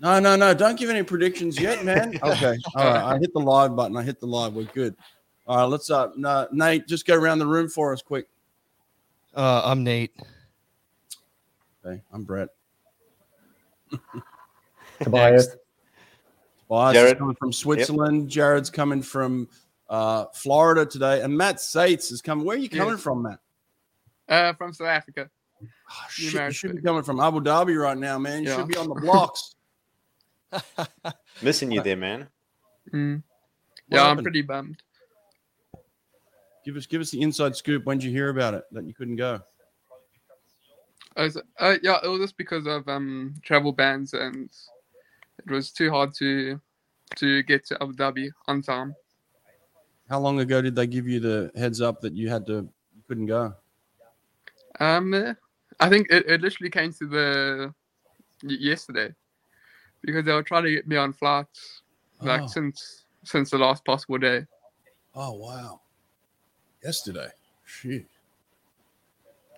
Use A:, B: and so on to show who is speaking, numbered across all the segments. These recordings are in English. A: No, no, no. Don't give any predictions yet, man. okay. All right. I hit the live button. I hit the live. We're good. All right. Let's uh no, Nate, just go around the room for us quick.
B: Uh, I'm Nate.
A: Okay. I'm Brett.
C: Tobias.
A: Tobias is
D: Jared.
A: coming from Switzerland. Jared's coming from uh Florida today. And Matt Sates is coming. Where are you
E: Yeah.
A: coming from, Matt?
E: Uh, from South Africa.
A: Oh,
E: New
A: shit, you
E: Mexico.
A: should be coming from Abu Dhabi right now, man. You
E: Yeah.
A: should be on the blocks.
D: Missing you there, man.
A: What
E: Mm. Yeah, I'm
A: happened?
E: pretty bummed.
A: give us give us the inside scoop. When would you hear about it that you couldn't go?
E: I was, uh, yeah, it was just because of um travel bans and it was too hard to to get to Abu Dhabi on time.
A: How long ago did they give you the heads up that you had to you couldn't go?
E: Um, uh, I think it, it literally came to the y- yesterday because they were trying to get me on flights like
A: Oh.
E: since since the last possible day.
A: Oh wow. Yesterday. Shit.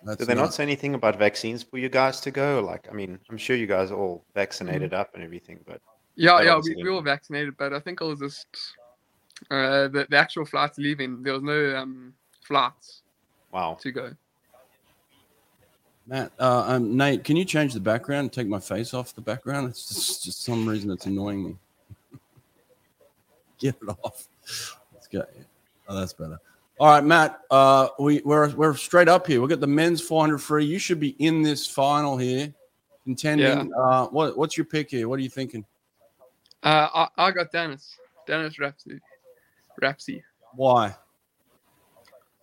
A: That's
D: Did they not
A: nuts.
D: say anything about vaccines for you guys to go? Like, I mean, I'm sure you guys are all vaccinated up and everything, but
E: Yeah,
D: That
E: yeah,
D: was
E: we,
D: it.
E: we were vaccinated, but I think it was just uh the, the actual flights leaving. There was no um flights
D: wow.
E: to go.
A: Matt, uh, um, Nate, can you change the background and take my face off the background? It's just, just some reason it's annoying me. Get it off. Let's go. Oh, that's better. All right, Matt. Uh, we we're we're straight up here. We got the men's 400 free. You should be in this final here, contending. Uh, what what's your pick here? What are you thinking?
E: Uh, I, I got Dennis. Dennis Rapsy. Rapsy.
A: Why?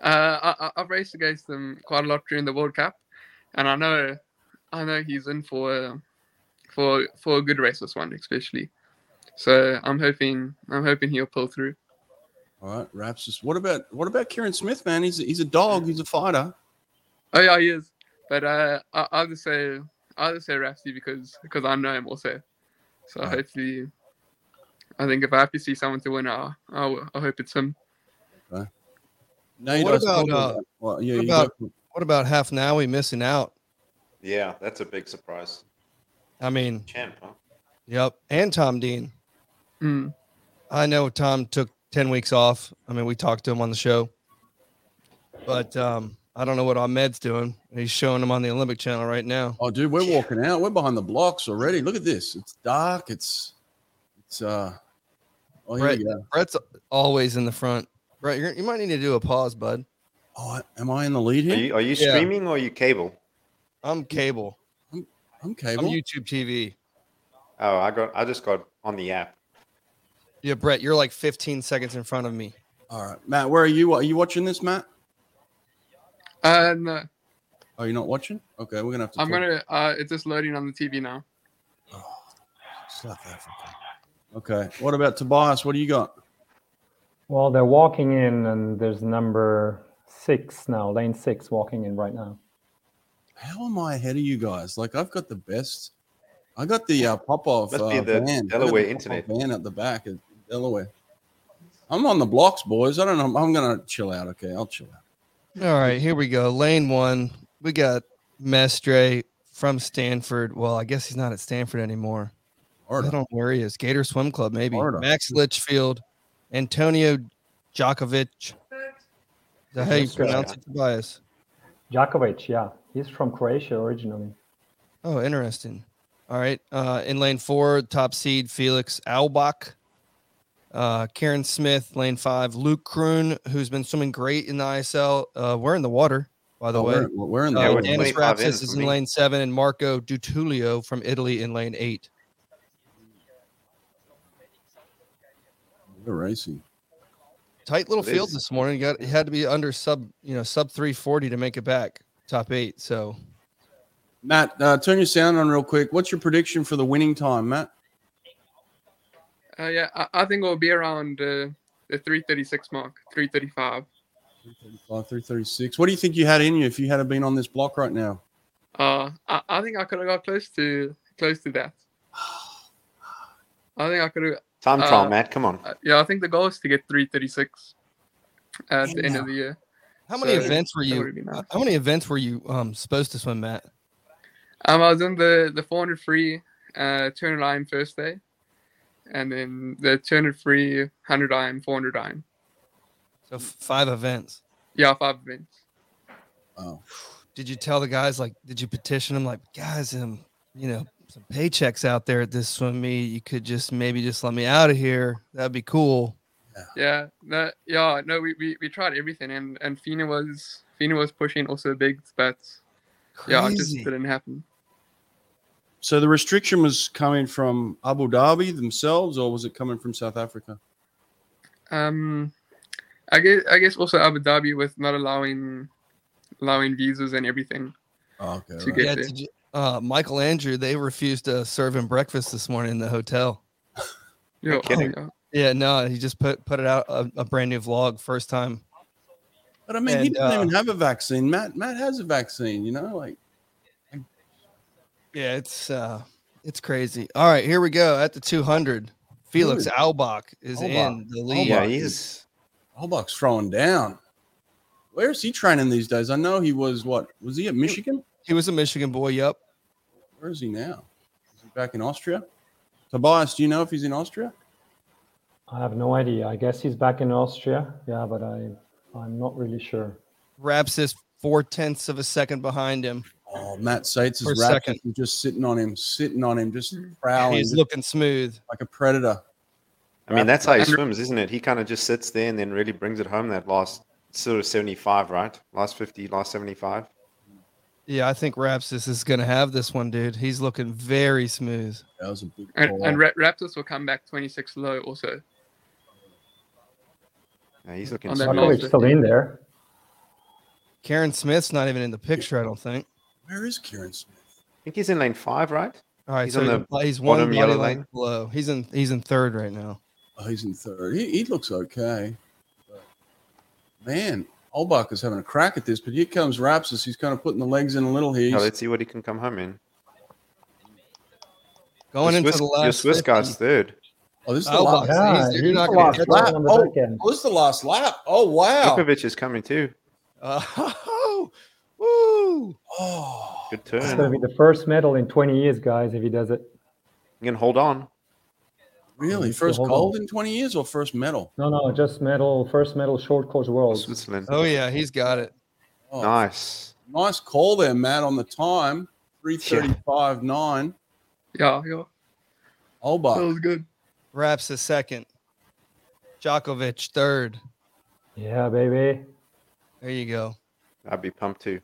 E: Uh, I, I- I've raced against him quite a lot during the World Cup, and I know, I know he's in for, uh, for for a good race this one, especially. So I'm hoping, I'm hoping he'll pull through.
A: All right, Rapsis. What about what about Kieran Smith, man? He's he's a dog. He's a fighter.
E: Oh yeah, he is. But uh, I, I'll just say, I'll just say Rapsy because because I know him also. So
A: Right.
E: hopefully, I think if I have to see someone to win, I I, I hope it's him.
A: No,
B: What about, uh,
A: well, yeah,
B: what
A: you go-
B: What about half now? We missing out.
D: Yeah, that's a big surprise.
B: I mean,
D: Champ, huh?
B: yep. And Tom Dean.
E: Hmm.
B: I know Tom took 10 weeks off. I mean, we talked to him on the show, but um, I don't know what Ahmed's doing. He's showing him on the Olympic channel right now.
A: Oh, dude, we're walking out. We're behind the blocks already. Look at this. It's dark. It's it's uh. Oh, here we go.
B: Brett's always in the front. Brett, you're, you might need to do a pause, bud.
A: Oh, am I in the lead
D: Are
A: here?
D: you, are you
B: Yeah.
D: streaming or are you cable?
B: I'm cable.
A: I'm cable.
B: I'm YouTube TV.
D: Oh, I got, I just got on the app.
B: Yeah, Brett, you're like 15 seconds in front of me.
A: All right, Matt. Where are you? Are you watching this, Matt?
E: And uh,
A: Oh, you're not watching? Okay, we're gonna have to.
E: I'm
A: talk-
E: gonna. Uh, it's just loading on the TV now.
A: South Africa. Okay. What about Tobias? What do you got?
C: Well, they're walking in, and there's number six now, lane six, walking in right now.
A: How am I ahead of you guys? Like I've got the best. I got the uh, pop off
D: Must
A: uh,
D: be the
A: van. I got
D: Delaware
A: the pop-off
D: internet.
A: van at the back of Delaware. I'm on the blocks, boys. I don't know. I'm gonna chill out. Okay, I'll chill out.
B: All right, here we go. Lane one. We got Mestre from Stanford. Well, I guess he's not at Stanford anymore.
A: All
B: I
A: right.
B: don't know where he is. Gator Swim Club, maybe.
A: Florida.
B: Max Litchfield, Antonio Djokovic. Is that how you
C: That's good.
B: pronounce it, Tobias?
C: Djakovic, yeah, he's from Croatia originally.
B: Oh, interesting. All right. Uh, in lane four, top seed Felix Aubach. Uh, Karen Smith, lane five. Luke Kroon, who's been swimming great in the ISL. Uh, we're in the water, by the
A: Oh,
B: way.
A: we're, we're in the
D: Yeah,
B: Uh,
D: we're
B: Dennis
D: 25 in
B: Rapsis
D: for
B: is in
D: me.
B: lane seven, and Marco Dutulio from Italy in lane eight.
A: We're racing.
B: Tight little
D: It
B: field
D: is.
B: this morning. You got it had to be under sub, you know, sub three forty to make it back top eight. So
A: Matt, uh, turn your sound on real quick. What's your prediction for the winning time, Matt?
E: Uh, yeah, I, I think it'll be around uh, the 336 mark, 335.
A: 335, 336. What do you think you had in you if you had been on this block right now?
E: Uh, I, I think I could have got close to close to that. I think I could have.
D: Time
E: Uh,
D: trial, Matt. Come on.
E: Uh, yeah, I think the goal is to get 336 at the end of the year.
B: how many
E: So,
B: events were
E: That
B: you?
E: would be nice.
B: How many events were you um supposed to swim, Matt?
E: Um, I was in the the 400 free uh, 200 iron first day, and then the 200 free, 100 iron, 400 iron.
B: So f- five events.
E: Yeah, five events.
A: Oh,
B: Did you tell the guys like? Did you petition them like, guys? Um, you know, some paychecks out there at this swim meet. You could just maybe just let me out of here. That'd be cool.
E: Yeah, no, yeah, no, we, we, we tried everything, and and Fina was Fina was pushing also big, but yeah, it just
B: Crazy.
E: didn't happen.
A: so the restriction was coming from Abu Dhabi themselves, or was it coming from South Africa?
E: Um, I guess I guess also Abu Dhabi with not allowing allowing visas and everything.
A: Oh, okay.
E: To
A: right.
E: get-
B: yeah,
E: there.
B: did you- uh, Michael Andrew, they refused to serve him breakfast this morning in the hotel.
E: Yeah,
D: kidding.
E: yeah.
B: Yeah, no, he just put put it out a, a brand new vlog first time.
A: But I mean, he
B: And,
A: doesn't
B: uh,
A: even have a vaccine. Matt Matt has a vaccine. You know, like
B: Yeah, it's uh it's crazy. All right, here we go at the 200. Felix
A: Dude.
B: Aubach is
A: Aubach.
B: in the
A: Oh
B: lead.
D: yeah,
A: my
D: he's
A: Holbach's throwing down. Where is he training these days? I know he was what was he at Michigan?
B: He was a Michigan boy, yep.
A: Where is he now? Is he back in Austria? Tobias, do you know if he's in Austria?
C: I have no idea. I guess he's back in Austria. Yeah, but I, I'm not really sure.
B: Wraps this four tenths of a second behind him.
A: Oh, Matt Sates
B: For a
A: is wrapped
B: second.
A: He's just sitting on him, sitting on him, just prowling
B: He's
A: just
B: looking smooth.
A: like a predator.
D: I mean that's how he
E: Andrew-
D: swims, isn't it? He kind of just sits there and then really brings it home that last sort of 75, right? Last 50, last 75.
B: Yeah, I think Rapsis is gonna have this one, dude. He's looking very smooth.
A: That was a big
E: And,
A: ball.
E: and Ra- Raptors will come back 26 low also.
D: Yeah, he's looking
E: On that
D: smooth.
E: last-
C: Buckovic's still in there.
B: Karen Smith's not even in the picture, I don't think.
A: Where is Kieran Smith?
D: I think he's in lane five, right?
B: All right,
D: He's
B: so
D: on
B: he's,
D: the
B: he's one
D: bottom
B: body
D: yellow
B: length
D: line.
B: below. He's in he's in third right now.
A: Oh, he's in third. He, he looks okay. But, man, Olbach is having a crack at this, but here comes Rapsis. He's kind of putting the legs in a little here.
D: Yeah,
A: He's-
D: Oh, let's see what he can come home in.
B: Going
D: Your
B: into
D: Swiss,
B: the
D: your
B: last
D: Swiss
B: 50.
D: guy's third.
A: oh, this is the
B: Aubach,
A: last lap.
C: Yeah,
B: he's- you're
C: he's
B: not
C: the
B: gonna
C: last
B: catch
A: lap.
C: one on the
A: Oh,
C: back end.
A: oh, this is the last lap. Oh, wow.
D: Vukovic is coming too.
B: Oh, woo.
A: Oh,
D: Good
C: It's
D: turn.
C: going to be the first medal in 20 years, guys, if he does it.
D: You can hold on.
A: really?
C: Let's see,
A: First
C: hold
A: gold in 20 years or first medal?
C: No, no, just medal, first medal short course world.
D: Switzerland.
B: Oh yeah, he's got it.
A: Oh,
D: Nice.
A: Nice call there, Matt, on the time. 335.9.
E: Yeah, yeah, that
A: Olbach.
E: was good.
B: Raps is second. Djokovic third.
C: Yeah, baby.
B: There you go.
D: I'd be pumped too.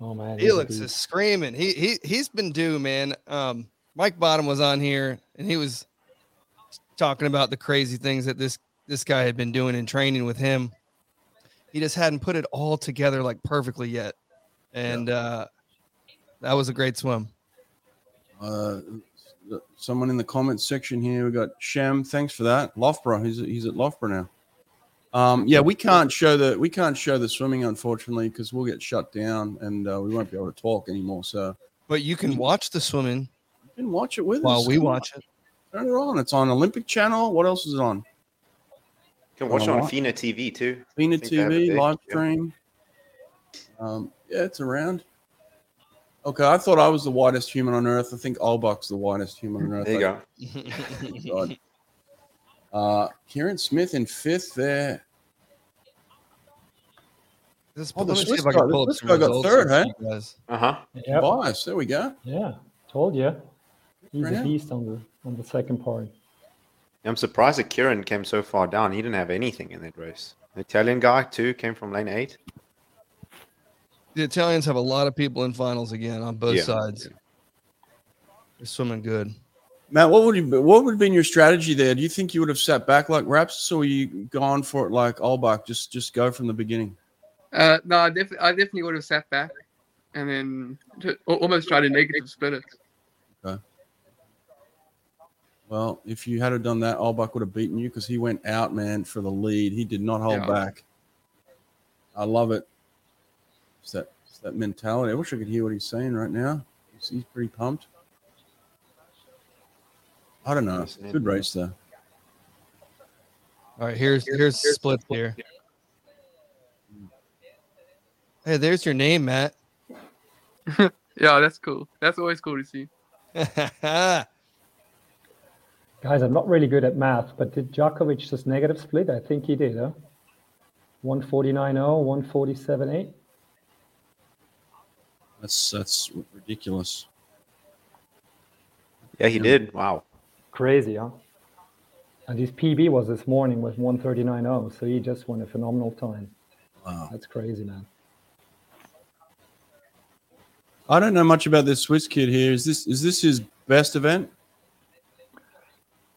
C: Oh man, he's a
B: Felix
C: beast.
B: is screaming. He he he's been due, man. Um, Mike Bottom was on here and he was talking about the crazy things that this this guy had been doing in training with him. He just hadn't put it all together like perfectly yet, and uh, that was a great swim.
A: Uh, someone in the comments section here. We got Shem. Thanks for that. Loughborough. He's he's at Loughborough now. Um, yeah, we can't show the we can't show the swimming unfortunately because we'll get shut down and uh, we won't be able to talk anymore. So
B: But you
A: Mm-hmm.
B: can watch the swimming
A: you can watch it with us.
B: while we watch it.
A: Turn it on. It's on Olympic Channel. What else is it on?
D: You can watch it on
A: Alright.
D: Fina TV too.
A: Fina
D: think they have it
A: TV
D: big,
A: live
D: yeah.
A: stream. Um, yeah, it's around. Okay, I thought I was the whitest human on earth. I think Olbach's the whitest human on earth.
D: There you
A: I
D: go.
A: God. Uh, Kieran Smith in fifth there.
B: This,
A: Oh, the
B: let me see
A: Swiss
B: if I
A: guy-
B: can
A: the
B: pull up
A: Swiss
B: some
A: guy got
B: results
A: third,
B: here
A: huh?
B: for you guys.
D: Uh huh.
C: Yep.
A: Tobias, there we go.
C: Yeah, told you. He's
A: Right.
C: a beast on the on the second part.
D: I'm surprised that Kieran came so far down. He didn't have anything in that race. The Italian guy too came from lane eight.
B: The Italians have a lot of people in finals again on both
D: Yeah.
B: sides. They're swimming good.
A: Matt, what would you what would have been your strategy there? Do you think you would have sat back like Raps, or you gone for it like Albach? Just just go from the beginning.
E: Uh, no, I, def- I definitely would have sat back and then ju- al- almost tried to negative split it.
A: Well, if you had have done that, Albach would have beaten you because he went out, man, for the lead. He did not hold
E: Yeah.
A: back. I love it. It's that it's that mentality. I wish I could hear what he's saying right now. He's, he's pretty pumped. I don't know.
D: Listening.
A: Good race though.
B: All right, here's here's split here. Hey, there's your name, Matt.
E: Yeah, that's cool. That's always cool to see.
B: All
C: Guys, I'm not really good at math, but did Djokovic just negative split? I think he did, huh? oh, 149.0, 147.8.
A: That's that's ridiculous.
D: Yeah, he did. Wow.
C: Crazy, huh? And his PB was this morning with 139.0, so he just won a phenomenal time.
A: Wow.
C: That's crazy, man.
A: I don't know much about this Swiss kid here. Is this is this his best event?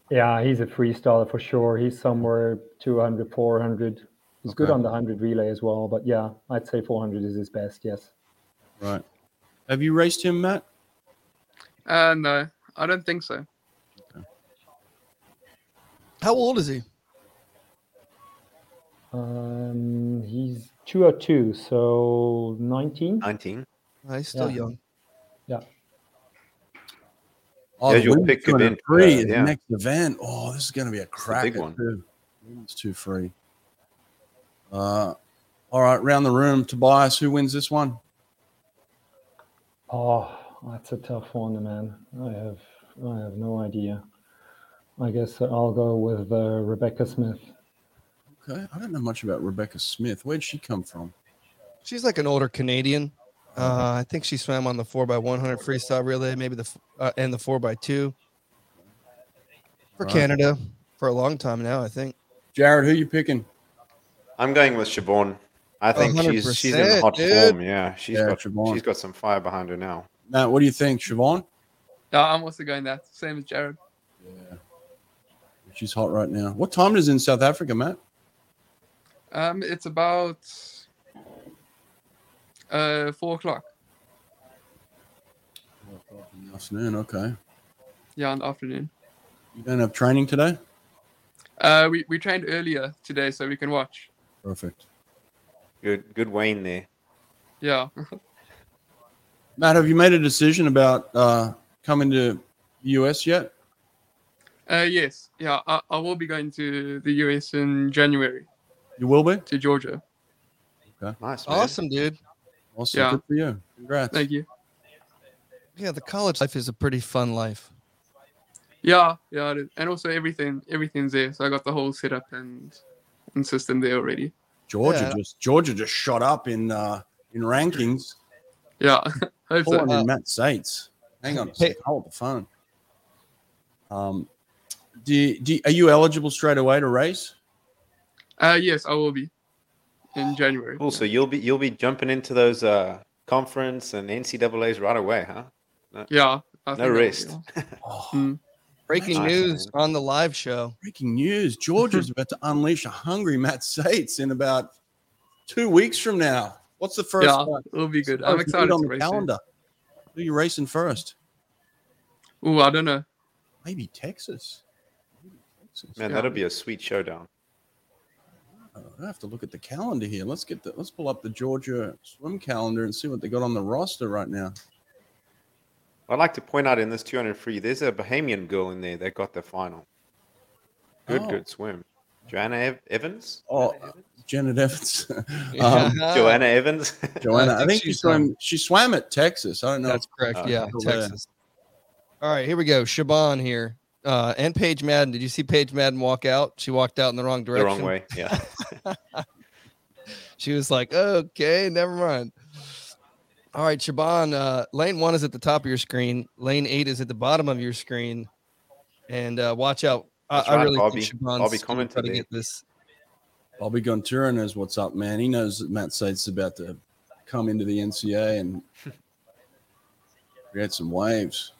C: Yeah, he's a freestyler for sure. He's somewhere 200, 400. He's good
A: Okay.
C: on the 100 relay as well, but yeah, I'd say 400 is his best, yes.
A: Right. Have you raced him, Matt?
E: Uh, no, I don't think so.
B: How old is he?
C: Um, he's 202, so 19.
D: 19.
B: Uh, he's still
C: Yeah.
B: young.
D: Yeah,
A: Oh, the
D: you'll
A: women's
D: pick
A: two hundred
D: event,
A: Free
D: uh,
A: is
D: yeah.
A: next event. Oh, this is going to be a crack.
D: big one.
A: It's too free. Uh, all right, round the room. Tobias, who wins this one?
C: Oh, that's a tough one, man. I have, I have no idea. I guess I'll go with uh, Rebecca Smith.
A: Okay, I don't know much about Rebecca Smith. Where'd she come from?
B: She's like an older Canadian. Uh, I think she swam on the four x one hundred freestyle relay, maybe the f- uh, and the four x two for
A: Right.
B: Canada for a long time now. I think.
A: Jared, who you picking?
D: I'm going with Siobhan. I think she's she's in
B: 100%,
D: hot
B: dude.
D: form. Yeah, she's
A: Yeah,
D: got
A: Siobhan.
D: she's got some fire behind her now.
A: Matt, what do you think, Siobhan?
E: Yeah, Uh, I'm also going that. Same as Jared.
A: Yeah, she's hot right now. What time is it in South Africa, Matt?
E: Um, it's about uh four o'clock.
A: In the afternoon. Okay,
E: Yeah, in the afternoon.
A: you don't have training today.
E: Uh, we we trained earlier today so we can watch.
A: Perfect.
D: Good good Wayne there.
E: Yeah.
A: Matt, have you made a decision about uh, coming to the US yet?
E: Uh, yes. Yeah, I, I will be going to the US in January
A: You will be.
E: to Georgia.
D: Nice. Man.
B: Awesome, dude.
A: Awesome.
E: Yeah.
A: Good for you. Congrats.
E: Thank you.
B: Yeah, the college life is a pretty fun life.
E: Yeah, yeah, it is. and also everything everything's there. So I got the whole setup and and system there already.
A: Georgia
B: Yeah.
A: just Georgia just shot up in uh, in rankings.
E: Yeah. Hope so.
A: Pulling in Matt Sates. Hang on a
B: Hey.
A: second. Hold the phone. Um, do, do are you eligible straight away to race?
E: Uh, yes, I will be in January.
D: Cool. So you'll be you'll be jumping into those uh conference and NCAA's right away, huh?
E: Yeah. I
D: No
E: think I will,
D: rest.
E: yeah.
A: Oh,
E: Mm.
B: Breaking
D: Nice,
B: news
D: man.
B: on the live show.
A: breaking news! Georgia's about to unleash a hungry Matt Sates in about two weeks from now. What's the first?
E: Yeah,
A: uh,
E: it'll be good.
A: first
E: I'm
A: meet
E: excited
A: on
E: to
A: the
E: race.
A: calendar. Who you racing first?
E: Oh, I don't know.
A: Maybe Texas. Maybe Texas.
D: Man,
E: Yeah.
D: that'll be a sweet showdown.
A: Uh, I have to look at the calendar here. Let's get the let's pull up the Georgia swim calendar and see what they got on the roster right now.
D: I'd like to point out in this 200 free, there's a Bahamian girl in there that got the final. Good,
A: Oh.
D: good swim. Joanna ev- Evans.
A: Oh, uh, Janet Evans, um,
B: Yeah.
D: Joanna Evans.
A: Joanna.
B: I
A: I
B: think
A: think, she
B: she's
A: swam. She swam at Texas. I don't know.
B: That's correct.
D: Uh,
B: yeah,
A: still there.
B: Texas. All right, here we go. Shaban here. Uh, and Paige Madden. Did you see Paige Madden walk out? She walked out in the wrong
D: the
B: direction.
D: wrong way. Yeah.
B: She was like, okay, never mind. All right, Shaban, uh, lane one is at the top of your screen. Lane eight is at the bottom of your screen. And uh, watch out. I,
D: That's
B: I
D: right,
B: really
D: Bobby.
B: think Shaban's
D: Bobby
B: gonna try
D: commented
B: to
D: there.
B: get this.
A: Bobby Guntura knows what's up, man. He knows that Matt Sate's about to come into the NCA and create some waves.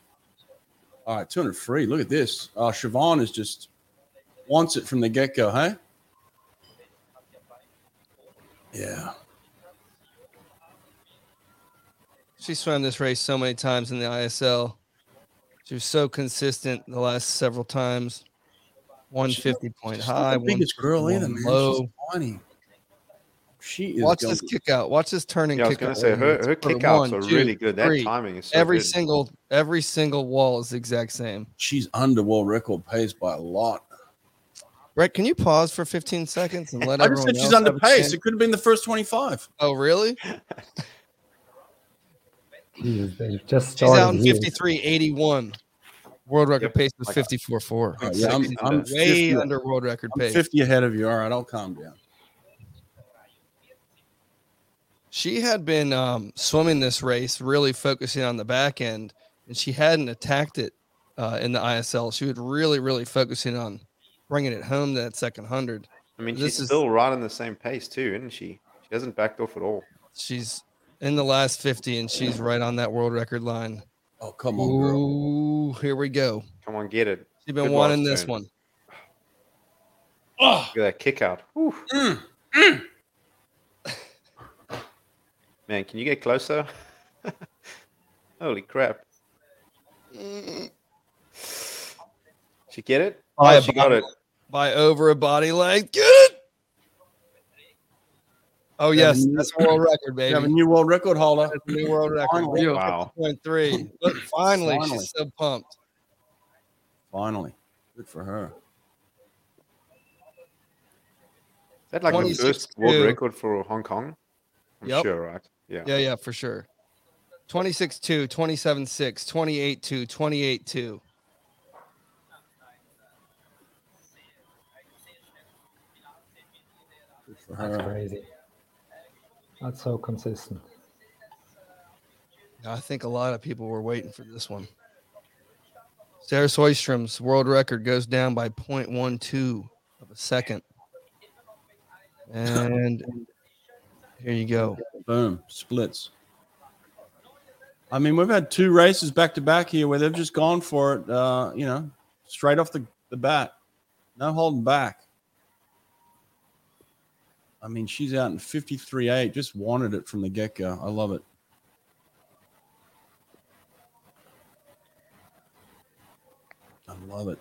A: All right, 200 free. Look at this. Uh, Siobhan is just wants it from the get go, hey? Yeah.
B: She swam this race so many times in the ISL. She was so consistent the last several times. 150 point
A: She's not
B: high.
A: the biggest girl either,
B: 151
A: man.
B: Low.
A: She's tiny. She is.
B: Watch
A: going-
B: this kick out. Watch this turning
D: yeah, I was
B: kick
D: going
B: out.
D: to say her, her
B: Put it
D: kickouts
B: one,
D: are
B: two,
D: really good. That
B: three.
D: timing is so
B: Every
D: good.
B: single every single wall is the exact same.
A: She's under world record pace by a lot.
B: Brett, can you pause for 15 seconds and let
A: I just
B: everyone
A: said she's
B: else
A: under
B: have a
A: pace.
B: chance?
A: It could have been the first 25.
B: Oh, really?
C: Jesus, they've
B: She's
C: just started.
B: out in
C: here.
B: 53.81. World record
D: Yep.
B: pace was
D: Like-
B: 54 4.
A: All right, yeah, I'm, I'm,
D: Way
A: 50,
B: Way under world record
A: I'm
B: pace.
A: 50 ahead of you. All right, I'll calm down.
B: She had been um, swimming this race, really focusing on the back end, and she hadn't attacked it uh, in the ISL. She was really, really focusing on bringing it home that second hundred.
D: I mean,
B: This
D: she's
B: is-
D: still right on the same pace too, isn't she? She doesn't back off at all.
B: She's in the last fifty, and she's right on that world record line.
A: Oh, come on, girl.
B: Ooh, here we go.
D: Come on, get it.
B: She's been
D: Good
B: wanting
D: luck,
B: this
D: Jen.
B: one.
A: Oh,
D: Look at that kick out. Whew. Man, can you get closer? Holy crap. She get it?
B: Oh, yeah,
D: she got
B: but-
D: it.
B: by over a body length. Get it! Oh
A: Yeah,
B: yes,
A: we-
B: that's a world record,
A: you have a
B: baby.
A: new world record holder.
B: That's a new world record.
A: Finally.
E: Yo,
D: Oh, Wow.
B: Point three. Look, finally,
A: Finally.
B: she's so pumped.
A: Finally. Good for her.
D: Is that like the
B: 26
D: first world
B: two.
D: record for Hong Kong? I'm
B: Yep.
D: sure, right? Yeah.
B: Yeah, yeah, for sure. 26-2, 27-6, 28-2, 28-2.
A: Good for
C: That's
A: her.
C: crazy. That's so consistent.
B: I think a lot of people were waiting for this one. Sarah Soystrom's world record goes down by 0.12 of a second. And here you go.
A: Boom. Splits. I mean, we've had two races back to back here where they've just gone for it, uh, you know, straight off the, the bat. No holding back. I mean, she's out in 53.8. Just wanted it from the get go. I love it. I love it.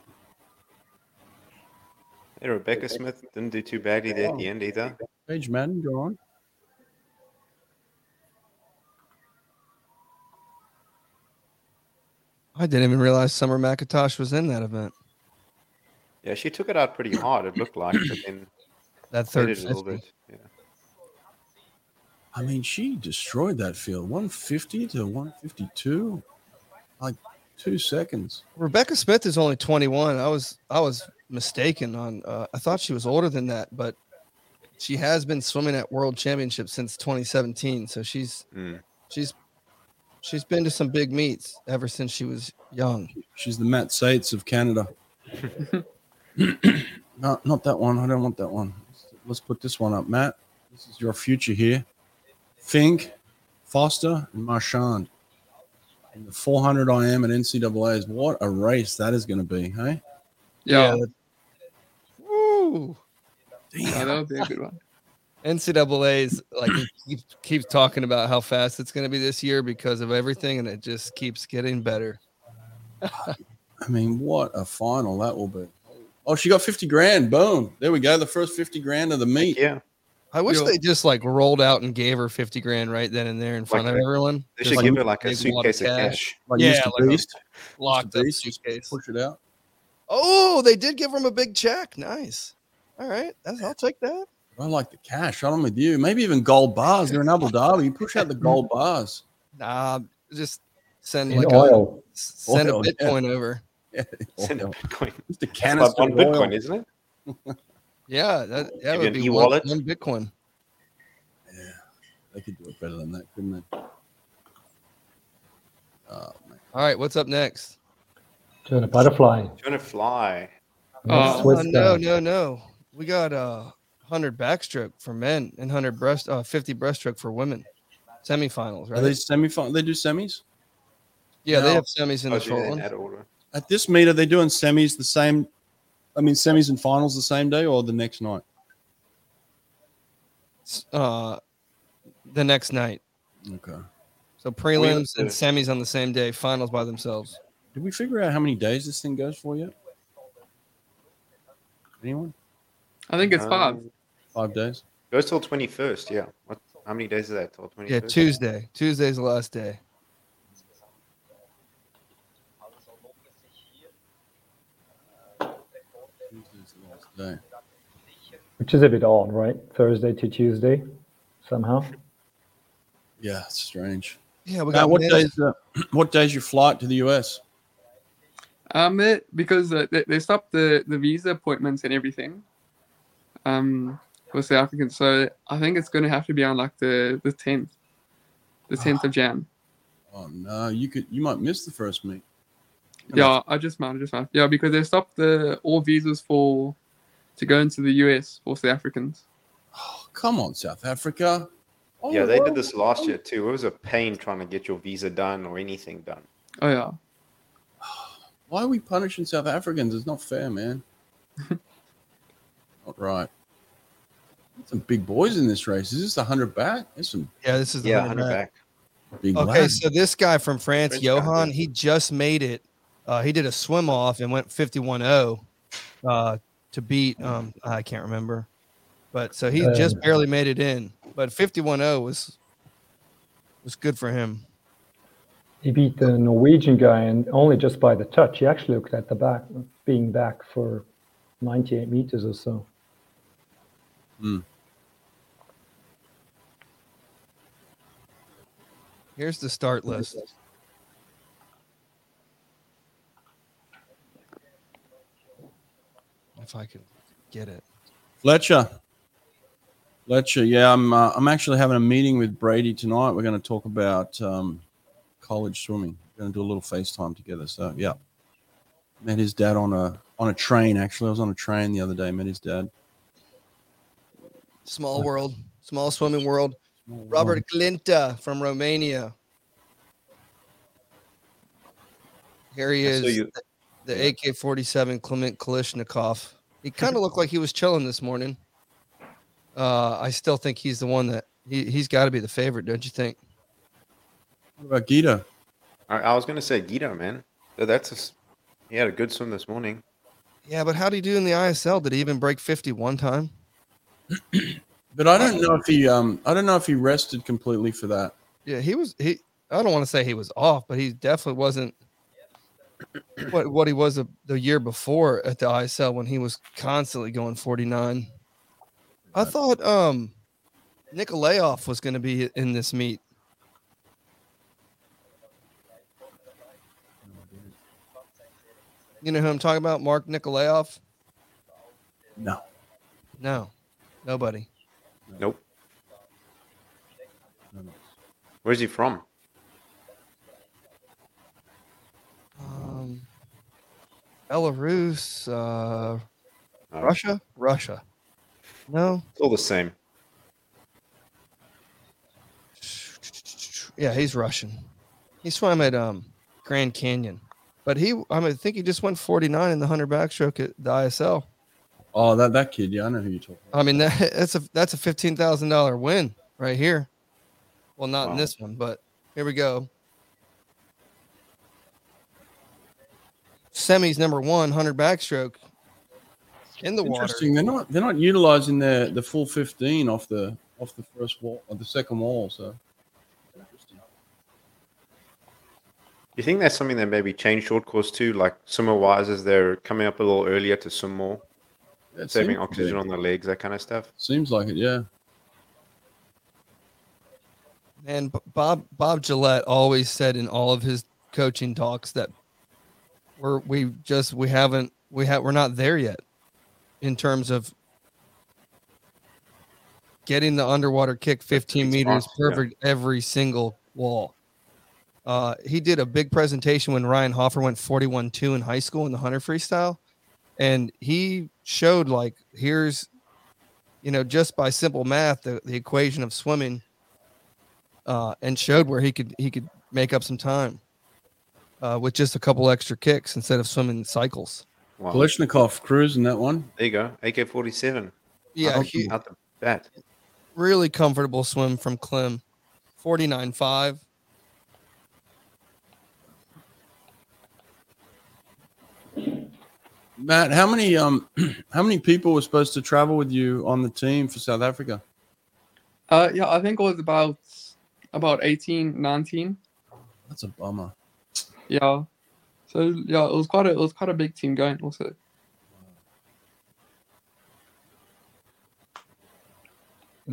D: Hey, Rebecca Smith didn't do too badly there at the end either.
A: Page Madden, go on.
B: I didn't even realize Summer McIntosh was in that event.
D: Yeah, she took it out pretty hard, it looked like, but then
B: That
D: hit
B: third
D: it a little
B: 50.
D: bit. Yeah.
A: I mean, she destroyed that field 150 to 152, like two seconds.
B: Rebecca Smith is only 21. I was I was mistaken on uh, I thought she was older than that, but she has been swimming at world championships since 2017. So she's
D: Mm.
B: she's she's been to some big meets ever since she was young.
A: She's the Matt Sates of Canada. not, not that one. I don't want that one. Let's put this one up, Matt. This is your future here. Fink, Foster, and Marchand. And the 400 I am at NCAA's. What a race that is going to be, hey?
E: yeah,
B: Woo!
E: yeah, that would be a good one.
B: NCAA's like keep, keeps talking about how fast it's going to be this year because of everything, and it just keeps getting better.
A: I mean, what a final that will be. Oh, she got 50 grand. Boom. There we go. The first 50 grand of the meet.
D: Yeah.
B: I wish
E: Yeah.
B: they just like rolled out and gave her 50 grand right then and there in front of
D: that.
B: everyone.
D: They
B: Just,
D: should
B: like,
D: give her like a
B: big wad
D: suitcase of cash.
A: Like
B: Yeah,
A: Mr.
B: like um, a-
A: Beast.
B: locked up
A: Beast.
B: suitcase.
A: Push it out.
B: Oh, they did give him a big check. Nice. All right. That's, I'll take that.
A: I like the cash. I'm with you. Maybe even gold bars. They're in Abu Dhabi. You push out the gold bars.
B: Nah, just send
C: In
B: like a
C: oil.
B: send
A: Oil,
B: a
A: yeah.
B: Bitcoin over.
D: Send a
A: Oh,
D: Bitcoin.
A: Just a
D: That's
A: canister
D: on
A: of oil.
D: Bitcoin, isn't it?
B: Yeah, that, that
D: Maybe
B: would
D: an
B: be one,
D: e-wallet?
B: one Bitcoin.
A: They could do it better than that, couldn't they? Oh, man.
B: All right, what's up next?
C: Doing a butterfly.
D: Trying to fly.
E: Oh,
C: Next
B: Oh,
C: Swiss
B: no,
C: guy.
B: no, no. We got uh, 100 backstroke for men and 100 breast uh, 50 breaststroke for women. Semifinals,
A: Are
B: right?
A: they semi They do semis?
B: yeah, they
A: No.
B: have semis in
D: Oh,
B: the
D: she did
B: short
D: it in
B: one.
D: that order.
A: At this meet, are they doing semis the same? I mean, semis and finals the same day or the next night?
B: Uh, the next night.
A: Okay.
B: So prelims
D: do
B: and semis on the same day, finals by themselves.
A: Did we figure out how many days this thing goes for yet? Anyone?
E: I think it's five.
D: Um,
A: Five days.
D: Goes till 21st, yeah. What? How many days is that till 21st?
B: Yeah, Tuesday. Tuesday's the last day.
A: Tuesday's the last day.
C: Which is a bit odd, right? Thursday to Tuesday, somehow.
A: Yeah, it's strange.
B: Yeah, we
A: Now,
B: got
A: what
B: what
A: days? Uh, what days your flight to the US?
E: Um, it, because uh, they, they stopped the, the visa appointments and everything. Um, for South Africans, so I think it's going to have to be on like the the tenth, the tenth of Jan.
A: Oh no, you could you might miss the first meet.
E: Yeah, I just might, I just might. Yeah, because they stopped the all visas for to go into the US for South Africans.
A: Oh, come on, South Africa. Oh,
D: yeah, they did
A: well,
D: this last year too. It was a pain trying to get your visa done or anything done.
E: Oh yeah,
A: Why are we punishing South Africans? It's not fair, man. not right. Some big boys in this race. Is this the hundred back? There's some
B: Yeah, this is the
D: Yeah,
B: 100
D: 100
B: back.
D: back.
A: big.
B: Okay,
A: lads.
B: so this guy from France,
D: French guy,
B: Johan,
D: yeah.
B: he just made it. Uh, he did a swim off and went 51 0 uh, to beat, um, I can't remember. But so he just
A: Uh.
C: Um,
B: barely made it in. But 51 0 was was good for him.
C: He beat the Norwegian guy and only just by the touch. He actually looked at the back, being back for 98 meters or so.
B: Here's the start list. If I could get it.
A: Fletcher. Fletcher, yeah, I'm. Uh, I'm actually having a meeting with Brady tonight. We're going to talk about um, college swimming. We're going to do a little FaceTime together. So yeah, met his dad on a on a train. Actually, I was on a train the other day. Met his dad.
B: Small world, small swimming world. Robert Glinta from Romania. Here he
D: I
B: is,
D: saw you-
B: the- the AK 47 Clement Kalishnikov. He kind of looked like he was chilling this morning. Uh, I still think he's the one that he, he's got to be the favorite, don't you think?
A: What about Gita?
D: I, I was going to say Guido, man. Th- That's a, s- he had a good swim this morning.
B: Yeah, but how did he do in the ISL? Did he even break 50 one time?
A: But I don't know if he. Um, I don't know if he rested completely for that.
B: Yeah, he was he I don't want to say he was off, but he definitely wasn't what what he was the- the year before at the ISL when he was constantly going 49. I thought um Nikolayoff was going to be in this meet. You know who I'm talking about? Mark Nikolayoff?
A: No.
B: No. Nobody.
D: Nope. Where's he from?
B: Um Belarus, uh
D: Uh,
B: Russia? Russia. No.
D: It's all the same.
B: Yeah, he's Russian. He swam at um Grand Canyon. But he I mean, I think he just went 49 in the 100 backstroke at the ISL.
A: Oh, that that kid. Yeah, I know who you're talking.
B: I mean that, that's a that's a $15,000 win right here. Well, not in
D: Wow.
B: this one, but here we go. Semi's number 1 100 backstroke in the
A: About.
B: water.
A: Interesting. They're not. They're not utilizing their the full 15 off the off the first wall or the second wall. So.
D: You think that's something that maybe changed short course too? Like swimmer wise, is they're coming up a little earlier to swim more,
A: That
D: saving
A: seems-
D: oxygen on their legs, that kind of stuff.
A: Seems like it. Yeah.
B: And B- Bob Bob Gillette always said in all of his coaching talks that we're we just we haven't we have we're not there yet in terms of getting the underwater kick 15
D: That's
B: meters
D: awesome, yeah.
B: perfect every single wall. Uh, he did a big presentation when Ryan Hoffer went 41 2 in high school in the hunter freestyle. And he showed, like, here's, you know, just by simple math, the, the equation of swimming uh, and showed where he could he could make up some time uh, with just a couple extra kicks instead of swimming cycles.
D: Wow.
A: Kalishnikov cruising that one.
D: There you go. AK 47. Oh,
B: Yeah,
A: Awesome.
B: hu-
D: Out the bat.
B: really comfortable swim from Clem, forty nine five.
A: Matt, how many um how many people were supposed to travel with you on the team for South Africa?
E: uh, yeah. I think it was about about 18, 19.
A: That's a bummer.
E: Yeah. So yeah, it was quite a it was quite a big team going also.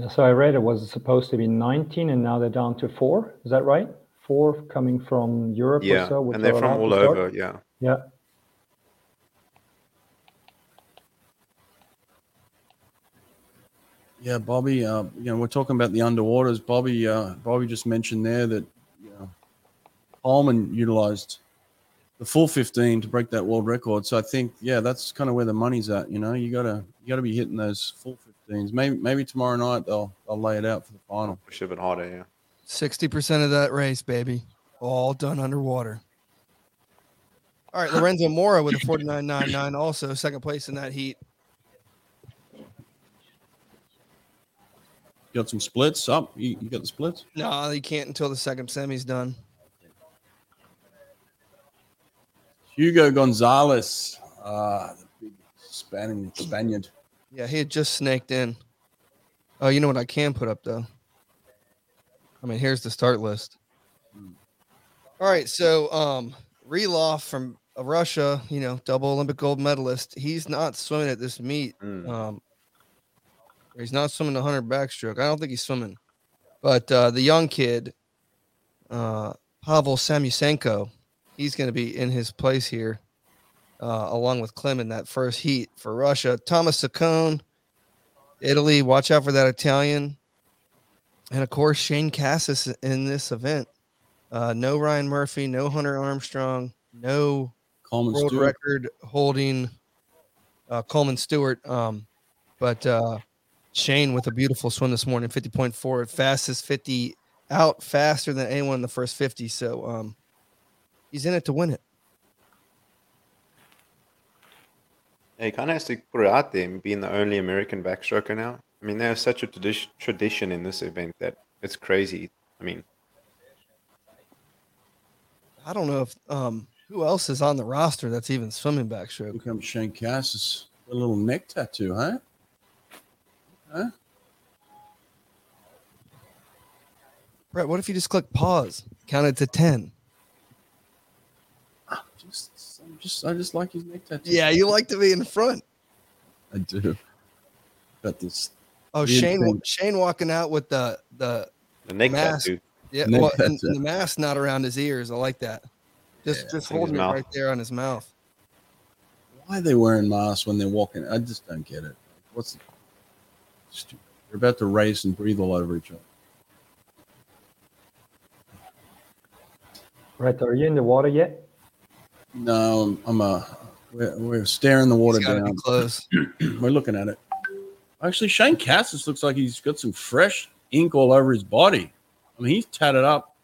C: So I read it was supposed to be 19 and now they're down to four. Is that right? Four coming from Europe or
D: Yeah.
C: so. which are
D: and they're from
C: allowed
D: all
C: to start.
D: over. Yeah.
C: Yeah.
A: Yeah, Bobby. Uh, you know, we're talking about the underwaters. Bobby. Uh, Bobby just mentioned there that you know, Holman utilized the full 15 to break that world record. So I think, yeah, that's kind of where the money's at. You know, you gotta you gotta be hitting those full 15s. Maybe maybe tomorrow night they'll they'll lay it out for the final.
D: Push it a bit harder, yeah.
B: Sixty percent of that race, baby, all done underwater. All right, Lorenzo Mora with a 49.99, also second place in that heat.
A: You got some splits up. You, you got the splits.
B: No, he can't until the second semi's done.
A: Hugo Gonzalez, uh, the big Spaniard. Spaniard.
B: Yeah, he had just snaked in. Oh, you know what I can put up though? I mean, here's the start list. All right, so um Relov from Russia, you know, double Olympic gold medalist. He's not swimming at this meet.
D: Mm.
B: Um he's not swimming the 100 backstroke. I don't think he's swimming. But uh the young kid uh Pavel Samusenko, he's going to be in his place here uh, along with Clem in that first heat for Russia. Thomas Saccone, Italy, watch out for that Italian. And of course, Shane Cassis in this event. Uh, no Ryan Murphy, no Hunter Armstrong, no
A: Coleman
B: world
A: Stewart.
B: record holding uh, Coleman Stewart. Um, but uh, Shane with a beautiful swim this morning, 50.4, fastest 50 out faster than anyone in the first 50. So um, he's in it to win it.
D: Yeah, he kind of has to put it out there, being the only American backstroker now. I mean, there's such a tradi- tradition in this event that it's crazy. I mean,
B: I don't know if um, who else is on the roster that's even swimming backstroke.
A: Here comes Shane Cassis. A little neck tattoo, huh?
B: Brett, what if you just click pause, count it to 10?
A: Just, I'm just, I just like his neck tattoo.
B: Yeah, you like to be in front.
A: I do. Got this
B: Oh,
A: Weird
B: Shane,
A: thing.
B: Shane walking out with the the
D: the neck
B: Mask.
D: tattoo.
B: yeah,
A: No,
B: well, and
A: that's it.
B: the mask not around his ears. I like that.
A: Yeah,
B: Just just
D: in his
B: holding it
D: mouth.
B: right there on his mouth.
A: Why are they wearing masks when they're walking? I just don't get it. What's the stupid? They're about to race and breathe all over each other.
C: Brett, are you in the water yet?
A: No, I'm, I'm a. We're, we're staring the water
B: He's got to be
A: down.
B: close.
A: We're looking at it. Actually, Shane Cassis looks like he's got some fresh ink all over his body. I mean, he's tatted up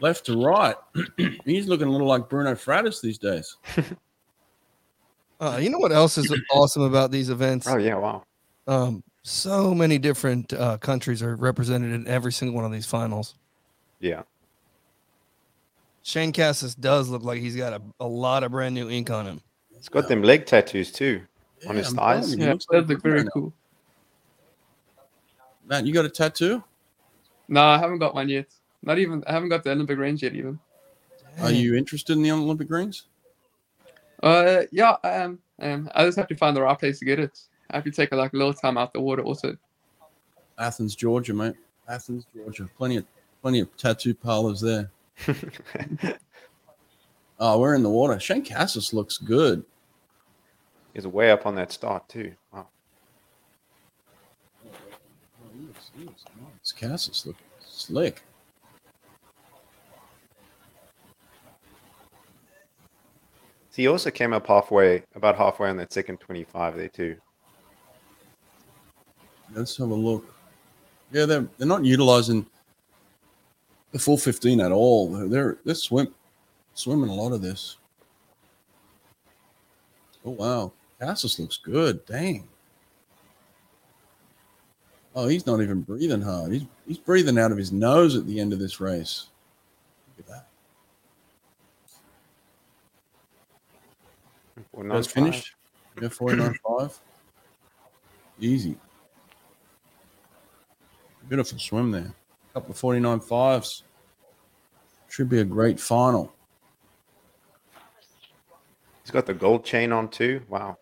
A: left to right. he's looking a little like Bruno Fratis these days.
B: Uh, you know what else is awesome about these events?
D: Oh, yeah, wow.
B: Um, so many different uh, countries are represented in every single one of these finals.
D: Yeah.
B: Shane Cassis does look like he's got a, a lot of brand new ink on him.
D: It's got them leg tattoos too. On his
A: I'm
D: thighs?
A: telling you, he
E: Yeah,
A: looks
E: that
A: like
E: look
A: Bruno
E: very
A: now.
E: cool.
A: Matt, you got a tattoo?
E: No, I haven't got one yet. Not even. I haven't got the Olympic range yet even.
A: Are you interested in the Olympic rings?
E: Uh, yeah, I am. I am. I just have to find the right place to get it. I have to take like a little time out the water also.
A: Athens, Georgia, mate. Athens, Georgia. Plenty of plenty of tattoo parlors there. Oh, we're in the water. Shane Cassis looks good.
D: He's way up on that start too. Wow.
A: Oh, He looks, he looks nice. Cassis looking slick.
D: So he also came up halfway, about halfway on that second 25 there too.
A: Let's have a look. Yeah, they're they're not utilizing the full fifteen at all. They're they're, they're swim swimming a lot of this. Oh wow, Cassis looks good. Dang. Oh, he's not even breathing hard. He's he's breathing out of his nose at the end of this race. Look at that.
D: Or
A: That's
D: 95.
A: finished. Yeah, forty nine five. Easy. Beautiful swim there. Couple of forty nine fives. Should be a great final.
D: He's got the gold chain on too. Wow.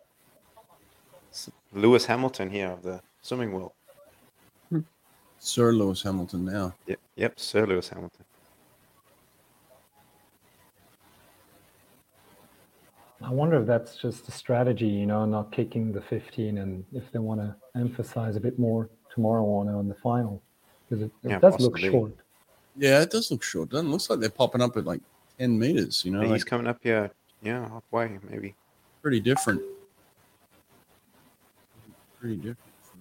D: It's Lewis Hamilton here of the swimming world.
A: Sir Lewis Hamilton now.
D: Yep, yep, Sir Lewis Hamilton.
C: I wonder if that's just a strategy, you know, not kicking the 15 and if they want to emphasize a bit more tomorrow on on the final because it, it
D: Yeah,
C: does
D: possibly.
C: look short.
A: Yeah, it does look short. Doesn't it? looks like they're popping up at like ten meters. You know,
D: he's
A: like
D: coming up here, yeah, halfway maybe.
A: pretty different. Pretty different. from-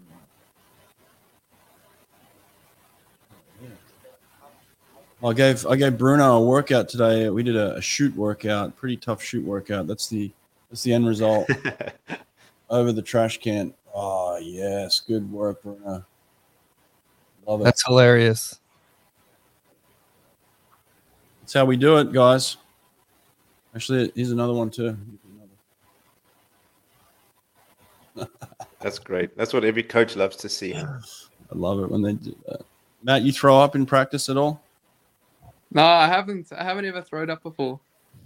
A: Yeah. I gave I gave Bruno a workout today. We did a, a shoot workout, pretty tough shoot workout. That's the that's the end result over the trash can. Oh yes, good work, Bruno. Love it.
B: That's hilarious.
A: That's how we do it, guys. Actually, here's another one too.
D: That's great. That's what every coach loves to see.
A: I love it when they do that. Matt, you throw up in practice at all?
E: No, I haven't. I haven't ever thrown up before.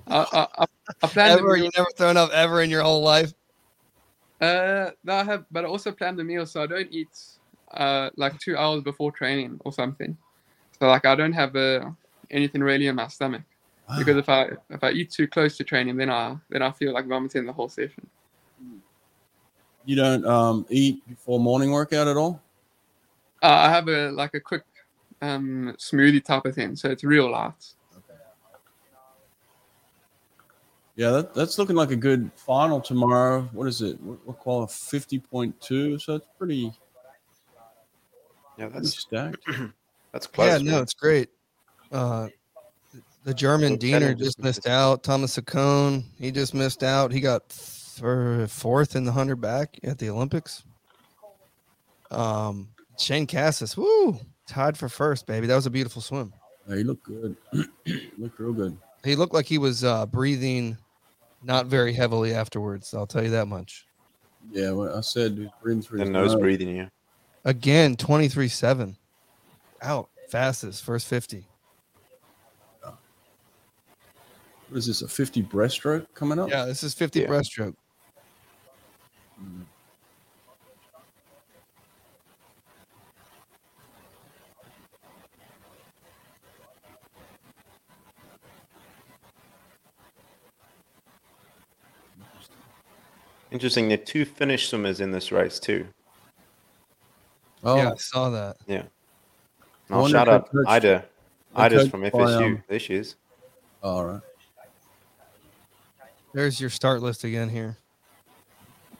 E: I I, I, I planned the
B: Ever,
E: meal-
B: you never thrown up ever in your whole life.
E: Uh, no, I have, but I also plan the meal, so I don't eat uh like two hours before training or something. So like I don't have uh, anything really in my stomach because if I if I eat too close to training, then I then I feel like vomiting the whole session.
A: You don't um, eat before morning workout at all?
E: Uh, I have a like a quick um smoothie type of thing, so it's real light.
A: Yeah, that, that's looking like a good final tomorrow. What is it? What, what qual? Fifty point two. So it's pretty,
D: Yeah,
A: pretty
D: that's
A: stacked.
D: that's close.
B: yeah,
D: man.
B: no, it's great. Uh, the German
D: So
B: Diener
D: challenges
B: just
D: with
B: missed
D: this.
B: out. Thomas Acone, he just missed out. He got thir- fourth in the 100 back at the Olympics. Um, Shane Cassis, woo, tied for first, baby. That was a beautiful swim.
A: Yeah, you look good. look real good.
B: He looked like he was uh, breathing not very heavily afterwards. I'll tell you that much.
A: Yeah, well, I said he's breathing through
D: the
A: his
D: nose
A: nose.
D: breathing. Yeah,
B: Again, 23 7. Out fastest, first 50.
A: What is this? A fifty breaststroke coming up?
B: Yeah, this is 50
D: Yeah.
B: breaststroke.
D: interesting. There are two Finnish swimmers in this race too.
A: Oh,
B: Yeah, I saw that.
A: I
D: And I'll
A: wonder if
D: shout
A: they
D: out
A: coached-
D: Ida.
A: they
D: Ida's
A: coached
D: from
A: by,
D: FSU.
A: um,
D: there she is.
A: all right.
B: There's your start list again here.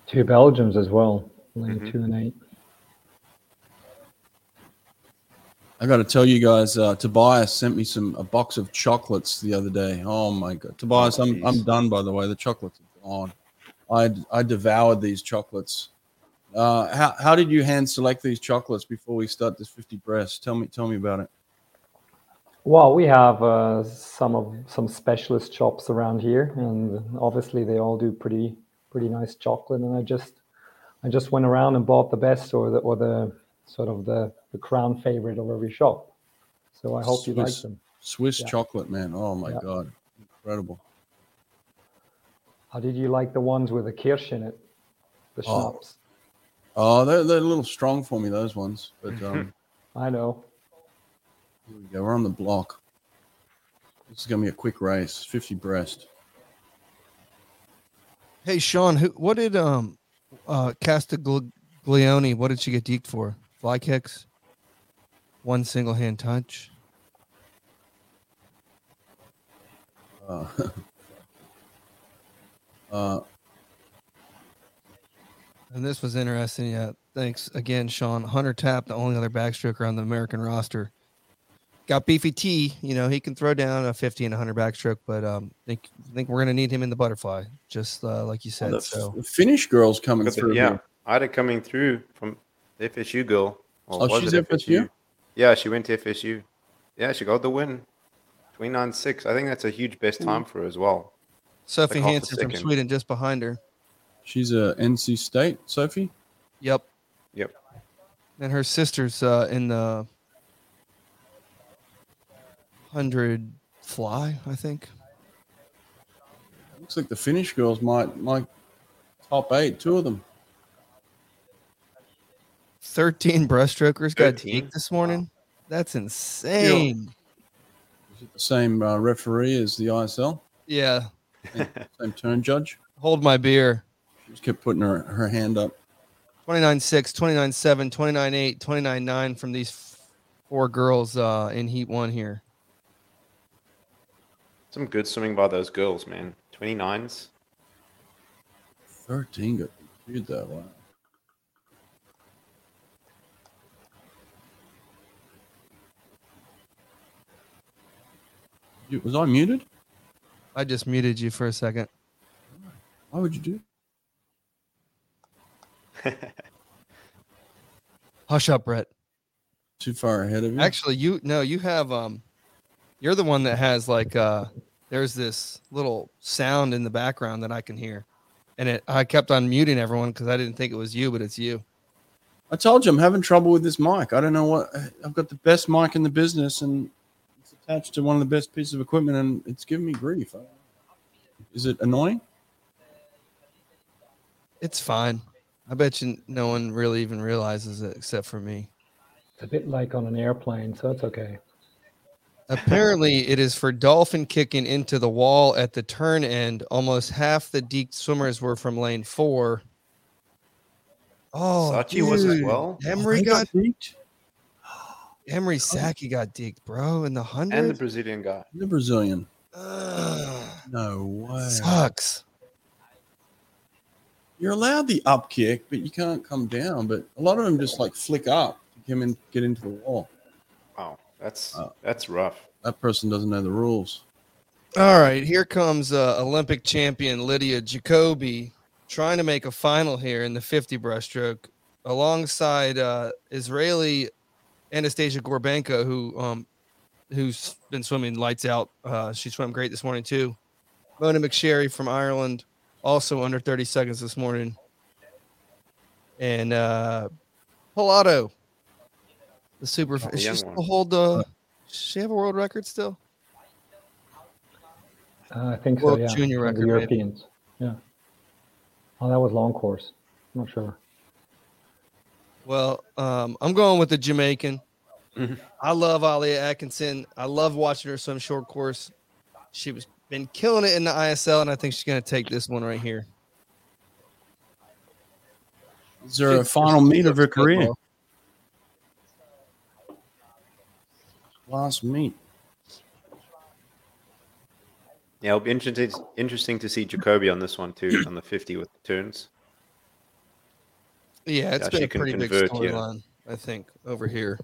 C: Two Belgians as well, lane
D: Mhm.
C: two and eight.
A: I got to tell you guys, uh, Tobias sent me some a box of chocolates the other day. Oh my god, Tobias,
D: Oh,
A: I'm
D: geez.
A: I'm done. By the way, the chocolates are gone. I I devoured these chocolates. Uh, how how did you hand select these chocolates before we start this fifty breast? Tell me tell me about it.
C: Well, we have uh, some of some specialist shops around here, and obviously they all do pretty pretty nice chocolate. And I just I just went around and bought the best or the or the sort of the the crown favorite of every shop. So I hope you like
A: Swiss.
C: them.
A: Swiss
C: Yeah.
A: chocolate, man. Oh my
C: Yeah.
A: god, incredible.
C: How did you like the ones with the kirsch in it? The
A: Oh.
C: schnapps.
A: Oh, they're they're a little strong for me those ones. But um,
C: I know. Mm-hmm.
A: here we go. We're on the block. This is gonna be a quick race. Fifty breast.
B: Hey Sean, who what did um uh Castiglione, what did she get deked for? Fly kicks? One single hand touch.
A: Uh, uh,
B: And this was interesting. Yeah. Thanks again, Sean. Hunter Tapp, the only other backstroker on the American roster. Got beefy T. You know, he can throw down a 50 and 100 backstroke, but um, think think we're gonna need him in the butterfly, just uh, like you said.
A: the,
B: so
A: the Finnish girl's coming
D: But the-
A: through.
D: yeah,
A: here.
D: Ida coming through from the FSU girl. Or
A: Oh,
D: was
A: she's
D: it
A: FSU?
D: Yeah, she went to FSU. Yeah, she got the win. 29.6. I think that's a huge
A: Hmm.
D: best time for her as well.
B: Sophie
D: half a
B: Hansen from
D: second.
B: Sweden just behind her.
A: She's a NC State, Sophie.
B: Yep.
D: Yep.
B: And her sister's uh, in the hundred fly, I think.
A: Looks like the Finnish girls might might top eight, two of them.
B: Thirteen breaststrokers got
D: 13?
B: deked this morning. That's insane.
A: Is it the same uh, referee as the ISL?
B: Yeah.
A: Same turn, Judge.
B: Hold my beer.
A: She just kept putting her, her hand up.
B: 29-6, 29-7, 29-8, 29-9 from these f- four girls uh, in Heat 1 here.
D: Some good swimming by those girls, man. 29s.
A: 13 got defeated that one. You- Was I muted?
B: I just muted you for a second.
A: Why would you do?
B: Hush up, Brett.
A: Too far ahead of you.
B: Actually, you no, you have um you're the one that has like uh there's this little sound in the background that I can hear. And it I kept on muting everyone because I didn't think it was you, but it's you.
A: I told you I'm having trouble with this mic. I don't know what I've got the best mic in the business and it's attached to one of the best pieces of equipment and it's giving me grief. I- Is it annoying?
B: It's fine. I bet you no one really even realizes it except for me.
C: It's a bit like on an airplane, so it's okay.
B: Apparently, it is for dolphin kicking into the wall at the turn end. Almost half the deked swimmers were from lane four. Oh,
D: Sachi was as
B: dude.
D: well.
B: Emery
A: They
B: got
A: beat?
B: Emery Saki got deked, bro, in the
D: And the
B: hundred.
D: Brazilian guy.
A: The Brazilian. No way.
B: Sucks.
A: You're allowed the up kick, but you can't come down. But a lot of them just like flick up to come and get into the wall.
D: Wow. That's
A: Oh.
D: that's rough.
A: That person doesn't know the rules.
B: All right, here comes uh, Olympic champion Lydia Jacoby trying to make a final here in the 50 breaststroke alongside uh, Israeli Anastasia Gorbenko, who um, who's been swimming lights out. Uh, she swam great this morning too. Mona McSherry from Ireland, also under 30 seconds this morning. And uh, Pilato, the super.
D: Oh, the
B: is she
D: young
B: still
D: one.
B: hold the? Does she have a world record still?
C: Uh, I think
B: World
C: so. Yeah,
B: junior
C: Or
B: record,
C: the
B: maybe.
C: Europeans. Yeah. Oh, that was long course. I'm not sure.
B: Well, um, I'm going with the Jamaican.
D: Mhm.
B: I love Alia Atkinson. I love watching her swim short course. She was been killing it in the ISL, and I think she's going to take this one right here.
A: Is there a final meet of her career? Last meet.
D: Yeah, it'll be interesting interesting to see Jacoby on this one too, on the 50 with the turns.
B: Yeah, it's
D: Yeah,
B: been
D: she
B: a
D: can
B: pretty big
D: convert, yeah.
B: storyline, I think, over here.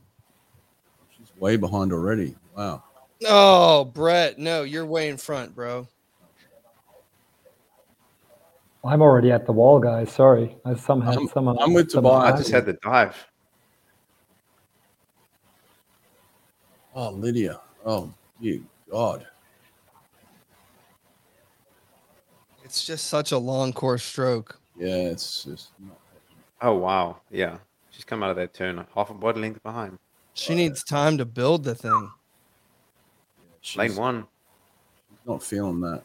A: She's way behind already. Wow.
B: Oh, Brett, no, you're way in front, bro.
C: I'm already at the wall, guys. Sorry, I somehow
A: I'm-
C: somehow.
A: I'm with
C: somehow
A: Tobias.
D: I
A: Wow.
D: just had the dive.
A: Oh, Lydia. Oh, dear God.
B: It's just such a long course stroke.
A: Yeah, it's just not
D: Oh wow. Yeah. She's come out of that turn half a body length behind.
B: She needs time to build the thing.
A: she's
D: Lane one.
A: not feeling that.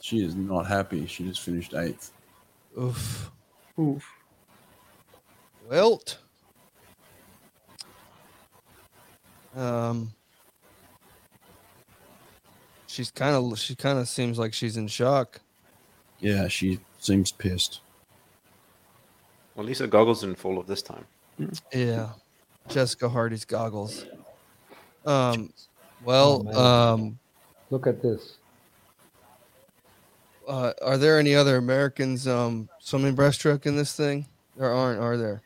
A: She is not happy. She just finished eighth.
B: Oof.
E: Oof.
B: Wilt. Um, she's kind of she kind of seems like she's in shock.
A: Yeah, she seems pissed.
D: Well, at least her goggles didn't fall off this time.
B: Yeah, Jessica Hardy's goggles. Um, well, um,
C: Look at this.
B: uh, are there any other Americans um swimming breaststroke in this thing? There aren't, are there?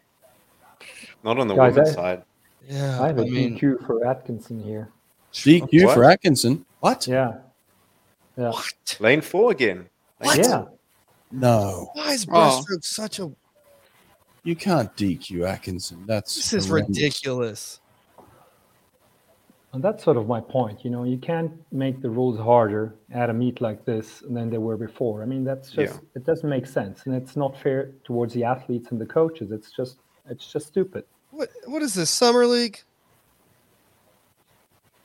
D: Not on the
C: Guys,
D: women's
C: I-
D: side.
B: Yeah,
C: I
B: I
C: have a
B: mean,
C: DQ for Atkinson here.
A: DQ for
D: What?
A: Atkinson. What?
C: Yeah. Yeah.
B: what?
D: Lane four again. Lane four.
C: Yeah.
A: No,
B: Why is
E: Oh.
B: breaststroke such a?
A: you can't DQ Atkinson. That's
B: This is
A: horrendous.
B: ridiculous.
C: And that's sort of my point. You know, you can't make the rules harder at a meet like this than they were before. I mean, that's
D: Yeah.
C: just it doesn't make sense, and it's not fair towards the athletes and the coaches. It's just it's just stupid.
B: What what is this summer league?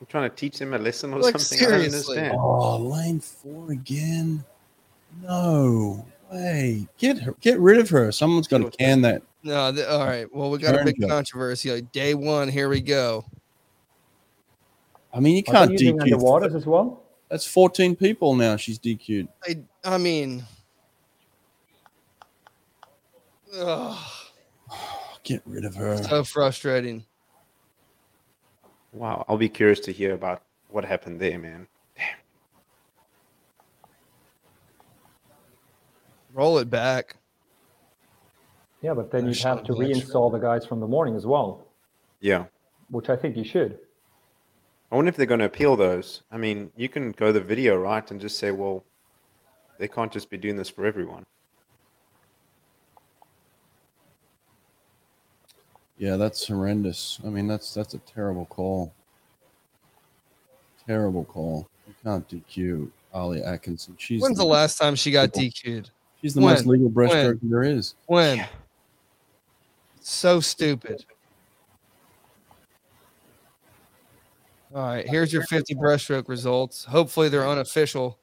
D: I'm trying to teach them a lesson or
B: Like,
D: something.
B: seriously.
D: I don't understand.
A: Oh, lane four again. No way. Get her. Get rid of her. Someone's got to can that.
B: No, th- all right. Well, we got a
A: Turn
B: big
A: judge.
B: controversy. Like day one, here we go.
A: I mean, you
C: Are
A: can't
C: they using
A: DQ.
C: underwaters as well?
A: That's 14 people now. She's DQ'd.
B: I, I mean, ugh,
A: Get rid of her.
B: so frustrating.
D: Wow, I'll be curious to hear about what happened there, man.
B: Roll it back.
C: Yeah, but then
B: I
C: you'd have
B: shouldn't
C: to
B: do that shit.
C: reinstall the guys from the morning as well,
D: Yeah.
C: which I think you should.
D: I wonder if they're going to appeal those. I mean, you can go the video right and just say, well, they can't just be doing this for everyone.
A: Yeah, that's horrendous. I mean, that's that's a terrible call. Terrible call. You can't DQ Ollie Atkinson. She's
B: When's the last time she got
A: People.
B: DQ'd?
A: She's the
B: when?
A: most legal breaststroke
B: When?
A: there is.
B: When? So stupid. All right, here's your 50 breaststroke results. Hopefully they're unofficial.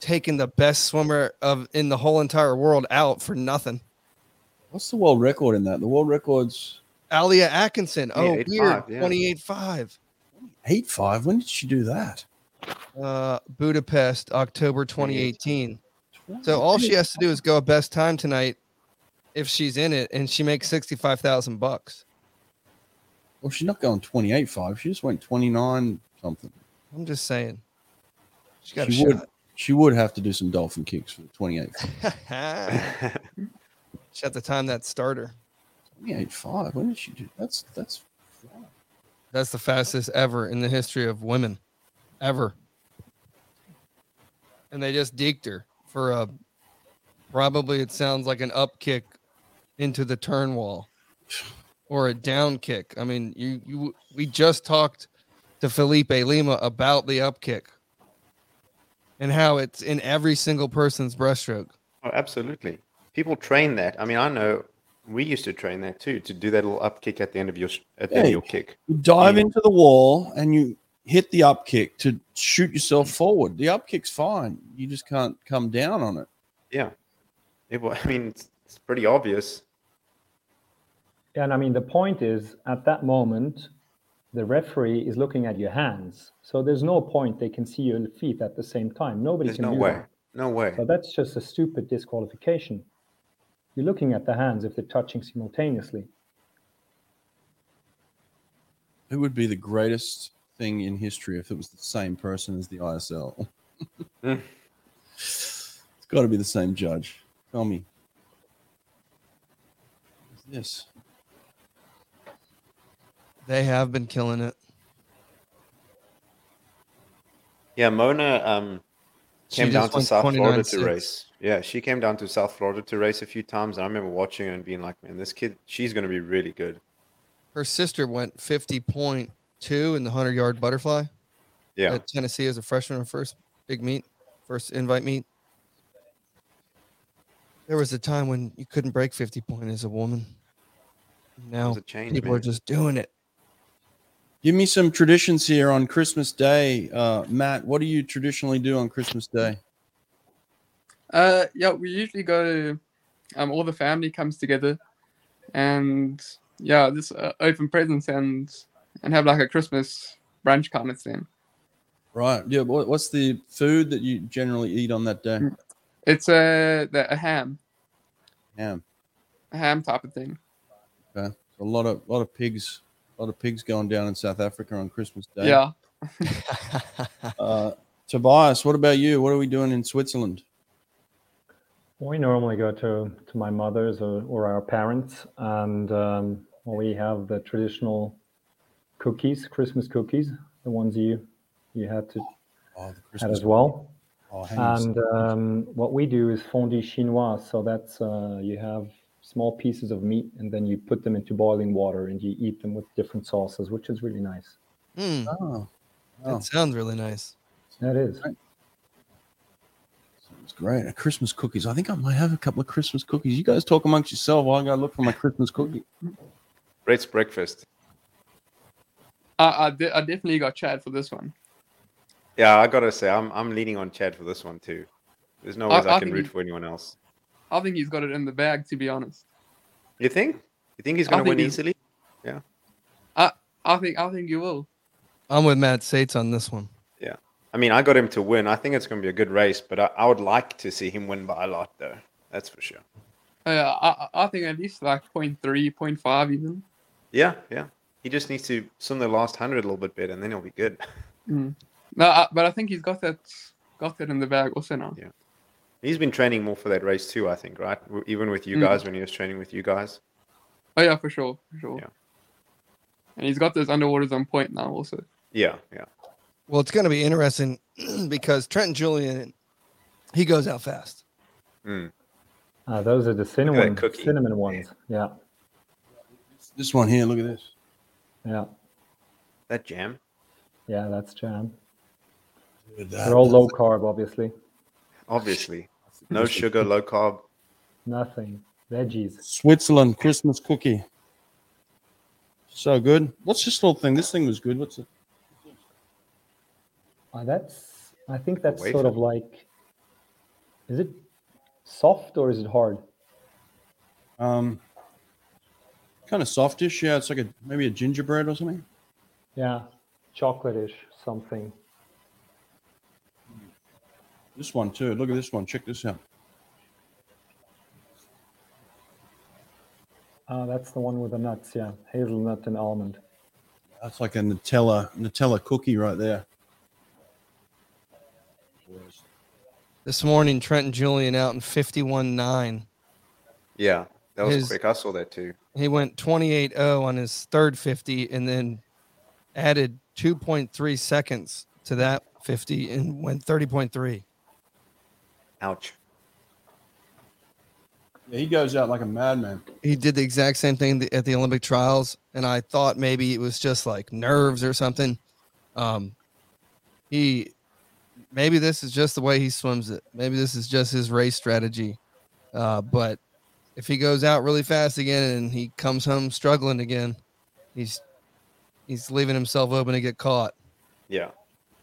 B: Taking the best swimmer of in the whole entire world out for nothing.
A: What's the world record in that? The world record's
B: Alia Atkinson. Oh,
D: Yeah, 8.5,
B: weird.
D: yeah.
B: 28.5.
A: eight five. When did she do that?
B: Uh, Budapest, October 2018. So all she has to do is go a best time tonight if she's in it and she makes 65,000 bucks.
A: Well, she's not going twenty eight five. She just went twenty nine something.
B: I'm just saying. She got
A: She
B: a
A: would.
B: shot.
A: She would have to do some dolphin kicks for the twenty eight.
B: she had to time that starter.
A: Twenty eight five. When did she do? That's that's.
B: That's the fastest ever in the history of women, ever. And they just deked her for a probably it sounds like an up kick into the turn wall or a down kick. I mean, you you we just talked to Felipe Lima about the up kick and how it's in every single person's breaststroke.
D: Oh, absolutely. People train that. I mean, I know we used to train that too to do that little up kick at the end of your sh- at the end
A: Yeah.
D: of your kick.
A: You dive
D: Yeah.
A: into the wall and you hit the up kick to shoot yourself forward. The up kick's fine. You just can't come down on it.
D: Yeah. It, wa- I mean, it's, it's pretty obvious.
C: And I mean, the point is, at that moment, the referee is looking at your hands. So there's no point they can see your feet at the same time. Nobody
D: There's
C: can
D: no
C: do
D: way.
C: that.
D: No way.
C: So that's just a stupid disqualification. You're looking at the hands if they're touching simultaneously.
A: Who would be the greatest thing in history if it was the same person as the ISL?
D: Mm.
A: It's got to be the same judge. Tell me. What's This
B: They have been killing it.
D: Yeah, Mona um,
B: She
D: came
B: just
D: down to
B: won
D: South Florida
B: 29.6.
D: to race. Yeah, she came down to South Florida to race a few times, and I remember watching her and being like, "Man, this kid, she's going to be really good."
B: Her sister went 50.2 in the 100 yard butterfly.
D: Yeah,
B: at Tennessee as a freshman, her first big meet, first invite meet. There was a time when you couldn't break 50 point as a woman. Now
D: was a change,
B: people are
D: man.
B: just doing it.
A: Give me some traditions here on Christmas Day, uh, Matt. What do you traditionally do on Christmas Day?
E: Uh, yeah, we usually go. Um, all the family comes together, and yeah, just uh, open presents and and have like a Christmas brunch kind of thing.
A: Right. Yeah. What, what's the food that you generally eat on that day?
E: It's a the, a ham,
A: Ham.
E: a ham type of thing.
A: Okay. So a lot of lot of pigs, a lot of pigs going down in South Africa on Christmas Day.
E: Yeah.
B: Hmm,
A: Uh, Tobias, what about you? What are we doing in Switzerland?
C: We normally go to, to my mother's or, or our parents, and um, we have the traditional cookies, Christmas cookies, the ones you you had to
A: Oh, the
C: had
A: Christmas.
C: as well.
A: Oh, hang on a
C: And um, what we do is fondue chinois. So that's uh, you have small pieces of meat, and then you put them into boiling water, and you eat them with different sauces, which is really nice.
B: Hmm,
A: second. Oh,
B: That sounds really nice.
C: That is.
A: sounds great. Uh, Christmas cookies. I think I might have a couple of Christmas cookies. You guys talk amongst yourself while I go look for my Christmas cookie.
D: Brett's breakfast.
E: I, I, de- I definitely got Chad for this one.
D: Yeah, I gotta say, I'm I'm leaning on Chad for this one too. There's no
E: I-
D: ways I,
E: I
D: can
E: think
D: root
E: he-
D: for anyone else.
E: I think he's got it in the bag, to be honest.
D: You think? You think he's
E: I
D: going to
E: think
D: win
E: he's-
D: easily?
E: I think I think you will.
B: I'm with Matt Sates on this one.
D: I mean, I got him to win. I think it's going to be a good race, but I, I would like to see him win by a lot, though. That's for sure.
E: Uh, I, I think at least like 0.3, 0.5 even.
D: Yeah, yeah. He just needs to swim the last hundred a little bit better, and then he'll be good.
E: Mm. No, I, but I think he's got that got that in the bag also now.
D: Yeah. He's been training more for that race too, I think, right? W- Even with you
E: Mm.
D: guys when he was training with you guys.
E: Oh yeah, for sure, for sure.
D: Yeah.
E: And he's got those underwaters on point now also.
D: Yeah, yeah.
B: Well, it's going to be interesting because Trenton Julian, he goes out fast.
D: Mm.
C: Ah, those are the
D: that
C: cinnamon
D: cookie.
C: cinnamon ones. Yeah,
A: This one here, look at this.
C: yeah,
D: That jam.
C: yeah. That's jam.
A: Look at
C: They're all
A: that.
C: low carb, obviously.
D: Obviously. No sugar, low carb.
C: Nothing. Veggies.
A: Switzerland Christmas cookie. So good. What's this little thing? This thing was good. What's it?
C: Ah, that's. I think that's
D: wafer.
C: sort of like. Is it soft or is it hard?
A: Um, kind of softish. Yeah, it's like a maybe a gingerbread or something.
C: Yeah, chocolateish something.
A: This one too. Look at this one. Check this out.
C: Ah, that's the one with the nuts. Yeah, hazelnut and almond.
A: That's like a Nutella Nutella cookie right there.
B: This morning, Trenton Julian out in 51 9.
D: Yeah. That was
B: His-
D: quick. I saw that too.
B: He went 28 0 on his third 50 and then added 2.3 seconds to that 50 and went 30.3.
D: Ouch.
A: Yeah, he goes out like a madman.
B: He did the exact same thing at the Olympic trials. And I thought maybe it was just like nerves or something. Um, he maybe this is just the way he swims it. Maybe this is just his race strategy. Uh, but if he goes out really fast again and he comes home struggling again, he's he's leaving himself open to get caught.
D: Yeah.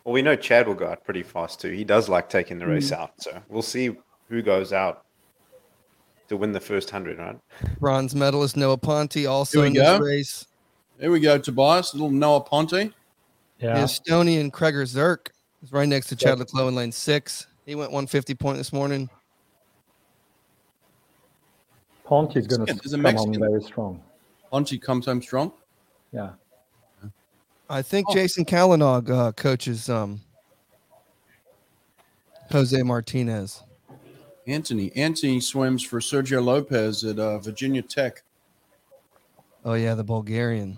D: Well, we know Chad will go out pretty fast too. He does like taking the
A: Mm.
D: race out. So we'll see who goes out to win the first 100, right?
B: Bronze medalist Noah Ponte also
A: Here we
B: in this
A: go.
B: race.
A: There we go, Tobias. Little Noah Ponte.
C: Yeah,
B: The Estonian Kreger Zerk is right next to Chad Leclow in lane six. He went 150 point this morning.
C: Ponty's going to
A: Mexican. He's a
C: come on
A: Mexican.
C: very strong.
A: Ponte comes home strong.
C: Yeah.
B: I think
A: Oh.
B: Jason Kalinog uh, coaches um, Jose Martinez.
A: Anthony. Anthony swims for Sergio Lopez at uh, Virginia Tech.
B: Oh yeah, the Bulgarian.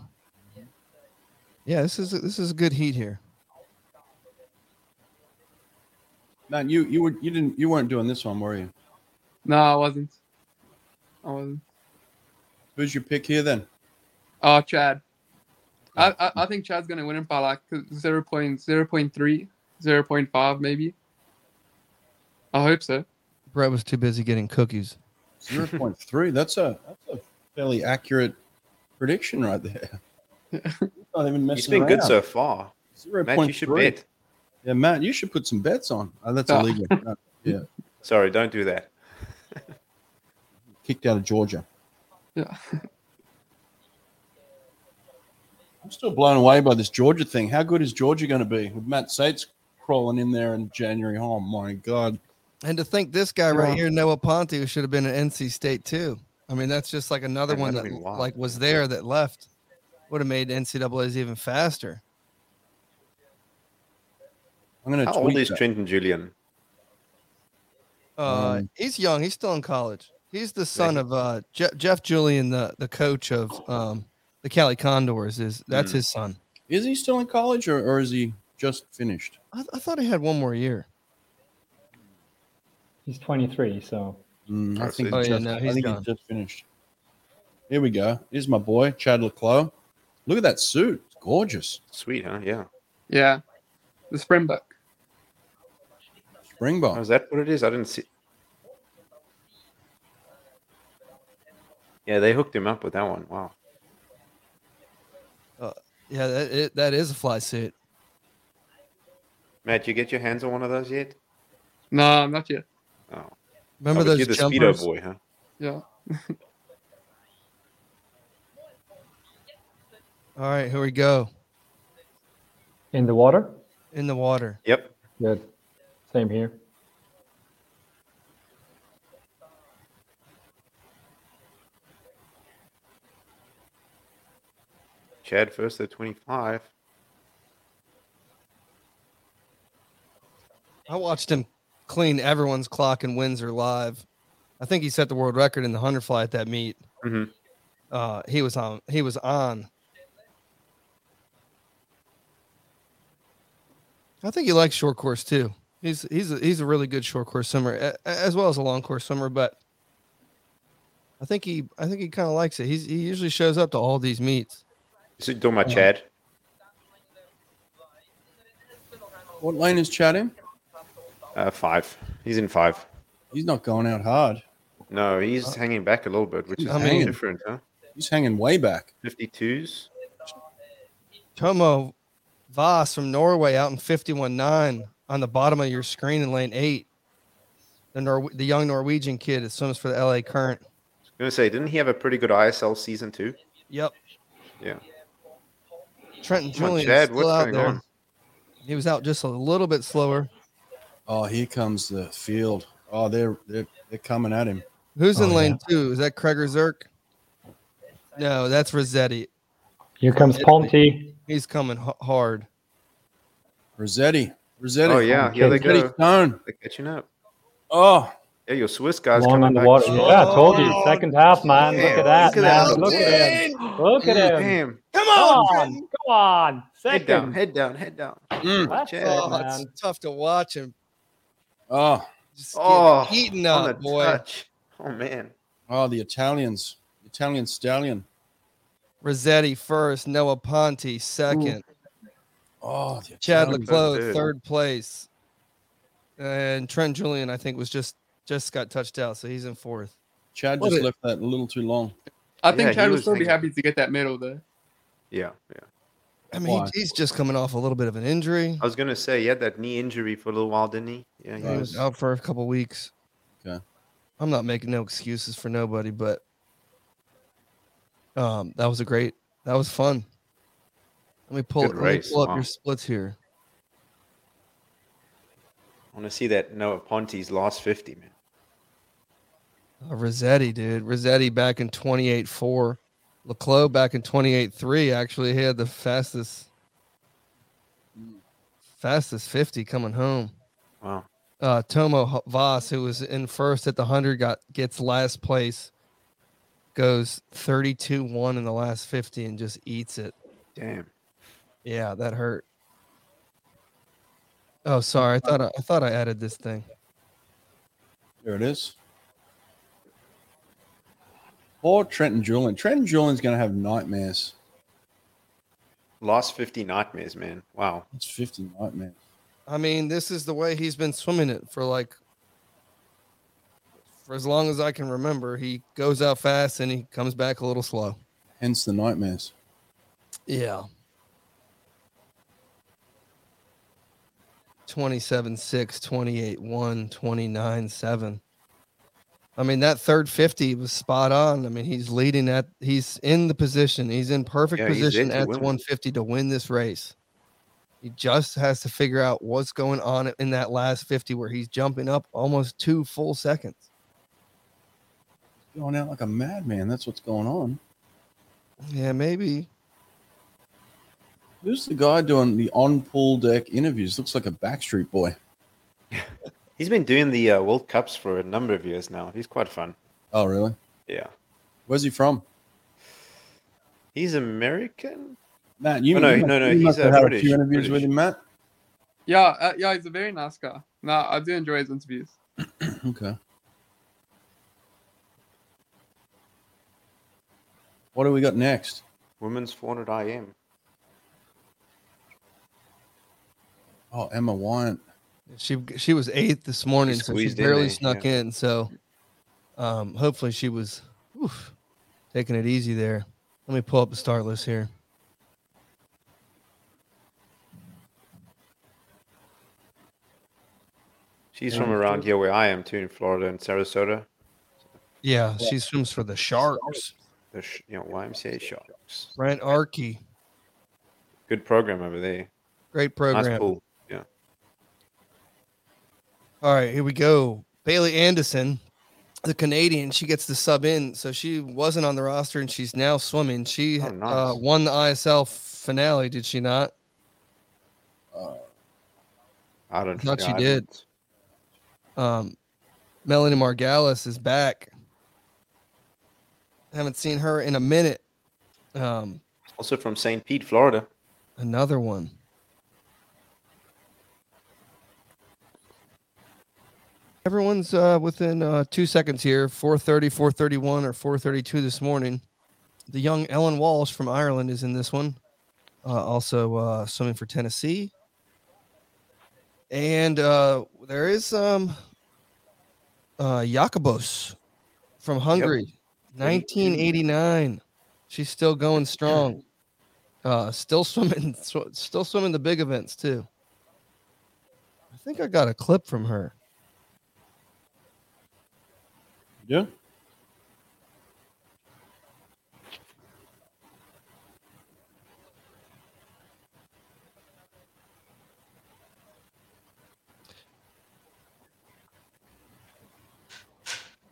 B: Yeah, this is this is a good heat here.
A: Man, you you were you didn't you weren't doing this one, were you?
E: No, I wasn't. I wasn't.
A: Who's your pick here then?
E: Oh, Chad. I, I, I think Chad's gonna win it by like 0.0.3, 0.5 maybe. I hope so.
B: Brett was too busy getting cookies.
A: Zero point three. That's a that's a fairly accurate prediction right there. Not even messing
D: He's been good so far.
A: Zero
D: Matt, you
A: point
D: should
A: three.
D: bet.
A: Yeah, Matt, you should put some bets on. Oh, that's
E: Oh.
A: illegal. No, yeah,
D: Sorry, don't do that.
A: kicked out of Georgia.
E: Yeah.
A: I'm still blown away by this Georgia thing. How good is Georgia going to be with Matt Sates crawling in there in January? Oh my God!
B: And to think this guy
E: Yeah.
B: right here, Noah Ponte, who should have been at NC State too. I mean, that's just like another
D: Man,
B: one
D: that'd
B: that
D: be wild.
B: like was there that left. Would have made NCAA's even faster.
A: I'm going to
D: How old
A: tweet
D: is
A: that.
D: Trenton Julian?
B: Uh,
D: Mm.
A: Um,
B: he's young. He's still in college. He's the son of uh, Je- Jeff Julian, the the coach of um, the Cali Condors. Is that's
D: Mm.
B: his son?
A: Is he still in college or, or is he just finished?
B: I, I thought he had one more year.
C: He's 23, so
A: Mm, I
D: That's
A: think,
D: it.
A: he
B: Oh, yeah,
A: just,
B: no,
A: I
B: he's
A: think he's
B: done.
A: just finished. Here we go. Here's my boy, Chad Leclos. Look at that suit. It's gorgeous.
D: Sweet, huh? Yeah.
E: Yeah. The Springbok.
D: Oh,
A: Springbok.
D: is that what it is? I didn't see. Yeah, they hooked him up with that one. Wow.
B: Yeah, that it, that is a fly suit.
D: Matt, you get your hands on one of those yet?
E: No, not yet.
D: Oh.
B: Remember
D: Oh, but
B: those
D: you're the
B: jumpers?
D: Speedo boy, huh?
E: Yeah.
B: All right, here we go
C: in the water.
B: in the water.
D: Yep.
C: Good. Same here.
D: Chad first at 25.
B: I watched him clean everyone's clock in Windsor live. I think he set the world record in the hundred fly at that meet.
D: Mhm.
B: Uh, he was on. He was on. I think he likes short course too. He's he's a, he's a really good short course swimmer a- a- as well as a long course swimmer, but I think he I think he kind of likes it. He's he usually shows up to all these meets.
D: Is it talking about Chad?
A: What lane is Chad in?
D: Uh, five. He's in five.
A: He's not going out hard.
D: No, he's
B: Uh,
D: hanging back a little bit, which is
B: I
D: kinda
A: mean-
D: different, huh?
A: He's hanging way back.
D: 52s.
B: Tomo Voss from Norway out in 51.9 on the bottom of your screen in lane eight. The Nor- the young Norwegian kid that swims for the LA Current.
D: I was going to say, didn't he have a pretty good ISL season too?
B: Yep.
D: Yeah.
B: Trenton
D: Come on,
B: Julian
D: Chad,
B: still
D: what's
B: out
D: going
B: there.
D: on?
B: He was out just a little bit slower.
A: Oh, here comes the field. Oh, they're they're, they're coming at him.
B: Who's in
C: Oh,
B: lane two? Is that Craig or Zirk? No, that's Rossetti.
C: Here comes Ponty.
B: He's coming h- hard.
A: Rossetti. Rossetti.
D: Oh, yeah. Here they
A: Rossetti
D: go.
A: Stone.
D: They're catching up.
A: Oh,
D: Yeah, your Swiss guys
C: Long
D: coming
C: on the
D: back
C: water.
D: strong.
C: Yeah, I told you. Second half, man.
D: Damn,
C: Look at that,
D: look
C: man.
D: at
C: Look at him. Look at him.
D: Damn.
B: Come
C: Come on. Come on.
D: Head down,
C: Oh, Second.
D: head down, head down.
A: mm.
C: That's
D: Chad.
C: it,
B: Oh,
C: man.
B: it's tough to watch him.
A: oh,
B: Just
D: Oh,
B: get eaten
D: on the
B: up, boy.
D: touch. Oh man.
A: oh, the Italians. Italian stallion.
B: Rossetti first, Noah Ponte second,
A: Oh, the
B: Chad
A: Italians.
B: Leclos
D: dude.
B: third place, and Trent Julian I think was just just got touched out, so he's in fourth.
A: Chad
B: What
A: just
B: a-
A: left that a little too long.
E: I
D: Yeah,
E: think
D: he
E: Chad
D: was
E: would still be happy
D: hanging.
E: to get that medal though.
D: Yeah, yeah.
B: I mean,
A: Why?
B: he, he's just coming off a little bit of an injury.
D: I was gonna say he had that knee injury for a little while, didn't he? Yeah, he
B: He was out for a couple weeks.
A: Okay.
B: I'm not making no excuses for nobody, but um, that was a great. That was fun. Let me pull.
D: Good
B: let me
D: race,
B: pull up
D: wow.
B: your splits here.
D: I want to see that Noah Ponte's last fifty, man.
B: Uh, Rossetti, dude. Rossetti back in 28.4. Leclos back in 28.3. Actually, he had the fastest, fastest 50 coming home.
D: Wow.
B: Uh, Tomo H- Voss, who was in first at the 100, got gets last place, goes 32 1 in the last 50 and just eats it.
D: Damn.
B: Yeah, that hurt. Oh, sorry. I thought I, I thought I added this thing.
A: There it is. Poor Trenton Julian. Trenton Julian's going to have nightmares.
D: Last fifty nightmares, man. Wow.
A: It's 50 nightmares.
B: I mean, this is the way he's been swimming it for like for as long as I can remember. He goes out fast and he comes back a little slow.
A: Hence the nightmares.
B: Yeah. 27 6, 28 1, 29 7. I mean, that third 50 was spot on. I mean, he's leading at, he's in the position. He's in perfect
D: Yeah, he's
B: position
D: into
B: at the
D: winning.
B: 150 to win this race. He just has to figure out what's going on in that last 50 where he's jumping up almost two full seconds.
A: Going out like a madman. That's what's going on.
B: Yeah, maybe.
A: Who's the guy doing the on pool deck interviews? Looks like a Backstreet Boy.
D: He's been doing the uh, World Cups for a number of years now. He's quite fun.
A: Oh, really?
D: Yeah.
A: Where's he from?
D: He's American.
A: Matt, you,
D: Oh, no,
A: you must-
D: no, no,
A: you
D: he's,
A: must
D: uh,
A: have had a
D: British,
A: few interviews with
D: British.
A: him, Matt.
E: Yeah, uh, yeah, he's a very nice guy. No, I do enjoy his interviews.
A: Okay. What do we got next?
D: Women's 400 IM.
A: Oh, Emma Wyant.
B: She she was eighth this morning, so she
D: squeezed in
B: barely
D: there,
B: snuck in. So, um, hopefully she was oof, taking it easy there. Let me pull up the start list here.
D: She's
A: Yeah,
D: from
A: that's
D: around
A: good.
D: here where I am too, in Florida and Sarasota.
B: Yeah, she swims for the Sharks.
D: The sh- you know YMCA Sharks.
B: Brent Arkey,
D: Good program over there.
B: great
D: Nice
B: program.
D: pool.
B: All right, here we go. Bailey Anderson, the Canadian, she gets the sub in. So she wasn't on the roster and she's now swimming. She
D: Oh, nice.
B: uh, won the ISL finale, did she not?
D: I don't.
B: I thought she
D: I
B: did.
D: don't-
B: Um, Melanie Margalis is back. Haven't seen her in a minute. Um,
D: Also from St. Pete, Florida.
B: another one. Everyone's uh, within uh, two seconds here 430, 431, or 432 this morning. The young Ellen Walsh from Ireland is in this one, uh, also uh, swimming for Tennessee. And uh, there is um, uh, Jakobos from Hungary, 1989. She's still going strong. Uh, still swimming, sw- still swimming the big events too. I think I got a clip from her.
A: Yeah.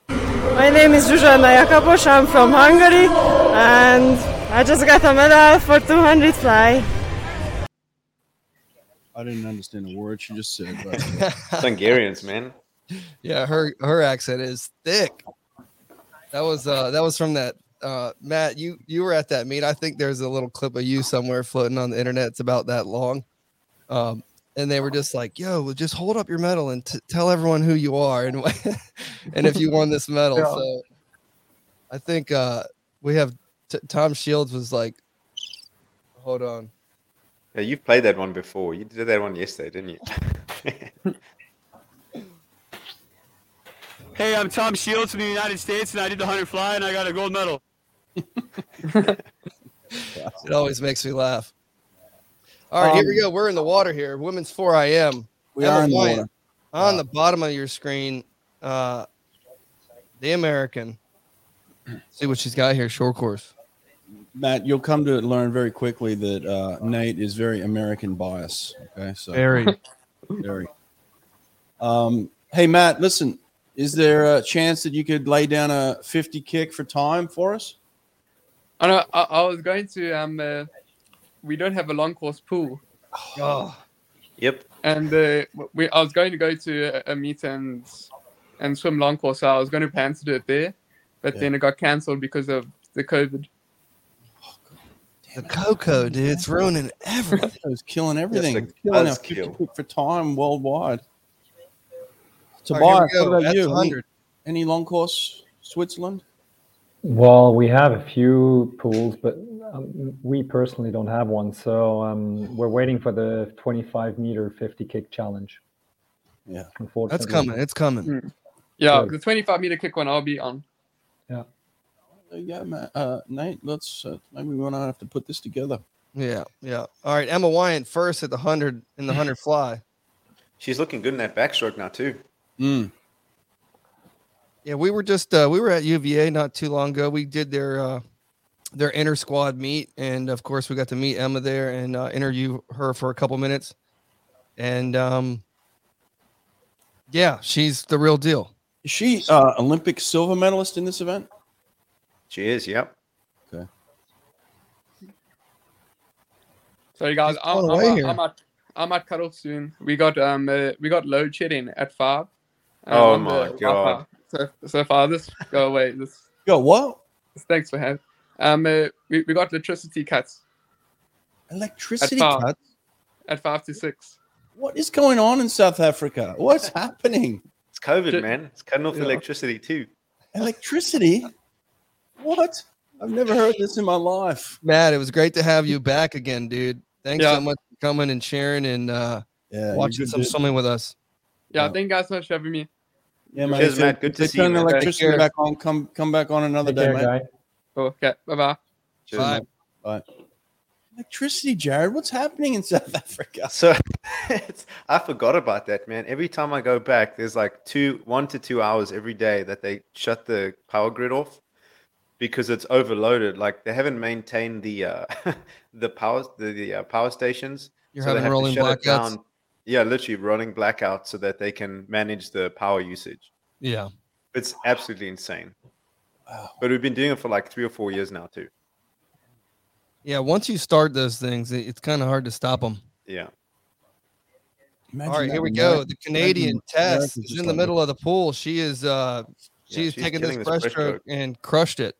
F: My name is Zuzana Jakobos, I'm from Hungary, and I just got a medal for 200 fly.
A: I didn't understand a word she just said, but
D: It's Hungarians, man.
B: Yeah, her her accent is thick. That was uh that was from that uh Matt. You you were at that meet. I think there's a little clip of you somewhere floating on the internet. It's about that long. Um, and they were just like, "Yo, well, just hold up your medal and t- tell everyone who you are and and if you won this medal."
C: Yeah.
B: So I think uh we have t- Tom Shields was like, "Hold on."
D: Yeah, you've played that one before. You did that one yesterday, didn't you?
G: Hey, I'm Tom Shields from the United States, and I did the 100 fly, and I got a gold medal.
B: It always makes me laugh. All right, here we go. We're in the water here. Women's 4 IM.
A: Um, we are in the
B: Ellen
A: water.
B: on the bottom of your screen, uh, the American. See what she's got here. Short course.
A: Matt, you'll come to learn very quickly that uh, Nate is very American bias. Okay, so
B: Very.
A: very. Um, hey, Matt, listen, is there a chance that you could lay down a 50 kick for time for us?
E: I know. I, I was going to. Um, uh, we don't have a long course pool,
B: oh,
D: yep.
E: and uh, we. I was going to go to a, a meet and and swim long course. So I was going to plan to do it there, but
A: Yeah.
E: then it got cancelled because of the COVID.
B: the Coco, dude. It's ruining everything.
A: It was killing everything.
D: Yes, it
A: killing
D: does
A: our 50
D: kill.
A: kick for time worldwide.
B: All right,
A: Tobias,
B: here we
A: what
B: go.
A: about
B: That's
A: you? Any,
B: 100.
A: any long course Switzerland?
C: Well, we have a few pools, but um, we personally don't have one. So um, we're waiting for the 25 meter 50 kick challenge.
A: Yeah.
C: Unfortunately.
B: That's coming. It's
A: Mm.
B: coming.
E: Yeah,
C: Good.
E: the 25 meter kick one I'll be on.
A: There you go, Matt. Uh, Nate, let's uh, maybe we're gonna have to put this together.
B: Yeah. Yeah. All right. Emma Wyant first at the 100 in the 100 fly.
D: She's looking good in that backstroke now too.
B: Hmm.
A: Mm.
B: Yeah. We were just, uh, we were at UVA not too long ago. We did their, uh, their inter squad meet. And of course, we got to meet Emma there and uh, interview her for a couple minutes. And um, yeah, she's the real deal.
A: Is she uh, Olympic silver medalist in this event?
D: She is. Yep.
E: Sorry guys,
B: He's
E: I,
B: gone
E: I,
B: away
E: might,
B: here.
E: I might I might cut off soon. We got um uh, we got load shedding at five. and I'm
D: Oh
E: on
D: my
E: the
D: God.
E: Wi-Fi. So so far this go away. This
A: Yo, what?
E: thanks for having. Um, uh, we we got electricity cuts at
A: Electricity?
E: five
B: cuts?
E: at five to six.
A: What is going on in South Africa? What's happening?
D: It's COVID,
E: Ju-
D: man. It's cutting off
E: Yeah.
D: electricity too.
A: Electricity? What? I've never heard this in my life.
B: Matt, it was great to have you back again, dude. Thanks
E: Yeah.
B: so much for coming and sharing and uh,
A: Yeah,
B: watching some swimming with us.
E: Yeah,
A: Yeah.
E: thank you guys so much for having me.
A: mate.
D: Cheers,
A: If they-
D: Matt. Good
A: if
D: to
A: they
D: see
A: turn
D: you,
A: the
D: man.
A: electricity
B: Take care.
A: back on. Come, come back on another
C: Take
A: day,
C: care,
A: mate.
C: guy.
E: Cool. Okay, bye bye.
D: Cheers,
B: Bye.
D: man.
A: Electricity, Jared. What's happening in South Africa?
D: So it's, I forgot about that, man. Every time I go back, there's like two, one to two hours every day that they shut the power grid off because it's overloaded. Like they haven't maintained the uh, the power the, the uh, power stations.
B: You're
D: so they
B: having
D: have to
B: rolling
D: shut it
B: blackouts.
D: down. yeah, literally running blackout so that they can manage the power usage.
B: Yeah.
D: It's absolutely insane. But we've been doing it for like three or four years now too.
B: Yeah. Once you start those things, it- it's kind of hard to stop them.
D: Yeah.
A: Imagine
B: All right,
A: that
B: here we
A: in
B: go.
A: America.
B: The Canadian Tess
A: America's
B: is
A: just
B: in the
A: like-
B: middle of the pool. She is uh
D: Yeah,
B: she's,
D: she's
B: taking this
D: killing this
B: breaststroke
D: breaststroke.
B: and crushed it.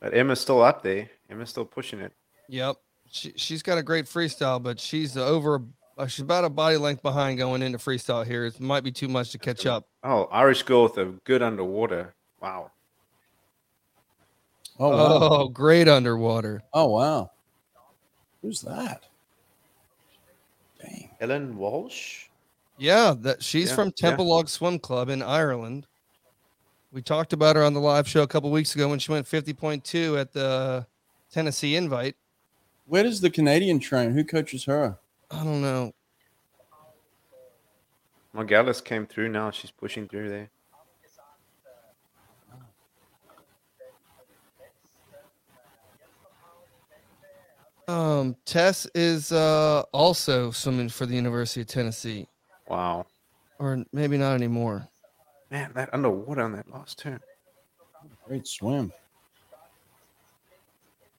D: But Emma's still up there. Emma's still pushing it.
B: Yep. She she's got a great freestyle, but she's over uh, she's about a body length behind going into freestyle here. It might be too much to catch up.
D: Oh, Irish girl with a good underwater. Wow.
A: Oh wow!
B: Oh, great underwater.
A: Oh wow! Who's that? Dang.
D: Ellen Walsh?
B: Yeah, that she's
D: Yeah,
B: from
D: yeah.
B: Temple Log Swim Club in Ireland. We talked about her on the live show a couple weeks ago when she went 50.2 at the Tennessee Invite.
A: Where does the Canadian train? Who coaches her?
B: I don't know.
D: Margalis came through now. She's pushing through there.
B: Um, Tess is uh, also swimming for the University of Tennessee,
D: Wow.
B: or maybe not anymore.
D: Man, that underwater on that last turn.
A: Great swim.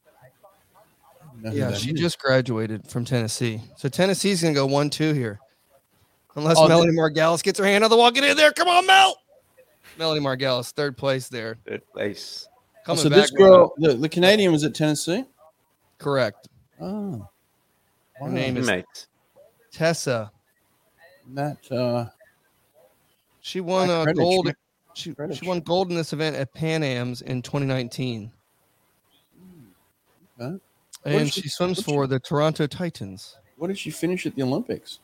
A: I don't know who
B: Yeah,
A: that
B: she
A: is.
B: just graduated from Tennessee. So Tennessee's gonna go one two here, unless
A: Oh, the-
B: Melanie Margalis gets her hand on the wall. Get in there, come on, Mel. Melanie Margalis, third place there.
D: Third place.
A: Oh,
B: Coming
A: so
B: back,
A: this girl, the, the Canadian, was at Tennessee.
B: correct.
A: Oh,
B: Her name is
D: Mate.
B: Tessa.
A: that uh,
B: She won
A: I
B: uh,
A: credit
B: gold.
A: you.
B: She,
A: Credit
B: she
A: you.
B: won gold in this event at Pan Am's in 2019.
A: Okay.
B: And
A: did
B: she,
A: she-
B: swims
A: what'd
B: for the Toronto Titans.
A: what did she finish at the Olympics?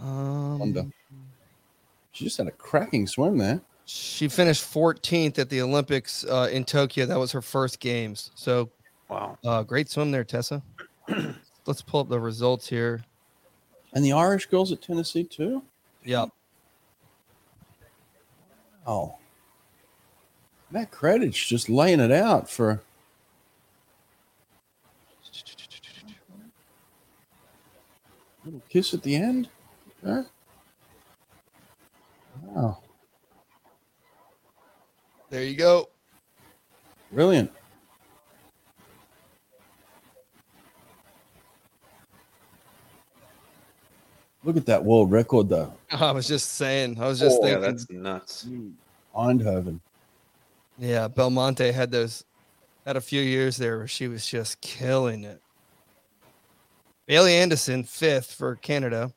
A: Wonder.
B: Um,
A: She just had a cracking swim there.
B: she finished 14th at the Olympics uh, in Tokyo. That was her first games. So
D: Wow.
B: uh, great swim there, Tessa. Let's pull up the results here.
A: And the Irish girls at Tennessee too.
B: Yep.
A: Oh, Matt Creditch just laying it out for. Little kiss at the end. Huh? Wow,
B: There you go.
A: brilliant. Look at that world record, though.
B: I was just saying. I was just
D: Oh, yeah,
B: thinking.
D: that's nuts.
A: Eindhoven.
B: Yeah, Belmonte had those had a few years there where she was just killing it. Bailey Anderson, fifth for Canada.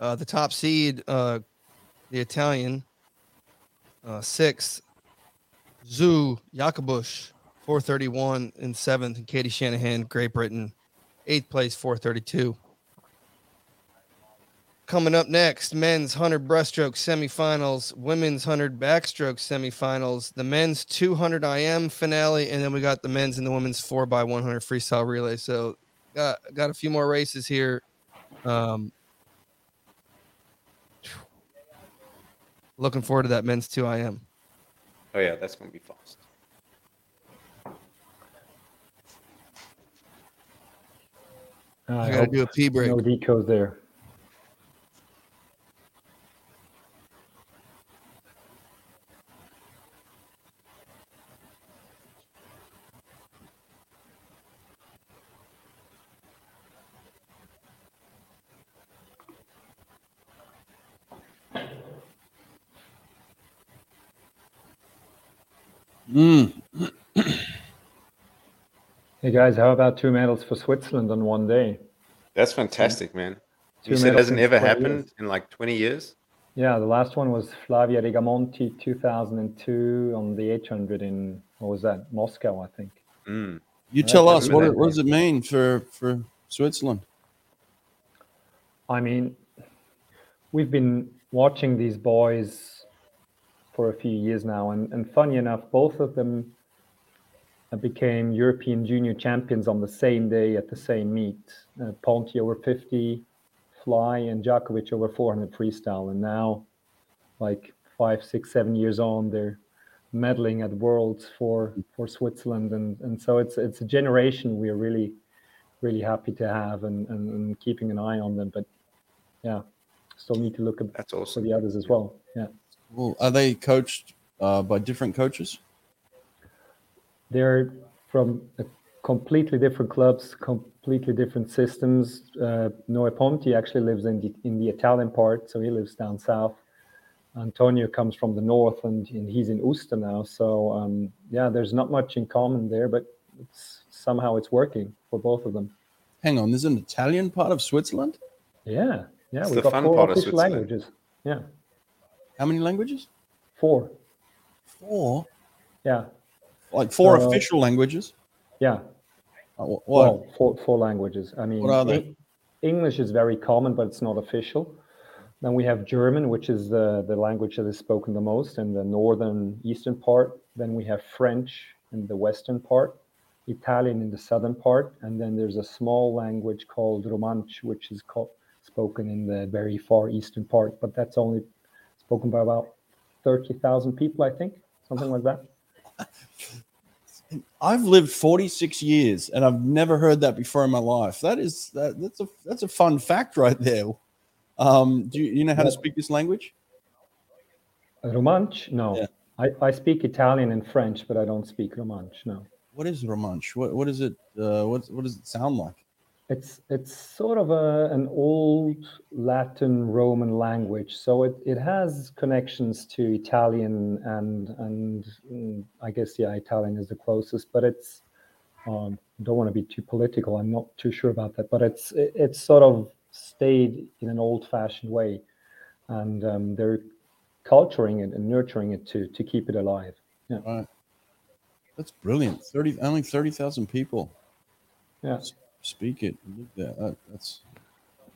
B: Uh, the top seed, uh, the Italian, uh, sixth. Zoo Yakabush, 431 in seventh. And Katie Shanahan, Great Britain, eighth place, 432. Coming up next, men's 100 breaststroke semifinals, women's 100 backstroke semifinals, the men's 200 IM finale, and then we got the men's and the women's 4x100 freestyle relay. So, got, got a few more races here. Um, looking forward to that men's 2 IM.
D: Oh, yeah, that's going to be fast.
B: I got to do a pee break.
C: no decode there.
A: Mm.
C: Hey guys, how about two medals for Switzerland on one day?
D: That's fantastic, man.
C: Two
D: You said it
C: medals
D: hasn't
C: in
D: ever
C: 20
D: happened
C: years.
D: in like 20 years?
C: Yeah, the last one was Flavia Rigamonti, 2002, on the 800 in what was that? Moscow, I think.
D: Mm.
A: You
C: Well,
A: tell
C: that
A: us
D: doesn't
A: what,
D: matter.
A: it- what does it mean for for Switzerland?
C: I mean, we've been watching these boys for a few years now, and, and funny enough, both of them became European junior champions on the same day at the same meet. Uh, Ponti over 50, Fly and Djokovic over 400 freestyle, and now, like five, six, seven years on, they're medaling at worlds for for Switzerland, and and so it's it's a generation we are really really happy to have and, and, and keeping an eye on them. But yeah, still need to look at
D: That's
C: for
D: awesome.
C: the others as well. Yeah,
A: Well, are they coached uh, by different coaches?
C: they're from uh, completely different clubs, completely different systems. Uh, Noe Ponti actually lives in the in the Italian part, so he lives down south. Antonio comes from the north, and, and he's in Usta now. So um, yeah, there's not much in common there, but it's, somehow it's working for both of them.
A: Hang on, there's an Italian part of Switzerland.
C: Yeah, yeah,
D: It's
C: we've
D: the
C: got
D: fun
C: four
D: part of
C: official
D: Switzerland.
C: languages. Yeah,
A: How many languages?
C: four.
A: Four,
C: Yeah,
A: like four
C: Uh,
A: official languages.
C: yeah.
A: Uh, wh- what?
C: Well, four, four languages. I mean,
A: What are they?
C: Eng- English is very common, but it's not official. Then we have German, which is the, the language that is spoken the most in the northern eastern part. Then we have French in the western part, Italian in the southern part, and then there's a small language called Romansh, which is called, spoken in the very far eastern part, but that's only spoken by about 30,000 people, I think, something like that.
A: I've lived 46 years and I've never heard that before in my life. That is that, that's a that's a fun fact right there. Um, do you, you know how to speak this language?
C: Romansh? No.
A: Yeah.
C: I, I speak Italian and French, but I don't speak Romansh. No.
A: What is Romansh? What what is it? Uh, what what does it sound like?
C: It's it's sort of a, an old Latin Roman language, so it, it has connections to Italian and and mm, I guess yeah, Italian is the closest. But it's um, don't want to be too political. I'm not too sure about that, but it's it, it's sort of stayed in an old-fashioned way, and um, they're culturing it and nurturing it to to keep it alive.
A: That's brilliant. 30 only 30,000 people
C: Yeah.
A: speak it. and live there. That, that's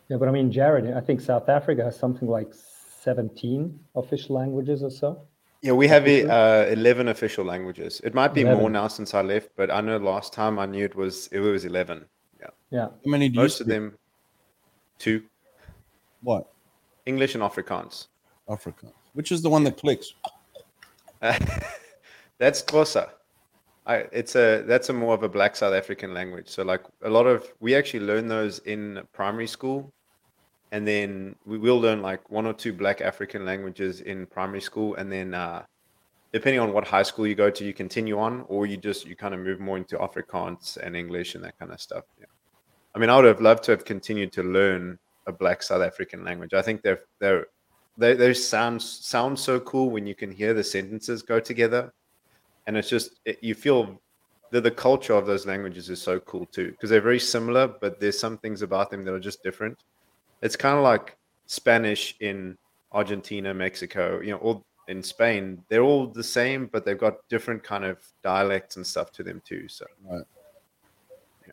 C: Yeah, but I mean, Jared, I think South Africa has something like 17 official languages or so.
D: Yeah, we have uh, eleven official languages. It might be more
C: 11.
D: now since I left, but I know last time I knew it was it was eleven.
C: Yeah,
A: how many do
D: Most
A: you
D: of them, two
A: What
D: English and Afrikaans.
A: Africa? Which is the one that clicks?
D: That's Xhosa. I, it's a that's a more of a Black South African language. So like a lot of we actually learn those in primary school, and then we will learn like one or two Black African languages in primary school, and then uh, depending on what high school you go to, you continue on, or you just you kind of move more into Afrikaans and English and that kind of stuff. Yeah. I mean, I would have loved to have continued to learn a Black South African language. I think they're they're they they sound sound so cool when you can hear the sentences go together and it's just it, you feel the the culture of those languages is so cool too because they're very similar, but there's some things about them that are just different. It's kind of like Spanish in Argentina, Mexico, you know, all in Spain. They're all the same, but they've got different kind of dialects and stuff to them too. So,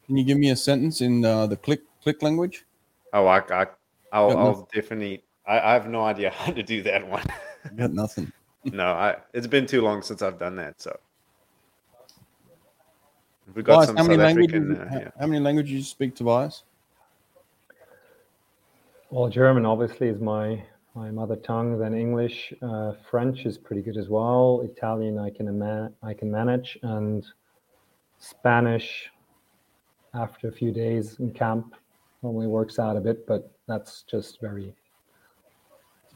A: Can you give me a sentence in uh, the click click language?
D: oh, I, I I'll,
A: Got
D: I'll definitely. I, I have no idea how to do that one.
A: I got nothing.
D: no, I. It's been too long since I've done that. So, we
A: Tobias,
D: got some
A: how many
D: South
A: languages?
D: African. Uh,
A: how,
D: yeah.
A: how many languages do you speak, Tobias?
C: well, German obviously is my my mother tongue. Then English, uh, French is pretty good as well. Italian, I can ima- I can manage, and Spanish. After a few days in camp, normally works out a bit, but that's just very.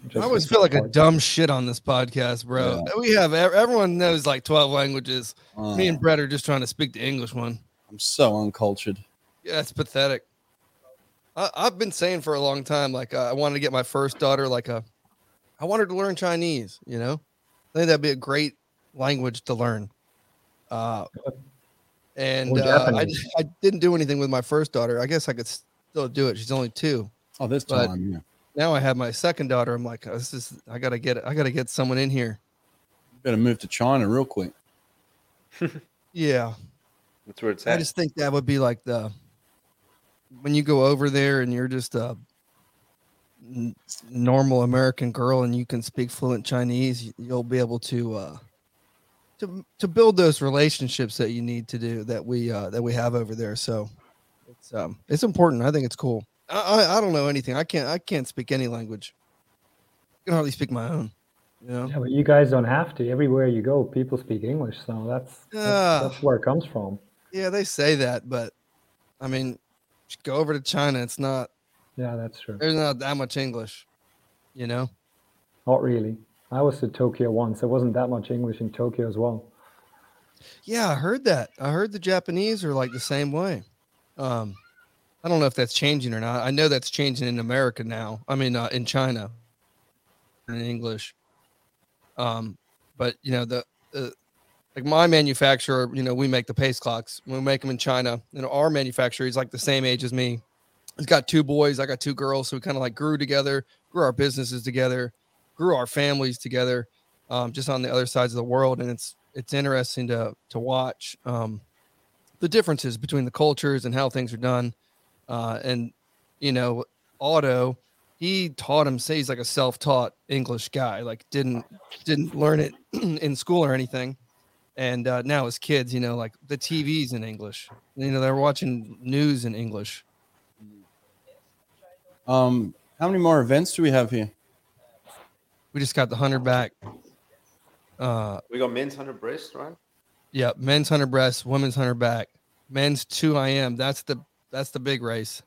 B: I
C: just
B: always feel like a
C: hard.
B: dumb shit on this podcast, bro. We have ev- everyone knows like twelve languages.
A: Uh,
B: Me and Brett are just trying to speak the English one.
A: I'm so uncultured.
B: Yeah, it's pathetic. I, I've been saying for a long time, like uh, I wanted to get my first daughter, like a, I wanted to learn Chinese. You know, I think that'd be a great language to learn. Uh, and
C: Or
B: uh, I,
C: Japanese.
B: I didn't do anything with my first daughter. I guess I could still do it. She's only two.
A: Oh, this
B: But-
A: time, yeah.
B: Now I have my second daughter. I'm like, oh, this is I gotta get I gotta get someone in here.
A: You better move to China real quick.
B: Yeah.
D: That's where it's
B: I
D: at.
B: just think that would be like the when you go over there and you're just a n- normal American girl and you can speak fluent Chinese, y- you'll be able to uh, to to build those relationships that you need to do that we uh, that we have over there. So it's um it's important. I think it's cool. I, I I don't know anything. I can't I can't speak any language. I can hardly speak my own. You know.
C: Yeah, but you guys don't have to. Everywhere you go, people speak English, so that's that's,
B: Ah.
C: that's where it comes from.
B: Yeah, they say that, but I mean, Just go over to China. It's not
C: Yeah, that's true.
B: there's not that much English, you know.
C: Not really. I was to Tokyo once. There wasn't that much English in Tokyo as well.
B: Yeah, I heard that. I heard the Japanese are like the same way. Um, I don't know if that's changing or not. I know that's changing in America now. I mean, uh, in China, in English. Um, but you know the, the like my manufacturer. You know, we make the pace clocks. We make them in China. And our manufacturer, he's like the same age as me. He's got two boys. I got two girls. So we kind of like grew together, grew our businesses together, grew our families together. Um, just on the other sides of the world, and it's it's interesting to to watch um, the differences between the cultures and how things are done. Uh, and you know, Otto, he taught him. Say he's like a self-taught English guy. Like didn't didn't learn it in school or anything. And uh, now his kids, you know, like the TV's in English. You know, they're watching news in English.
A: Um, how many more events do we have here?
B: We just got the hunter back. Uh,
D: We got men's hundred breast, right?
B: Yeah, men's hunter breast, women's hunter back, men's two IM. That's the that's the big race.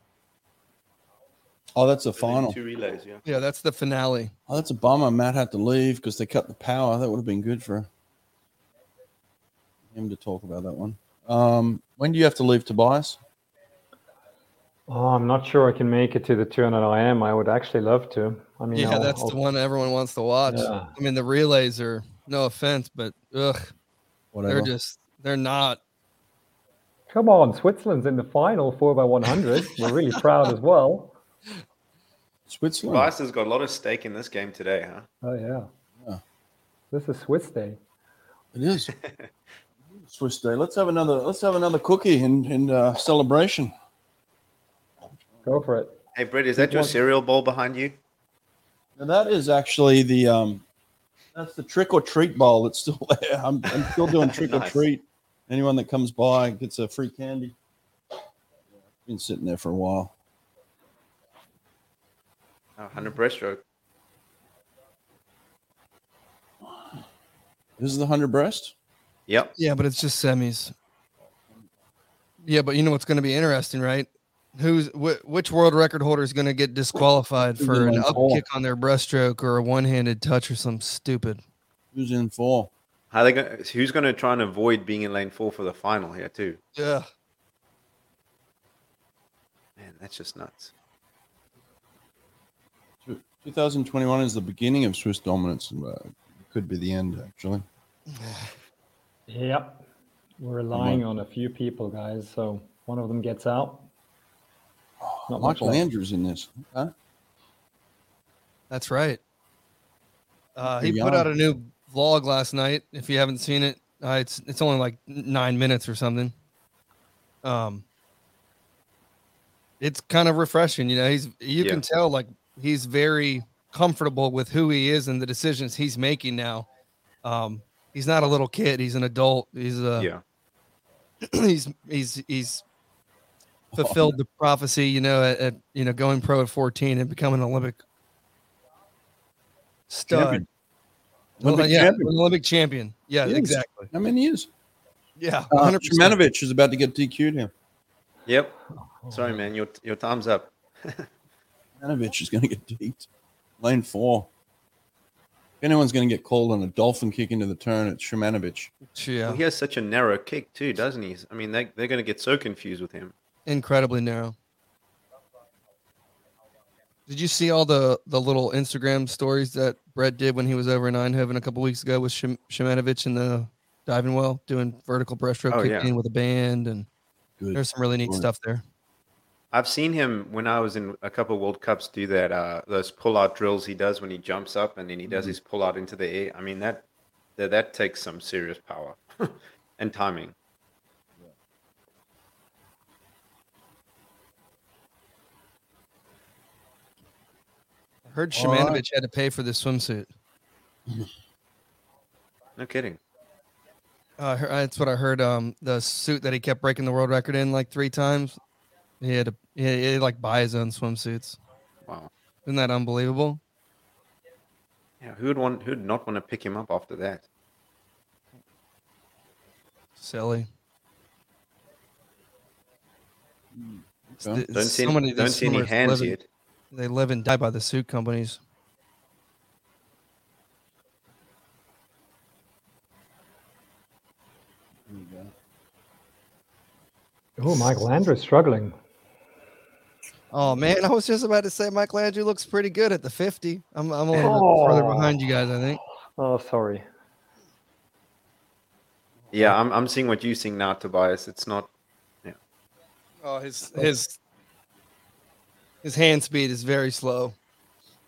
A: Oh, that's a
D: And then
A: final.
D: Two relays, yeah.
B: Yeah, that's the finale.
A: Oh, that's a bummer. Matt had to leave because they cut the power. That would have been good for him to talk about that one. Um, when do you have to leave, Tobias?
C: Oh, I'm not sure I can make it to the 200 IM. I would actually love to. I mean,
B: Yeah,
C: I'll-
B: that's the
C: I'll-
B: one everyone wants to watch.
C: oh. Yeah.
B: I mean, the relays are no offense, but ugh,
A: Whatever.
B: they're just they're not.
C: Come on, Switzerland's in the final 4x100. We're really proud as well.
A: Switzerland.
D: Tobias has got a lot of stake in this game today, huh?
C: Oh, yeah.
A: Yeah.
C: This is Swiss day.
A: It is. Swiss day. Let's have another. Let's have another cookie in in uh, celebration.
C: Go for it.
D: Hey, Brett, is that your
C: want-
D: cereal bowl behind you?
A: Now that is actually the um, that's the trick or treat bowl that's still there. I'm, I'm still doing trick or
D: Nice.
A: treat. Anyone that comes by gets a free candy. Been sitting there for a while.
D: Oh, 100 breaststroke.
A: This is the hundred breast.
D: Yep.
B: Yeah, but it's just semis. Yeah, but you know what's going to be interesting, right? Who's wh- which world record holder is going to get disqualified
A: Who's
B: for
A: in
B: an
A: that
B: up
A: hole?
B: kick on their breaststroke or a one-handed touch or some stupid?
A: Who's in for?
D: How they going who's going to try and avoid being in lane four for the final here, too?
B: Yeah.
D: Man, that's just nuts.
A: 2021 is the beginning of Swiss dominance, and uh, it could be the end actually.
C: Yep. We're relying on a few people, guys. So one of them gets out. Not much
A: Michael
C: left.
A: Andrews in this. Huh?
B: That's right. Uh, he
A: Pretty
B: put
A: young.
B: out a new vlog last night. If you haven't seen it, uh, it's it's only like nine minutes or something. Um, it's kind of refreshing, you know. He's you
D: Yeah.
B: can tell like he's very comfortable with who he is and the decisions he's making now. Um, he's not a little kid; he's an adult. He's a
D: yeah.
B: he's he's he's fulfilled the prophecy, you know, at, at you know going pro at 14 and becoming an Olympic stud.
A: Champion.
B: Well,
A: Olympic
B: yeah,
A: champion.
B: an Olympic champion. Yeah,
A: Yes.
B: exactly.
A: How many years?
B: Yeah,
A: Uh,
B: 100%.
A: Szymanovich is about to get DQ'd here.
D: Yep. Sorry, man. Your, your time's up.
A: Szymanovich is going to get deked. Lane four. If anyone's going to get called on a dolphin kick into the turn, it's Szymanovich.
B: yeah,
D: Well, he has such a narrow kick, too, doesn't he? I mean, they, they're going to get so confused with him.
B: incredibly narrow. Did you see all the the little Instagram stories that Brett did when he was over in Eindhoven a couple weeks ago with Shim- Shimanovic in the diving well doing vertical breaststroke
D: Oh,
B: kicking
D: yeah.
B: with a band and
A: Good.
B: there's some really neat
A: Lord.
B: stuff there.
D: I've seen him when I was in a couple of World Cups do that, uh, those pull out drills he does when he jumps up and then he does
B: Mm-hmm.
D: his pull out into the air. I mean, that that, that takes some serious power and timing.
B: I heard
D: Oh,
A: All right.
B: Shimanovic had to pay for this swimsuit.
D: No kidding.
B: Uh, I heard- that's what I heard. Um, the suit that he kept breaking the world record in like three times, he had to he had, he had to, like buy his own swimsuits.
D: Wow.
B: Isn't that unbelievable?
D: Yeah, who would want? Who'd not want to pick him up after that?
B: Silly. It's- it's
D: Hmm. Don't
B: so
D: see any,
B: many-
D: don't
B: there's
D: see
B: so
D: any
B: much
D: hands
B: living-
D: yet.
B: They live and die by the suit companies.
C: Oh, Michael Andrews struggling.
B: Oh man, I was just about to say Mike Landry looks pretty good at the 50. I'm I'm a little bit further
C: Oh.
B: behind you guys, I think.
C: Oh, sorry.
D: Yeah, I'm, I'm seeing what you're seeing now, Tobias. It's not.
B: Oh, his his his hand speed is very slow.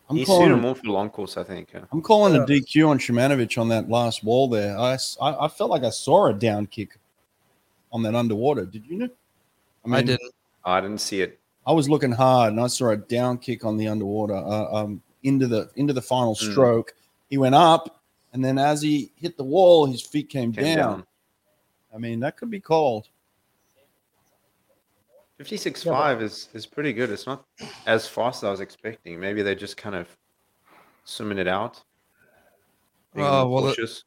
A: I'm
D: he's
A: calling.
D: suited more for long course, I think. Uh, yeah.
A: I'm calling a DQ on Shemanovich on that last wall there. I, s- I- I felt like I saw a down kick on that underwater. Did you know?
B: I didn't.
D: I didn't see it.
A: I was looking hard and I saw a down kick on the underwater uh, um, into the into the final
D: Mm.
A: stroke. He went up, and then as he hit the wall, his feet came, down.
D: Came down.
A: I mean, that could be called.
D: 56.5 is, is pretty good. It's not as fast as I was expecting. Maybe they're just kind of swimming it out. being a
B: Oh,
D: little
B: well, the-
D: cautious.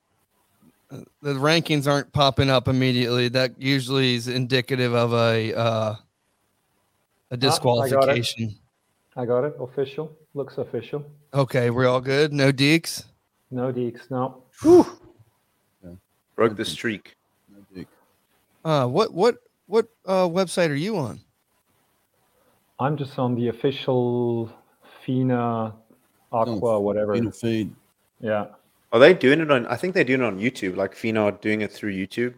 B: The rankings aren't popping up immediately. That usually is indicative of a uh a disqualification.
C: I got it. Official. Looks official.
B: Okay, we're all good. No deeks.
C: No deeks. No.
D: broke the streak.
A: No dick.
B: Uh what what what uh website are you on?
C: I'm just on the official FINA Aqua,
A: No,
C: whatever.
A: Penal feed.
C: Yeah.
D: Are they doing it on? I think they're doing it on YouTube. Like Fina are doing it through YouTube.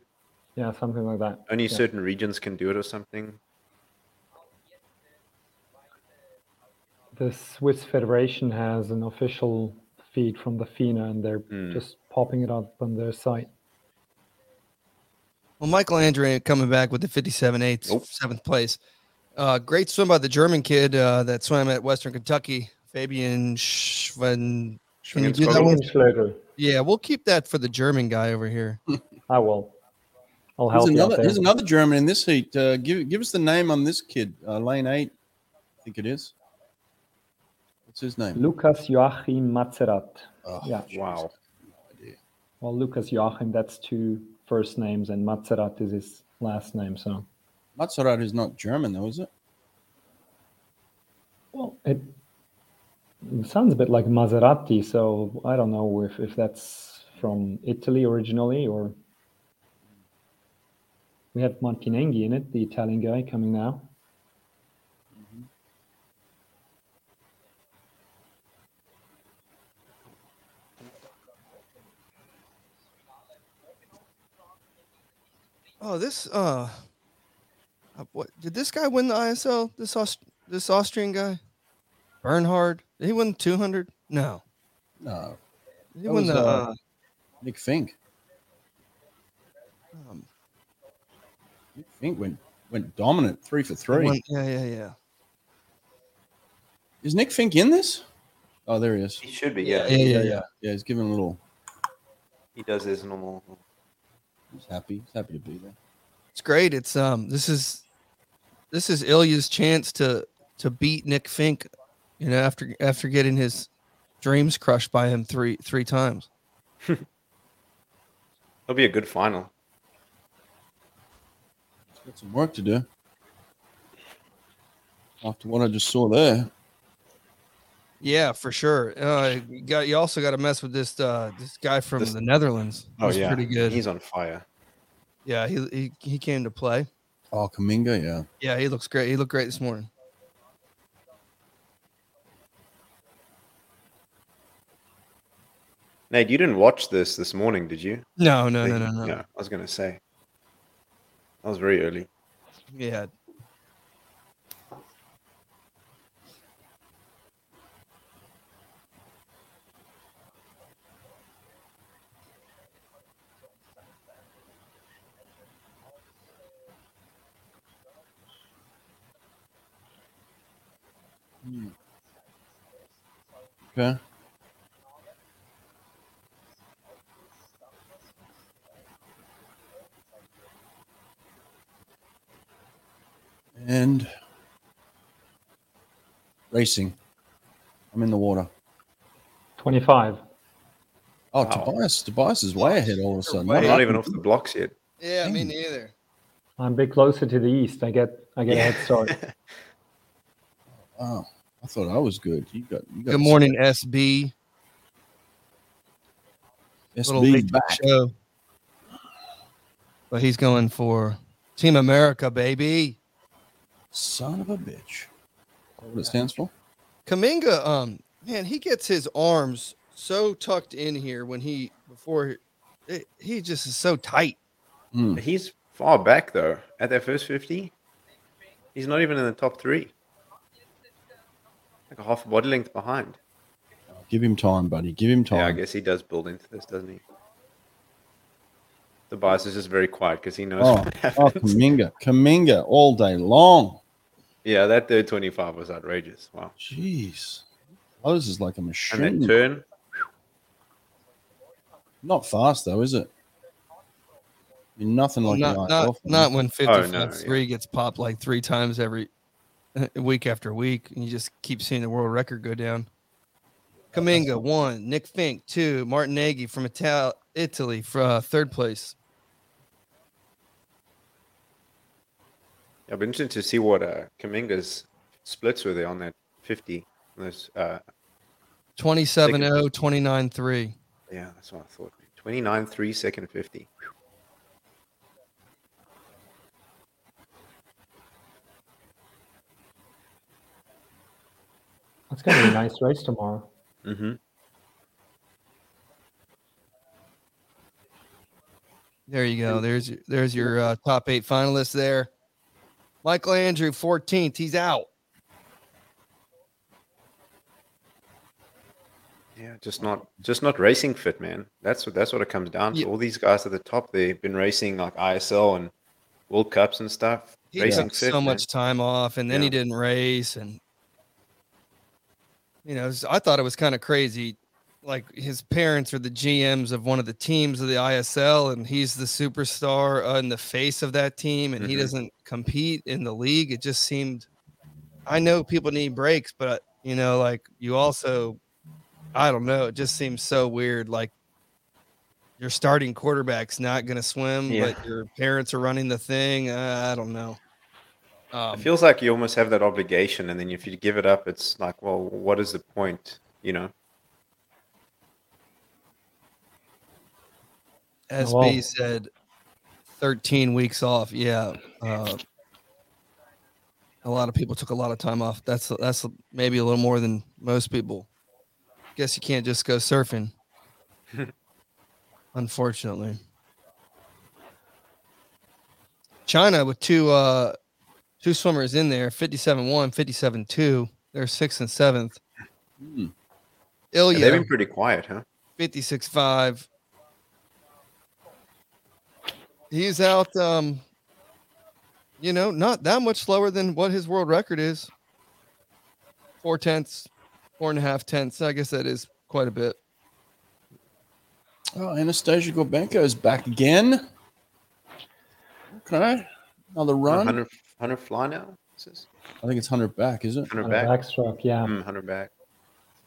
C: Yeah, something like that.
D: Only
C: Yeah.
D: certain regions can do it or something.
C: The Swiss Federation has an official feed from the FINA and they're
D: Hmm.
C: just popping it up on their site.
B: Well, Michael Andre ain't coming back with the 57 eighths,
D: Nope.
B: seventh place. Uh, great swim by the German kid uh, that swam at Western Kentucky, Fabian Schwen. Can you do that one?
C: Schlegel.
B: Yeah, we'll keep that for the German guy over here.
C: I will. Ah, I'll
A: Here's
C: help you out
A: another,
C: there.
A: here's another German in this heat. Uh, give give us the name on this kid. Uh, lane eight, I think it is. What's his name?
C: Lucas Joachim Mazerat.
A: Oh,
C: Yeah.
A: jeez.
D: Wow.
C: Well, Lucas Joachim, that's two first names, and Mazerat is his last name. So,
A: Matsurat is not German though, is it?
C: well, it, it sounds a bit like Maserati. So I don't know if, if that's from Italy originally or. We have Martinenghi in it, the Italian guy coming now.
B: Oh, this uh, uh, what did this guy win the ISL? This Aust- this Austrian guy, Bernhard. Did he win 200? No,
A: No,
B: Did he
A: That
B: won
A: was,
B: the.
A: uh,
B: Uh,
A: Nick Fink.
B: um,
A: Nick Fink went went dominant, three for
B: he
A: three.
B: won- yeah, yeah, yeah.
A: Is Nick Fink in this? Oh, there he is.
D: He should be. Yeah.
B: Yeah, yeah, yeah.
A: yeah. Yeah, he's giving a little.
D: He does his normal.
A: He's happy. He's happy to be there.
B: It's great. It's um this is this is Ilya's chance to to beat Nick Fink, you know, after after getting his dreams crushed by him three three times.
D: It'll be a good final.
A: He's got some work to do. After what I just saw there,
B: Yeah, for sure. Uh you got you also got to mess with this uh this guy from
D: This-
B: the Netherlands.
A: Oh,
B: He's pretty good.
D: Oh, He's on fire.
B: yeah, he, he he came to play.
A: oh Kaminga, yeah,
B: Yeah, he looks great. He looked great this morning.
D: Nate, you didn't watch this this morning, did you?
B: No, no, no,
D: Like,
B: no, no.
D: Yeah, I was gonna say. That was very early.
B: Yeah.
A: okay. And racing. I'm in the water.
C: 25.
A: Oh,
D: Wow.
A: Tobias. Tobias is way ahead all of a sudden.
B: Way-
D: I'm
B: Hey.
D: not even off the blocks yet.
B: Yeah,
A: me
B: neither.
C: I'm a bit closer to the east. I get I get a head start.
A: Wow. I thought I was good. You got, you got
B: Good morning, SB. Little late
A: SB
B: to
A: 's
B: the
A: back.
B: show. But he's going for Team America, baby.
A: Son of a bitch. What it stands for?
B: Kaminga, um, man, he gets his arms so tucked in here when he before he, he just is so tight.
A: Hmm.
D: He's far back though. At that first fifty, he's not even in the top three. Like a half a body length behind.
A: Give him time, buddy. Give him time.
D: Yeah, I guess he does build into this, doesn't he? The bias is just very quiet because he knows.
A: Oh,
D: what
A: oh,
D: happens.
A: Kaminga, Kaminga, all day long.
D: yeah, that third twenty-five was outrageous. Wow.
A: Jeez, Lowe's is like a
D: And then
A: machine.
D: turn.
A: Not fast though, is it? I mean, nothing like
B: not
A: the
B: not,
A: IFL.
B: not when 55
D: Oh, no, yeah.
B: 3 gets popped like three times every week after week, and you just keep seeing the world record go down. Kaminga one, Nick Fink two, Martin Nagy from Ital- Italy for uh, third place.
D: I've been interested to see what uh, Kaminga's splits were there on that fifty. on Those, uh,
B: 27 0, 29 3.
D: yeah, that's what I thought. Twenty-nine three second fifty.
C: It's gonna be a nice race tomorrow.
D: Mm-hmm.
B: There you go. There's your, there's your uh, top eight finalists there. Michael Andrew, 14th. He's out.
D: Yeah, just not just not racing fit, man. That's what that's what it comes down to.
B: Yeah.
D: All these guys at the top, they've been racing like ISL and World Cups and stuff.
B: He
D: racing
B: took so
D: man.
B: much time off, and then he didn't race, and you know, I thought it was kind of crazy. Like his parents are the GMs of one of the teams of the ISL, and he's the superstar uh, and the face of that team, and he
D: Mhm.
B: doesn't compete in the league. It just seemed. I know people need breaks, but you know, like you also, I don't know. It just seems so weird. Like your starting quarterback's not going to swim,
D: Yeah.
B: but your parents are running the thing. Uh, I don't know. Um,
D: It feels like you almost have that obligation, and then if you give it up, it's like, well, what is the point? You know?
B: SB
C: Wow.
B: said 13 weeks off. Yeah. Uh, a lot of people took a lot of time off. That's that's maybe a little more than most people. Guess you can't just go surfing. Unfortunately. China with two uh two swimmers in there, 57-1, 57-2. They're 6th and 7th.
A: Hmm.
D: Yeah,
B: Ilya
D: They've been pretty quiet, huh?
B: 56 5. He's out, um, you know, not that much slower than what his world record is four tenths, four and a half tenths. I guess that is quite a bit.
A: Oh, Anastasia Gorbenko is back again. Okay, another run.
D: 100, 100 fly now. Is this?
A: I think it's hundred back, is it?
D: 100
C: On a
D: back. Mm-hmm.
C: backstroke, yeah.
D: Mm, 100 back.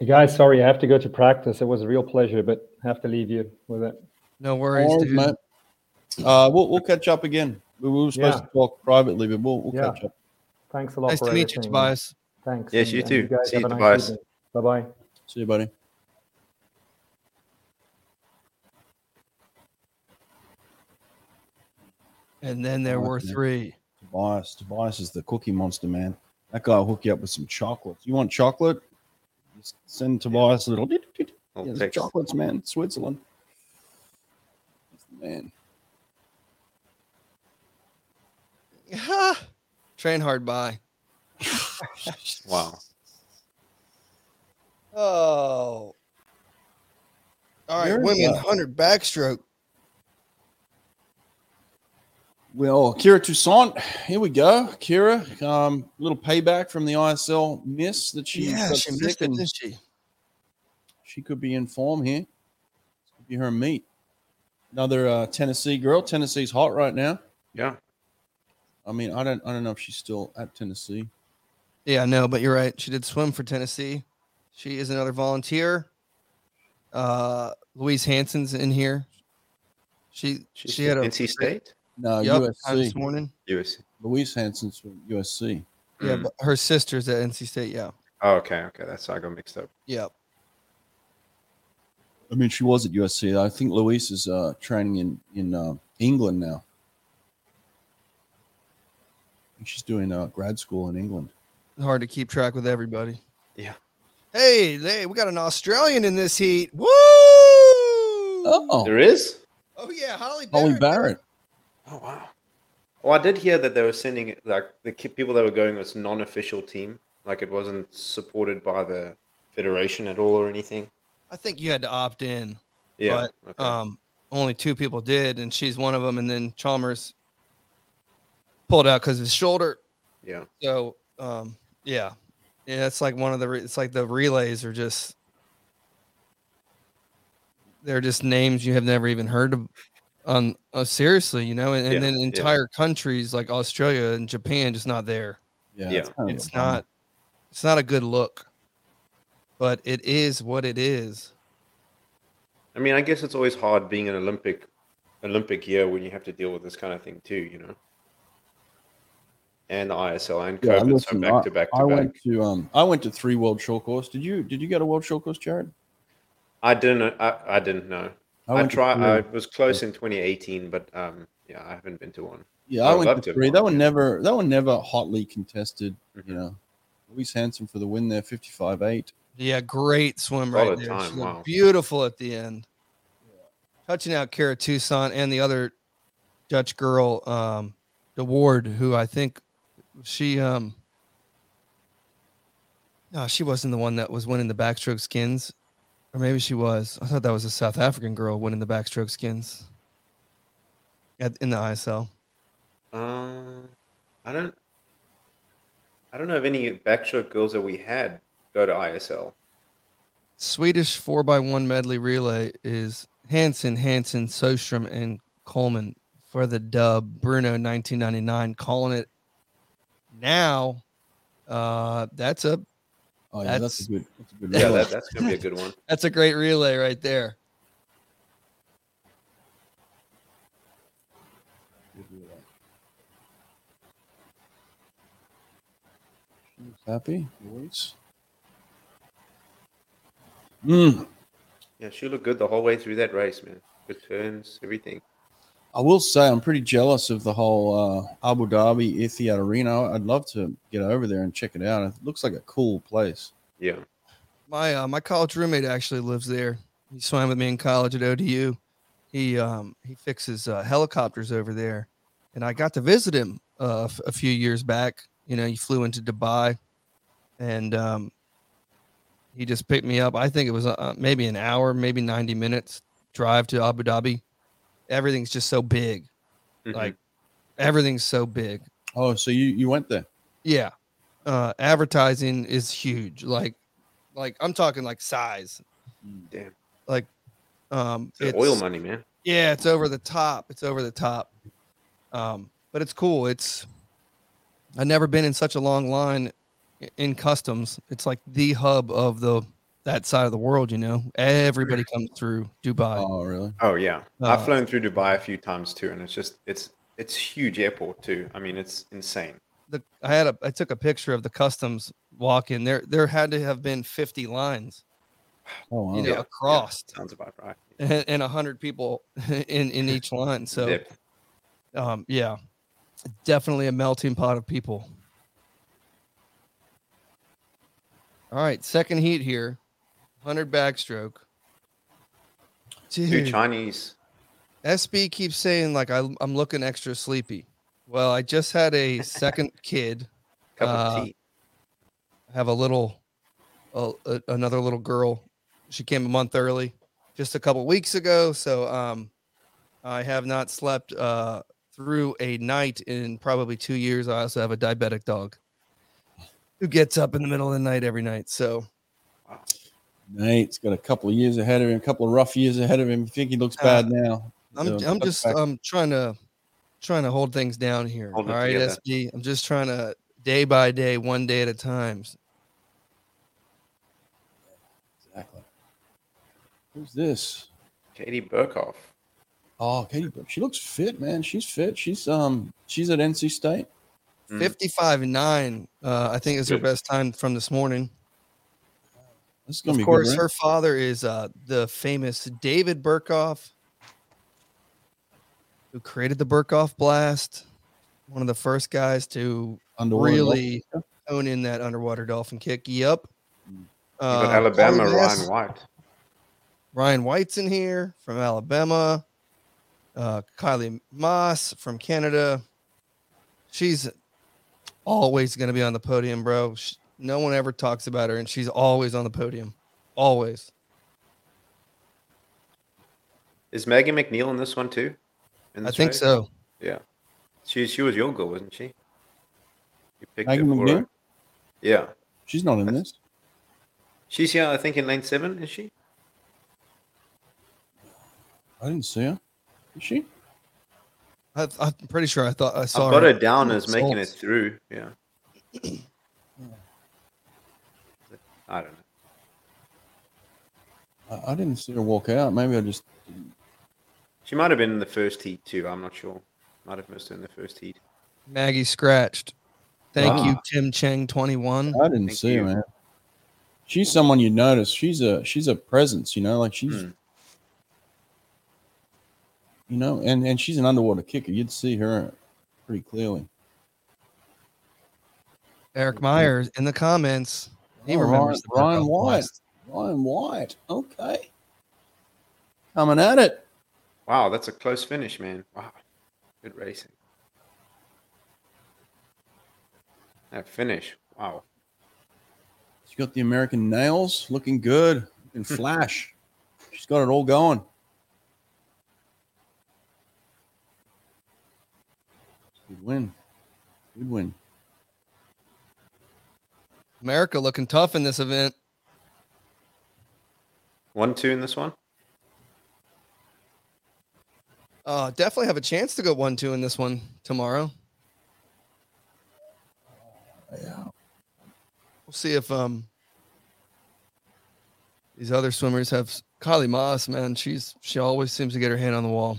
C: Hey, guys, sorry, I have to go to practice. It was a real pleasure, but I have to leave you with it.
B: No worries,
A: All right,
B: dude.
A: mate. Uh, we'll we'll catch up again. We we were supposed
C: Yeah.
A: to talk privately, but we'll, we'll
C: Yeah.
A: catch up.
C: Thanks a lot
B: Nice
C: for
B: to meet you,
C: everything.
B: Tobias.
C: Thanks.
D: Yes, you too.
C: guys
D: See
C: have
D: you,
C: a nice
D: Tobias.
C: evening. Bye-bye.
A: See you, buddy.
B: And then there were
A: Okay.
B: three.
A: Tobias. Tobias is the cookie monster, man. That guy will hook you up with some chocolates. You want chocolate? Just send Tobias a little. Yeah,
D: I'll
A: there's
D: text.
A: chocolates, man. Switzerland. He's the Man.
B: Train hard by.
D: Wow.
B: Oh. All right,
A: You're
B: women,
A: welcome.
B: 100 backstroke.
A: Well, Kira Toussaint, here we go. Kira, um, little payback from the ISL miss that she,
B: yeah,
A: got
B: she
A: sick
B: missed it,
A: and
B: didn't she?
A: she could be in form here. This could be her meet. Another uh, Tennessee girl. Tennessee's hot right now.
D: Yeah.
A: I mean, I don't, I don't know if she's still at Tennessee.
B: Yeah, no, but you're right. She did swim for Tennessee. She is another volunteer. Uh, Louise Hanson's in here. She
D: She's
B: she had
D: from
B: a
D: NC State.
A: No,
B: Yup, uh,
A: USC.
B: this morning.
D: USC.
A: Louise Hanson's from USC.
B: Yeah,
D: Mm.
B: but her sister's at NC State. Yeah.
D: Oh, okay, okay. That's how I got mixed up.
B: Yep.
A: I mean, she was at USC. I think Louise is uh, training in in uh, England now. I think She's doing uh, grad school in England.
B: Hard to keep track with everybody.
D: Yeah.
B: Hey, hey, we got an Australian in this heat. Woo!
A: Oh,
D: There is.
B: Oh yeah, Holly Barrett.
A: Holly Barrett.
D: Oh wow. Well, I did hear that they were sending it- like the ki- people that were going was non-official team, like it wasn't supported by the federation at all or anything.
B: I think you had to opt in.
D: Yeah. okay.
B: Um, only two people did, and she's one of them. And then Chalmers pulled out because of his shoulder.
D: yeah.
B: So, um, yeah, yeah, it's like one of the. Re- it's like the relays are just. They're just names you have never even heard of. On uh, seriously, you know, and, and
D: Yeah,
B: then
D: yeah.
B: entire countries like Australia and Japan just not there.
A: Yeah,
D: Yeah.
A: it's, kind of
B: It's
A: a bummer.
B: not. It's not a good look. But it is what it is.
D: I mean, I guess it's always hard being an Olympic Olympic year when you have to deal with this kind of thing too, you know. And ISL and
A: Yeah,
D: COVID, so
A: listen,
D: back to back to
A: I
D: back.
A: went to um, I went to three world short course. Did you did you go to world short course, Jared?
D: I didn't. I, I didn't know. I,
A: went to
D: try.
A: three.
D: I was close in 2018, but um, yeah, I haven't been to one.
A: yeah,
D: I
A: I
D: would love
A: went to
D: to have
A: three.
D: gone,
A: That one
D: yeah.
A: never that one never hotly contested.
D: Mhm.
A: You know, Louise Hanson for the win there, fifty five eight.
B: Yeah, great swim
D: All
B: right
D: the
B: there.
D: time,
B: She looked
D: wow.
B: Beautiful at the end. Touching out Kara Tucson and the other Dutch girl, um, the Ward, who I think she um no, she wasn't the one that was winning the backstroke skins. Or maybe she was. I thought that was a South African girl winning the backstroke skins at, in the ISL.
D: Uh, I don't. I don't know of any backstroke girls that we had go to ISL.
B: Swedish four by one medley relay is Hansen, Hansen, Sostrom, and Coleman for the dub. Bruno 1999 calling it now. Uh, that's a
A: Oh yeah, that's,
B: That's-
A: a good. That's a good.
D: Yeah,
A: result.
D: that, that's gonna be a good one.
B: that's a great relay right there.
A: Happy Louise. Mm.
D: Yeah, she looked good the whole way through that race, man. Good turns, everything.
A: I will say I'm pretty jealous of the whole uh, Abu Dhabi Etihad Arena. I'd love to get over there and check it out. It looks like a cool place.
D: Yeah.
B: My uh, my college roommate actually lives there. He swam with me in college at ODU. He um he fixes uh, helicopters over there, and I got to visit him uh, f- a few years back. You know, he flew into Dubai, and um, he just picked me up. I think it was uh, maybe an hour, maybe ninety minutes drive to Abu Dhabi. Everything's just so big.
D: Mhm.
B: Like everything's so big.
A: Oh, so you you went there?
B: Yeah. Uh advertising is huge. Like like I'm talking like size.
D: Damn.
B: Like um
D: It's oil money, man.
B: Yeah, it's over the top. It's over the top. Um but it's cool. It's I've never been in such a long line i- in customs. It's like the hub of the that side of the world, you know. Everybody comes through Dubai.
A: Oh, really?
D: Oh yeah,
B: Uh,
D: I've flown through Dubai a few times too, and it's just it's it's huge airport too. I mean, it's insane.
B: the I had a I took a picture of the customs walk in. There there had to have been 50 lines,
A: Oh, wow.
B: you know,
D: Yeah.
B: across.
D: Sounds about right.
B: and, and 100 people in in each line so
D: Depth.
B: um yeah definitely a melting pot of people all right second heat here 100 backstroke
D: Two
B: Dude,
D: Chinese.
B: sb keeps saying like I, i'm looking extra sleepy well i just had a second kid
D: Cup of
B: Uh,
D: tea.
B: have a little a, a- another little girl she came a month early just a couple weeks ago so um i have not slept uh through a night in probably two years i also have a diabetic dog who gets up in the middle of the night every night so
A: Nate's got a couple of years ahead of him, a couple of rough years ahead of him. I think he looks
B: Uh.
A: bad now.
B: i'm,
A: So,
B: I'm
A: look
B: just
A: back.
B: i'm trying to trying to hold things down here
D: Hold it
B: all right
D: together.
B: sb i'm just trying to day by day one day at a time
A: Exactly. Who's this?
D: Katie Burkhoff.
A: Oh, Katie, Brooks, she looks fit, man. She's fit. She's um, she's at NC State.
D: Mm.
B: 55 and 9, uh, I think is her
D: Good.
B: best time from this morning.
A: This is gonna
B: Of
A: be
B: course,
A: good.
B: her
A: Right?
B: father is uh, the famous David Burkoff, who created the Burkoff Blast, one of the first guys to
A: Underwater
B: really hone in that underwater dolphin kick. Yep.
D: You
B: Uh,
D: got Alabama,
B: Carter Bass-
D: Ryan White.
B: Ryan White's in here from Alabama. Uh, Kylie Moss from Canada. She's always going to be on the podium, bro. Sh no one ever talks about her, and she's always on the podium. Always.
D: Is Maggie McNeil in this one too? In
B: I
D: this
B: think
D: race?
B: so.
D: Yeah. She she was your girl, wasn't she? You picked
A: Maggie
D: her for
A: McNeil?
D: her. Yeah.
A: She's not in this.
D: She's here, I think, in lane seven, is she?
A: I didn't see her. Is she?
B: I, I'm pretty sure I thought I saw
D: I've got
B: her.
D: her down as making it
B: results.
D: through. Yeah. I don't know.
A: I, I didn't see her walk out. Maybe I just. didn't-
D: She might have been in the first heat too. I'm not sure. Might have missed her in the first heat.
B: Maggie scratched. Thank you,
A: Ah.
B: Tim Chang, 21.
A: I didn't
D: Thank
A: see
D: you.
A: her, man. She's someone you notice. She's a she's a presence, you know. Like she's,
D: Hmm.
A: you know, and and she's an underwater kicker. You'd see her pretty clearly.
B: Eric Myers in the comments. He
A: Oh,
B: remembers the
A: Ryan, Ryan
B: Burkoff
A: White.
B: Blast.
A: Ryan White. Okay. Coming at it.
D: Wow, that's a close finish, man. Wow. Good racing. That finish. Wow.
A: She's got the American nails looking good and flash. She's got it all going. Good win. Good win.
B: America looking tough in this event.
D: One two in this one?
B: Uh, definitely have a chance to go one two in this one tomorrow.
A: Yeah.
B: We'll see if um these other swimmers have Kylie Moss. Man, she's she always seems to get her hand on the wall.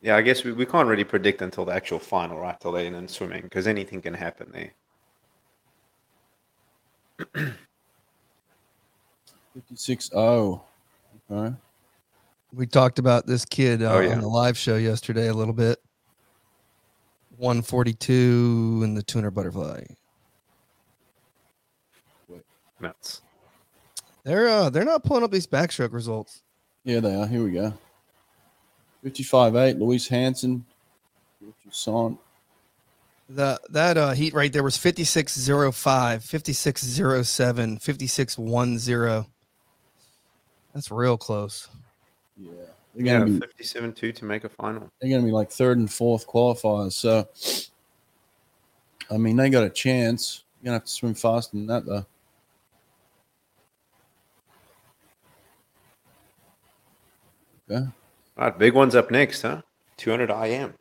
D: Yeah, I guess we, we can't really predict until the actual final, right? Till they end in swimming, because anything can happen there.
A: 56 0. oh. Okay.
B: We talked about this kid uh,
D: Oh, yeah.
B: on the live show yesterday a little bit. One forty two in the two hundred butterfly.
D: Nuts.
B: They're uh they're not pulling up these backstroke results.
A: Yeah, they are. Here we go. 55 8. Luis Hansen. Toussaint.
B: The that uh heat right there was 5605, 5607, 5610. oh. That's real close.
A: Yeah. They're
D: Yeah,
A: going to be,
D: fifty-seven two to make a final.
A: they're gonna be like third and fourth qualifiers. So, I mean, they got a chance. You're going to have to swim faster than that, though.
D: All right, big one's up next, huh? Two hundred IM.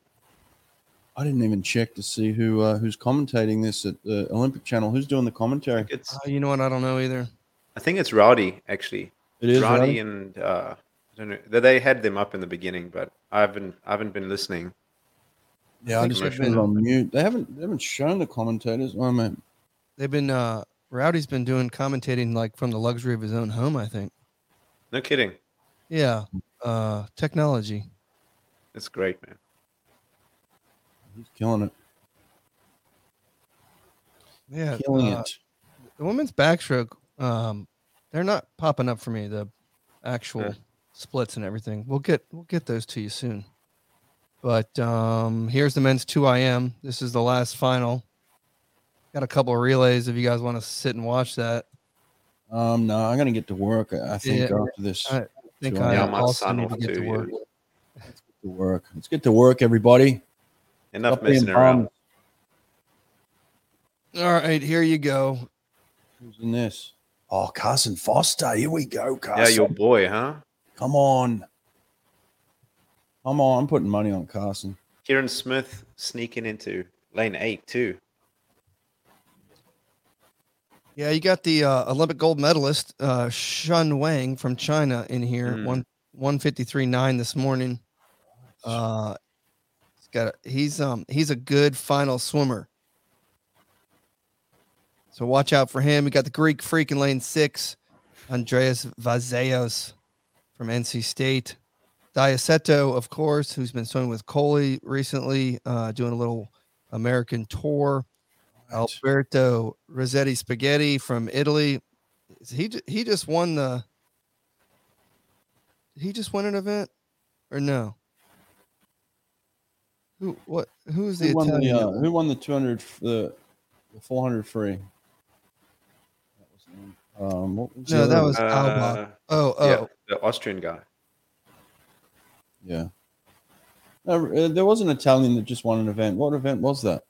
A: I didn't even check to see who uh, who's commentating this at the Olympic Channel. Who's doing the commentary?
D: It's
B: Uh, you know what? I don't know either.
D: I think it's Rowdy actually.
A: It is
D: Rowdy,
A: Roddy.
D: and uh, I don't know. They- They had them up in the beginning, but I haven't I haven't been listening.
A: Yeah, I
B: think
A: just
B: it
A: put
B: should've
A: it
B: been-
A: on mute. They haven't they haven't shown the commentators. Oh man,
B: They've been uh Rowdy's been doing commentating like from the luxury of his own home, I think.
D: No kidding.
B: Yeah. Uh technology.
D: It's great, man.
A: he's killing it,
B: Yeah.
A: killing
B: uh,
A: it.
B: The women's backstroke, um, they're not popping up for me, the actual
D: Yeah.
B: splits and everything. We'll get we'll get those to you soon. But um here's the men's two IM. This is the last final. Got a couple of relays if you guys want to sit and watch that.
A: Um, no, I'm gonna get to work. I I think
B: Yeah. Uh,
A: after this,
B: I I think
A: Sure.
B: I
A: Yeah,
D: my
B: also
D: son
B: need to
D: will
B: get to
D: too, yeah.
B: work.
A: to work. Let's get to work, everybody.
D: Enough
A: Stop being
D: messing around.
A: bums.
B: All right, here you go.
A: Who's in this? Oh, Carson Foster. Here we go,
D: Yeah,
A: Carson.
D: your boy, huh?
A: Come on, come on. I'm putting money on Carson.
D: Kieran Smith sneaking into lane eight too.
B: Yeah, you got the uh, Olympic gold medalist uh, Shun Wang from China in here.
D: Mm.
B: One one fifty three nine this morning. Uh, he's got a, he's um he's a good final swimmer. So watch out for him. We got the Greek freak in lane six, Andreas Vazeos from NC State. Diaceto, of course, who's been swimming with Coley recently, uh, doing a little American tour. Alberto Rossetti Spaghetti from Italy. Is He ju- he just won the. Did he just won an event, or no? Who what? Who is the
A: Who won the,
B: Italian?
A: uh, who won the 200, f- the, the 400 free? Um, what was the
B: no,
A: other
B: that
A: one?
B: was Alba.
D: Uh,
B: Oh oh,
D: Yeah, the Austrian guy.
A: Yeah. No, uh, there was an Italian that just won an event. What event was that?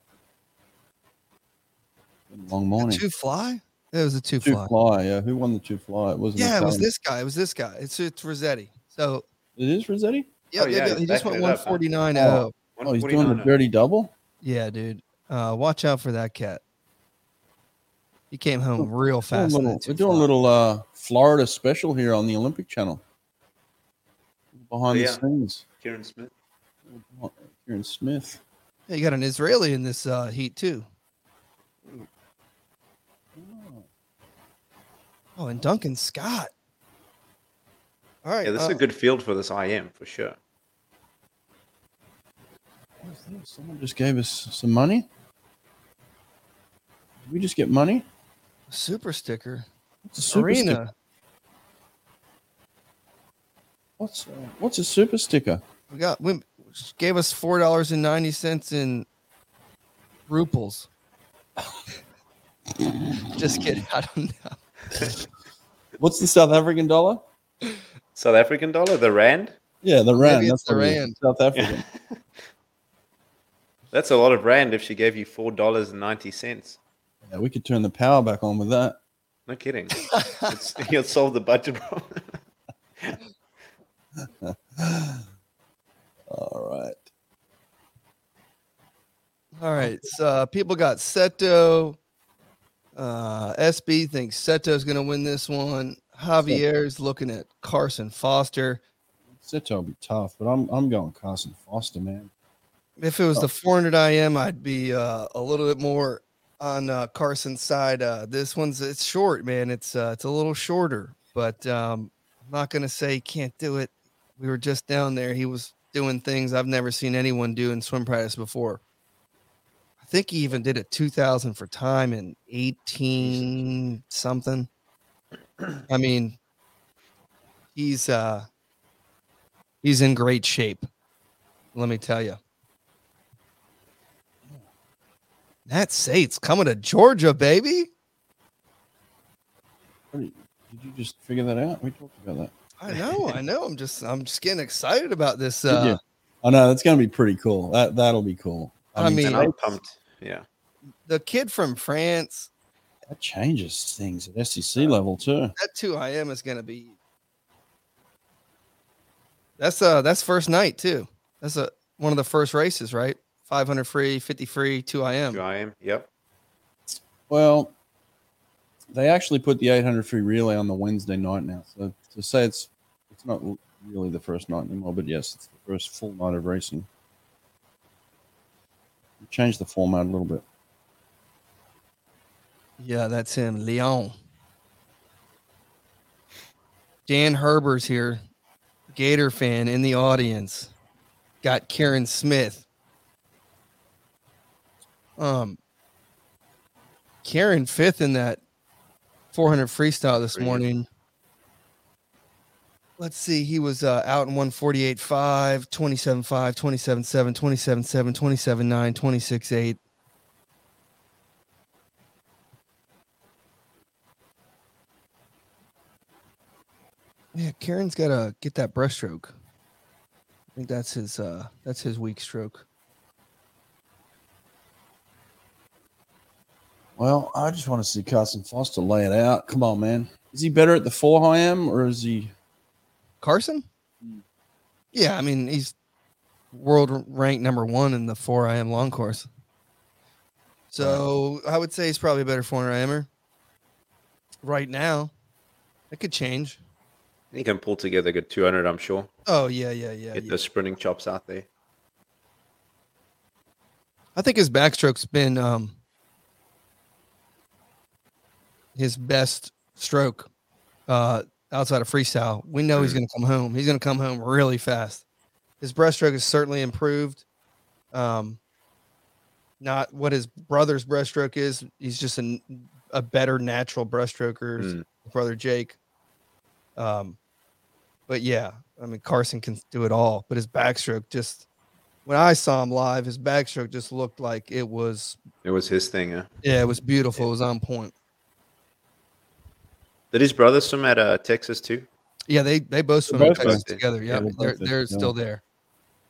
A: Been a Long
B: the
A: morning.
B: two fly. That was a two,
A: Two
B: fly.
A: fly. Yeah. Who won the two fly? It wasn't.
B: Yeah, it was this guy. It was this guy. It's it's Rossetti. So
A: It is Rossetti.
B: yeah,
D: Oh, yeah,
B: he just
D: exactly.
B: went
D: It
B: one
D: up, huh?
B: forty nine.
A: Oh.
B: Oh.
A: Oh, he's doing the
D: 149.
A: dirty double.
B: Yeah, dude. Uh, watch out for that cat. He came home real
A: Doing a
B: fast. on
A: little-
B: that
A: we're
B: two
A: doing a
B: fly.
A: little uh, Florida special here on the Olympic Channel. Behind
D: Yeah.
A: the scenes,
D: Kieran Smith.
A: here in Smith.
B: Yeah, you got an Israeli in this uh, heat too. Oh, and Duncan Scott. All right.
D: Yeah, this
B: uh,
D: is a good field for this IM for sure.
A: What is this? Someone just gave us some money. Did we just get money?
B: super sticker.
A: It's a super
B: Arena.
A: sticker. What's uh, what's a super sticker?
B: We got we gave us four dollars and ninety cents in ruples. Just kidding. I don't know.
A: What's the South African dollar?
D: South African dollar, the rand.
A: Yeah, the rand.
B: it's
A: That's
B: the
A: what it is.
B: rand.
A: South African.
D: That's a lot of rand if she gave you four dollars and ninety cents.
A: yeah, we could turn the power back on with that.
D: No kidding. it's, you'll solve the budget problem.
A: All right.
B: All right. So uh, people got Seto. Uh, SB thinks Seto's going to win this one. Javier's looking at Carson Foster.
A: Seto will be tough, but I'm I'm going Carson Foster, man.
B: If it was the 400 IM, I'd be uh, a little bit more on uh, Carson's side. Uh, this one's it's short, man. It's uh, it's a little shorter, but um, I'm not gonna say he can't do it. We were just down there. He was doing things I've never seen anyone do in swim practice before. I think he even did a 2,000 for time in 18 something. I mean, he's uh, he's in great shape. Let me tell you. That Sate's coming to Georgia, baby.
A: What Did did you just figure that out? We talked about that.
B: I know, I know. I'm just, I'm just getting excited about this.
A: Did
B: Uh,
A: you? Oh no, that's gonna be pretty cool. That that'll be cool.
B: I mean,
D: and I'm pumped. Yeah.
B: the kid from France,
A: that changes things at SEC level too.
B: that two I am is going to be. That's uh, that's first night too. That's a one of the first races, right? 500 free, 50 free, two I
D: Who
B: am.
D: I am. Yep.
A: Well, they actually put the 800 free relay on the Wednesday night now. So to say it's it's not really the first night anymore, but yes, it's the first full night of racing. We changed the format a little bit.
B: Yeah, that's him, Leon. Dan Herber's here, Gator fan in the audience. Got Karen Smith. Um, Karen fifth in that 400 freestyle this
D: Pretty good.
B: morning. Let's see, he was uh, out in 148.5, 27.5, 27.7, 27.7, 27.9, 26.8. Yeah, Karen's got to get that breaststroke. I think that's his uh that's his weak stroke.
A: Well, I just want to see Carson Foster lay it out. Come on, man. Is he better at the four I am or is he
B: Carson? Yeah, I mean he's world r- ranked number one in the four IM long course. So I would say he's er. probably a better four IMer right now. It could change.
D: He can pull together a good 200, I'm sure.
B: Oh yeah, yeah, yeah.
D: Get
B: yeah.
D: those sprinting chops out there.
B: I think his backstroke's been um his best stroke uh outside of freestyle. We know he's gonna come home. He's gonna come home really fast. His breaststroke is certainly improved. Um not what his brother's breaststroke is. He's just an, a better natural breaststroker, his
D: Mm.
B: brother Jake. Um but yeah, I mean Carson can do it all, but his backstroke just when I saw him live, his backstroke just looked like it was
D: It was his thing, huh?
B: yeah, it was beautiful. It was on point.
D: Did his brother swim at uh, Texas too?
B: Yeah, they they both swim in
A: both
B: Texas
D: did.
B: together. Yeah,
A: Yeah, they both
B: they're
A: did,
B: they're
A: yeah.
B: still there.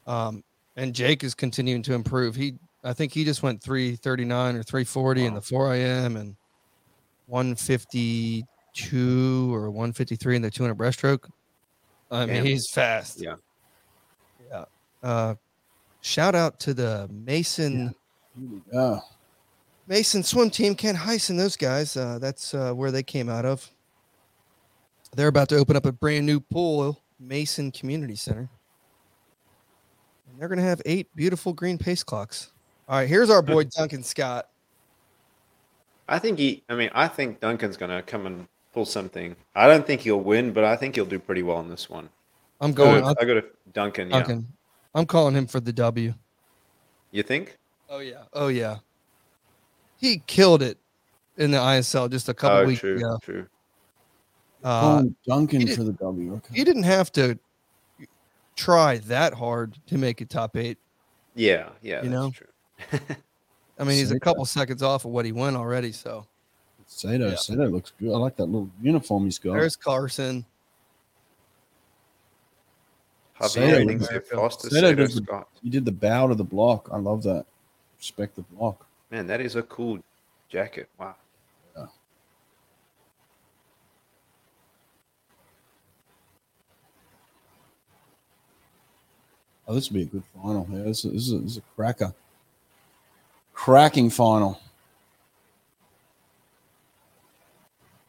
B: Um, and Jake is continuing to improve. He I think he just went three thirty nine or three forty in the four AM and one fifty two or one fifty three in the two hundred breaststroke. I mean,
D: Damn.
B: he's fast.
D: Yeah.
B: yeah. Uh, shout out to the Mason.
A: Yeah.
B: Mason swim team, Ken Heisen, those guys. Uh, that's uh, where they came out of. They're about to open up a brand new pool, Mason Community Center. And they're going to have eight beautiful green pace clocks. All right, here's our boy Duncan Scott.
D: I think he. I mean, I think Duncan's gonna come and pull something. I don't think he'll win, but I think he'll do pretty well in this one.
B: I'm
D: Go
B: going
D: I go to Duncan. Yeah.
B: Duncan. I'm calling him for the W.
D: You think?
B: Oh yeah. Oh yeah. He killed it in the ISL just a couple
D: oh,
B: weeks
D: true,
B: ago.
D: true.
B: Uh,
A: Colin Duncan
B: he did-
A: for the W. Okay.
B: he didn't have to try that hard to make it top eight.
D: Yeah, yeah.
B: You
D: that's
B: know?
D: true.
B: I mean, he's a
A: Sega.
B: couple seconds off of what he won already. So
A: Sato.
B: Yeah.
A: Sato looks good. I like that little uniform he's got.
B: there's Carson.
A: Sato
D: Javier links their
B: America.
D: fastest
A: Sato
D: Sato
A: does the-
D: Scott.
A: he did the bow to the block. I love that. Respect the block.
D: Man, that is a cool jacket. Wow.
A: Oh, this would be a good final here. This is, this is, this is a cracker. Cracking final.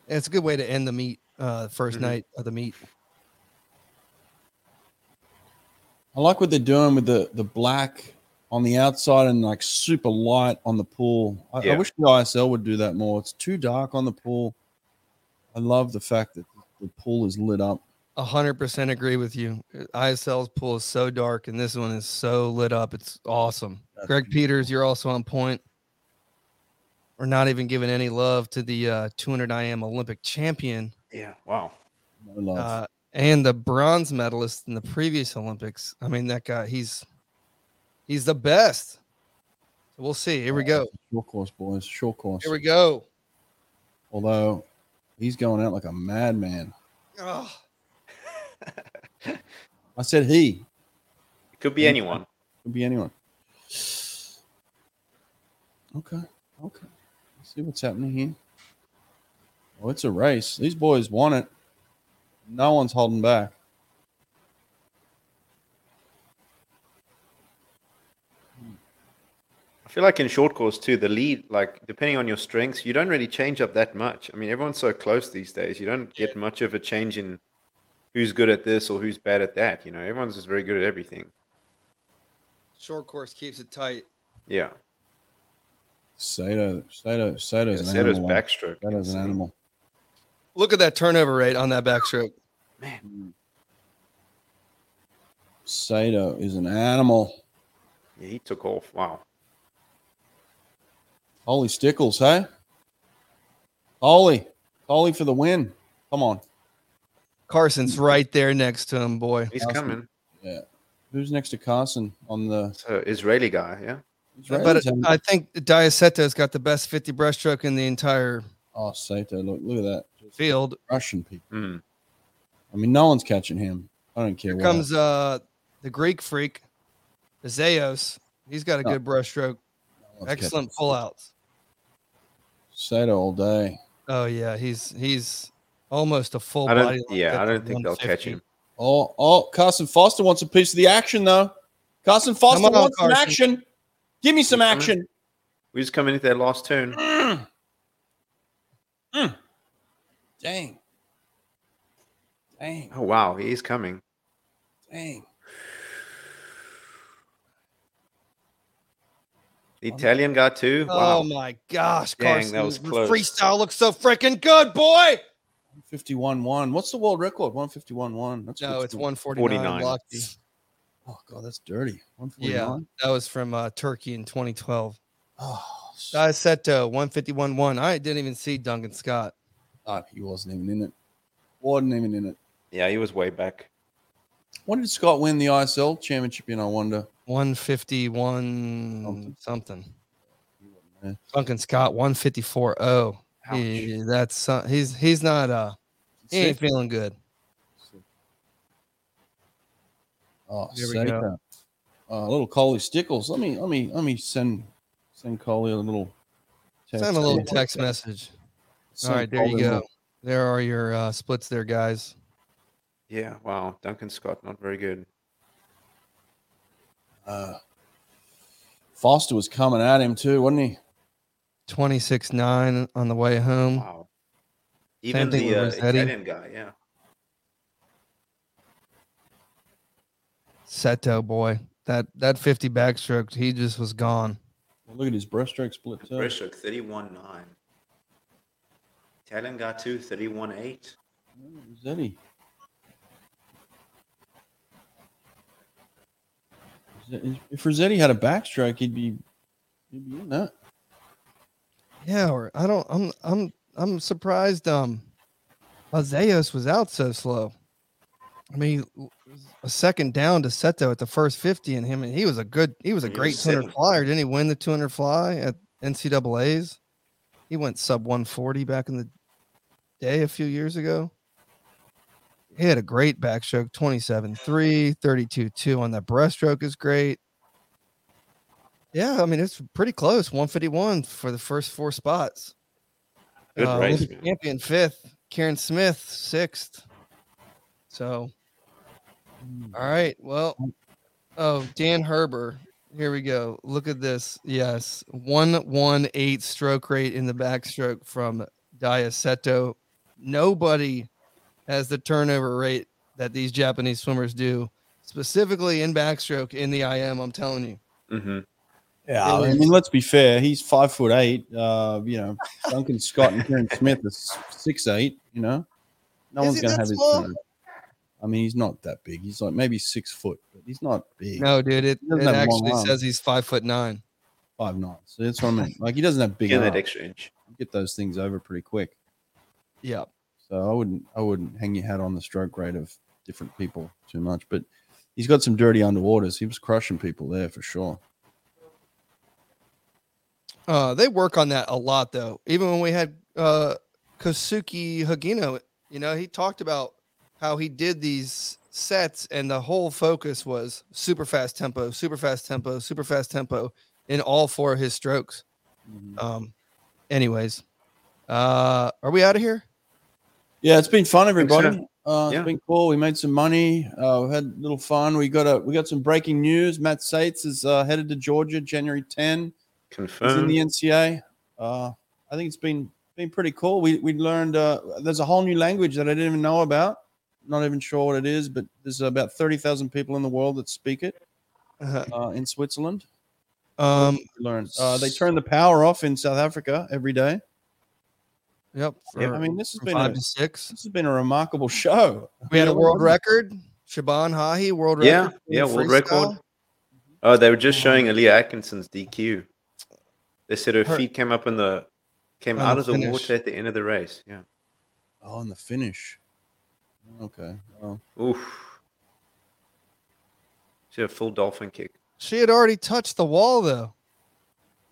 B: And it's a good way to end the meet. Uh, 1st
A: Mm-hmm.
D: Mhm.
B: night of the meet.
A: I like what they're doing with the the black on the outside and like super light on the pool. I, I
D: Yeah.
A: wish the ISL would do that more. It's too dark on the pool. I love the fact that the pool is lit up.
B: A hundred percent agree with you. ISL's pool is so dark, and this one is so lit up. It's awesome.
A: That's
B: Greg Peters, you're also on point. We're not even giving any love to the uh, 200 IM Olympic champion
D: Yeah. Wow.
A: No love.
B: uh, and the bronze medalist in the previous Olympics. I mean, that guy, he's he's the best. We'll see. Here we go.
A: Short course, boys. Short course.
B: Here we go.
A: Although he's going out like a madman.
B: Ugh.
A: I said he.
D: It could be anyone.
A: Could be anyone. Okay. Okay. Let's see what's happening here. Oh, it's a race. These boys want it. No one's holding back.
D: I feel like in short course too, the lead, like depending on your strengths, you don't really change up that much. I mean, everyone's so close these days. You don't get much of a change in who's good at this or who's bad at that. You know, everyone's just very good at everything.
B: Short course keeps it tight.
D: Yeah.
A: Sato, Sato, Sato's an
D: Sato's
A: animal.
D: backstroke.
A: Sato's an
D: insane.
A: animal.
B: Look at that turnover rate on that backstroke.
A: Sato is an animal.
D: Yeah, he took off. Wow.
A: Holy stickles, hey? Holy. Holy for the win. Come on.
B: Carson's right there next to him, boy.
D: He's
A: Awesome.
D: coming.
A: Yeah. Who's next to Carson on the
D: So Israeli guy, yeah.
B: But I think Diaceto's got the best 50 breaststroke in the entire
A: Oh, Sato, look, look at that. Just
B: field.
A: Russian people.
D: Mm.
A: I mean, no one's catching him. I don't care.
B: Here
A: what
B: comes uh the Greek freak, Zeos. He's got a
A: Oh.
B: good breaststroke.
A: no one's
B: Excellent
A: catching.
B: pullouts.
A: Sato all day.
B: Oh yeah, he's he's almost a full
D: I don't
B: body. length
D: yeah,
B: at
D: I
B: the
D: don't think they'll catch
B: 150.
D: him.
A: Oh, oh, Carson Foster wants a piece of the action though. Carson Foster
B: on,
A: wants
B: Carson.
A: some action. Give me some
D: He's coming.
A: action.
D: We just coming into that last turn.
A: Mm. Mm. Dang. Dang,
D: Oh wow, he is coming.
A: dang.
D: The Italian guy too. Wow.
B: Oh my gosh,
D: Dang,
B: Carson.
D: that was
B: your
D: close.
B: Freestyle looks so freaking good, boy.
A: 51 1. What's the world record? 151 1. That's
B: No,
A: good
B: it's
A: stuff.
B: 149.
D: 49.
B: Block D.
A: Oh, God, that's dirty. 149.
B: Yeah, that was from uh, Turkey in 2012.
A: Oh, shit.
B: Daiseto 151.1. I didn't even see Duncan Scott.
A: God, he wasn't even in it. Wasn't even in it.
D: yeah, he was way back.
A: When did Scott win the ISL championship in? I wonder.
B: 151
A: Something.
B: something.
A: Yeah.
B: Duncan Scott 154.0. He, that's some- he's he's not uh he ain't
A: Sick.
B: feeling good.
A: Oh,
B: There we
A: sick.
B: go.
A: Uh, little Coley Stickles. Let me let me let me send send Coley a little text.
B: Send a little text message. All
A: Send
B: right, there you
A: Coley a
B: go.
A: little-
B: There are your uh, splits there, guys.
D: Yeah, wow. Duncan Scott, not very good.
A: Uh, Foster was coming at him too, wasn't he?
B: 26.9 on the way home.
D: Wow. Even
B: Hmm. thing
D: the uh,
B: with Rossetti.
D: Italian guy, yeah.
B: Seto boy. That that 50 backstroke, he just was gone.
A: Well, look at his breaststroke split too.
D: Brishuk, 31 9. Italian guy too, 31 8.
A: Zeddy. If Rossetti had a backstroke, he'd be he'd be in that.
B: Yeah, or I don't I'm I'm I'm surprised um Mazeos was out so slow. I mean he was a second down to Seto at the first 50 and him and he was a good he was a
D: He was
B: great 200
D: sitting.
B: flyer. Didn't he win the 200 fly at NCAA's? He went sub 140 back in the day a few years ago. He had a great backstroke 27-3, 32-2 on that breaststroke is great. Yeah, I mean it's pretty close, 151 for the first four spots.
D: Good
B: Uh,
D: race,
B: Olympic
D: man.
B: champion fifth, Karen Smith sixth. So, all right, well, oh Dan Herber, here we go. Look at this. Yes, one one eight stroke rate in the backstroke from Diaceto. Nobody has the turnover rate that these Japanese swimmers do, specifically in backstroke in the IM. I'm telling you.
D: Mm-hmm.
A: Yeah,
B: It
A: I
B: was-
A: mean, let's be fair. He's five foot eight. Uh, you know, Duncan Scott and Kieran Smith are s- six eight. You know, no
B: Is
A: one's
B: he
A: going to
B: that
A: have his.
B: small?
A: turn. I mean, he's not that big. He's like maybe six foot, but he's not big.
B: No, dude, it,
A: He
B: it
A: doesn't have long
B: actually
A: arms.
B: says he's five foot nine.
A: Five nine. So that's what I mean. Like he doesn't have big.
D: Get that
A: Arms.
D: extra inch.
A: Get those things over pretty quick.
B: Yeah.
A: So I wouldn't. I wouldn't hang your hat on the stroke rate of different people too much. But he's got some dirty underwaters. He was crushing people there for sure.
B: Uh, they work on that a lot, though. Even when we had uh, Kosuke Hagino, you know, he talked about how he did these sets, and the whole focus was super fast tempo, super fast tempo, super fast tempo in all four of his strokes.
A: Mm-hmm.
B: Um, anyways, uh, are we out of here?
A: Yeah, it's been fun,
D: Think so.
A: everybody. Uh,
D: Yeah.
A: It's been cool. We made some money. Uh, we had a little fun. We got a we got some breaking news. Matt Sates is uh, headed to Georgia January 10. He's in
D: Confirmed.
A: the NCA. Uh, I think it's been been pretty cool. We we learned uh, there's a whole new language that I didn't even know about. Not even sure what it is, but there's about thirty thousand people in the world that speak it
B: Uh,
A: uh, in Switzerland.
B: um,
A: We learned uh, they turn the power off in South Africa every day.
B: yep.
A: Yeah,
B: for-
A: I mean, this has
B: from
A: been a,
B: five to
A: this
B: six.
A: has been a remarkable show.
B: We had a
A: Yeah,
B: world
A: wasn't it?
B: record. Shaban Hahi, world record.
D: yeah,
B: in
D: yeah, world
B: freestyle. Mm-hmm. Um,
D: record. Oh, they were just showing Aaliyah Atkinson's DQ. They said her,
B: Her-
D: feet came up in the came
B: On
D: out
B: the
D: of the
B: finish.
D: water at the end of the race. Yeah.
A: Oh, and the finish. Okay. Well,
D: Oof. She had a full dolphin kick.
B: She had already touched the wall though.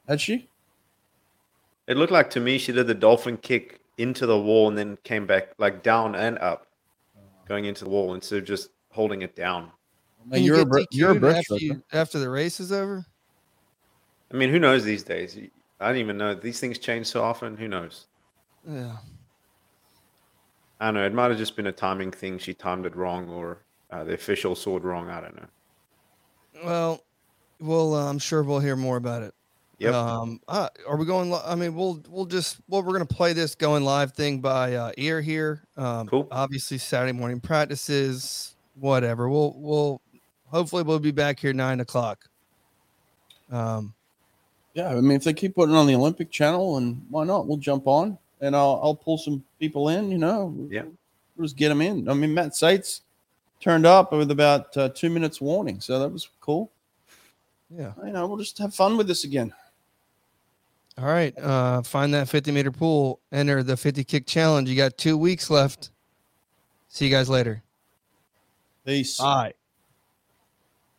A: had she?
D: It looked like to me she did the dolphin kick into the wall and then came back like down and up, going into the wall instead of just holding it down.
A: Mate,
B: Can you
A: you're, a,
B: get
A: bre- you're a
B: DQ'd
A: breaststroker.
B: after, you- after the race is over.
D: I mean, who knows these days? You- I don't even know. These things change so often. Who knows?
B: Yeah.
D: I don't know. It might have just been a timing thing. She timed it wrong, or uh, the official saw it wrong. I don't know.
B: Well, well, uh, I'm sure we'll hear more about it.
D: Yep.
B: Um, uh, are we going? Li- I mean, we'll we'll just well, we're gonna play this going live thing by uh, ear here. Um,
D: Cool.
B: Obviously, Saturday morning practices, whatever. We'll we'll hopefully we'll be back here nine o'clock. Um,
A: Yeah, I mean, if they keep putting it on the Olympic Channel, and why not? We'll jump on, and I'll I'll pull some people in. You know,
D: Yeah.
A: we'll just get them in. I mean, Matt Sates turned up with about uh, two minutes warning, so that was cool.
B: yeah.
A: You know, we'll just have fun with this again.
B: All right. Uh, find that fifty meter pool. Enter the fifty kick challenge. You got two weeks left. See you guys later.
A: Peace.
B: Bye.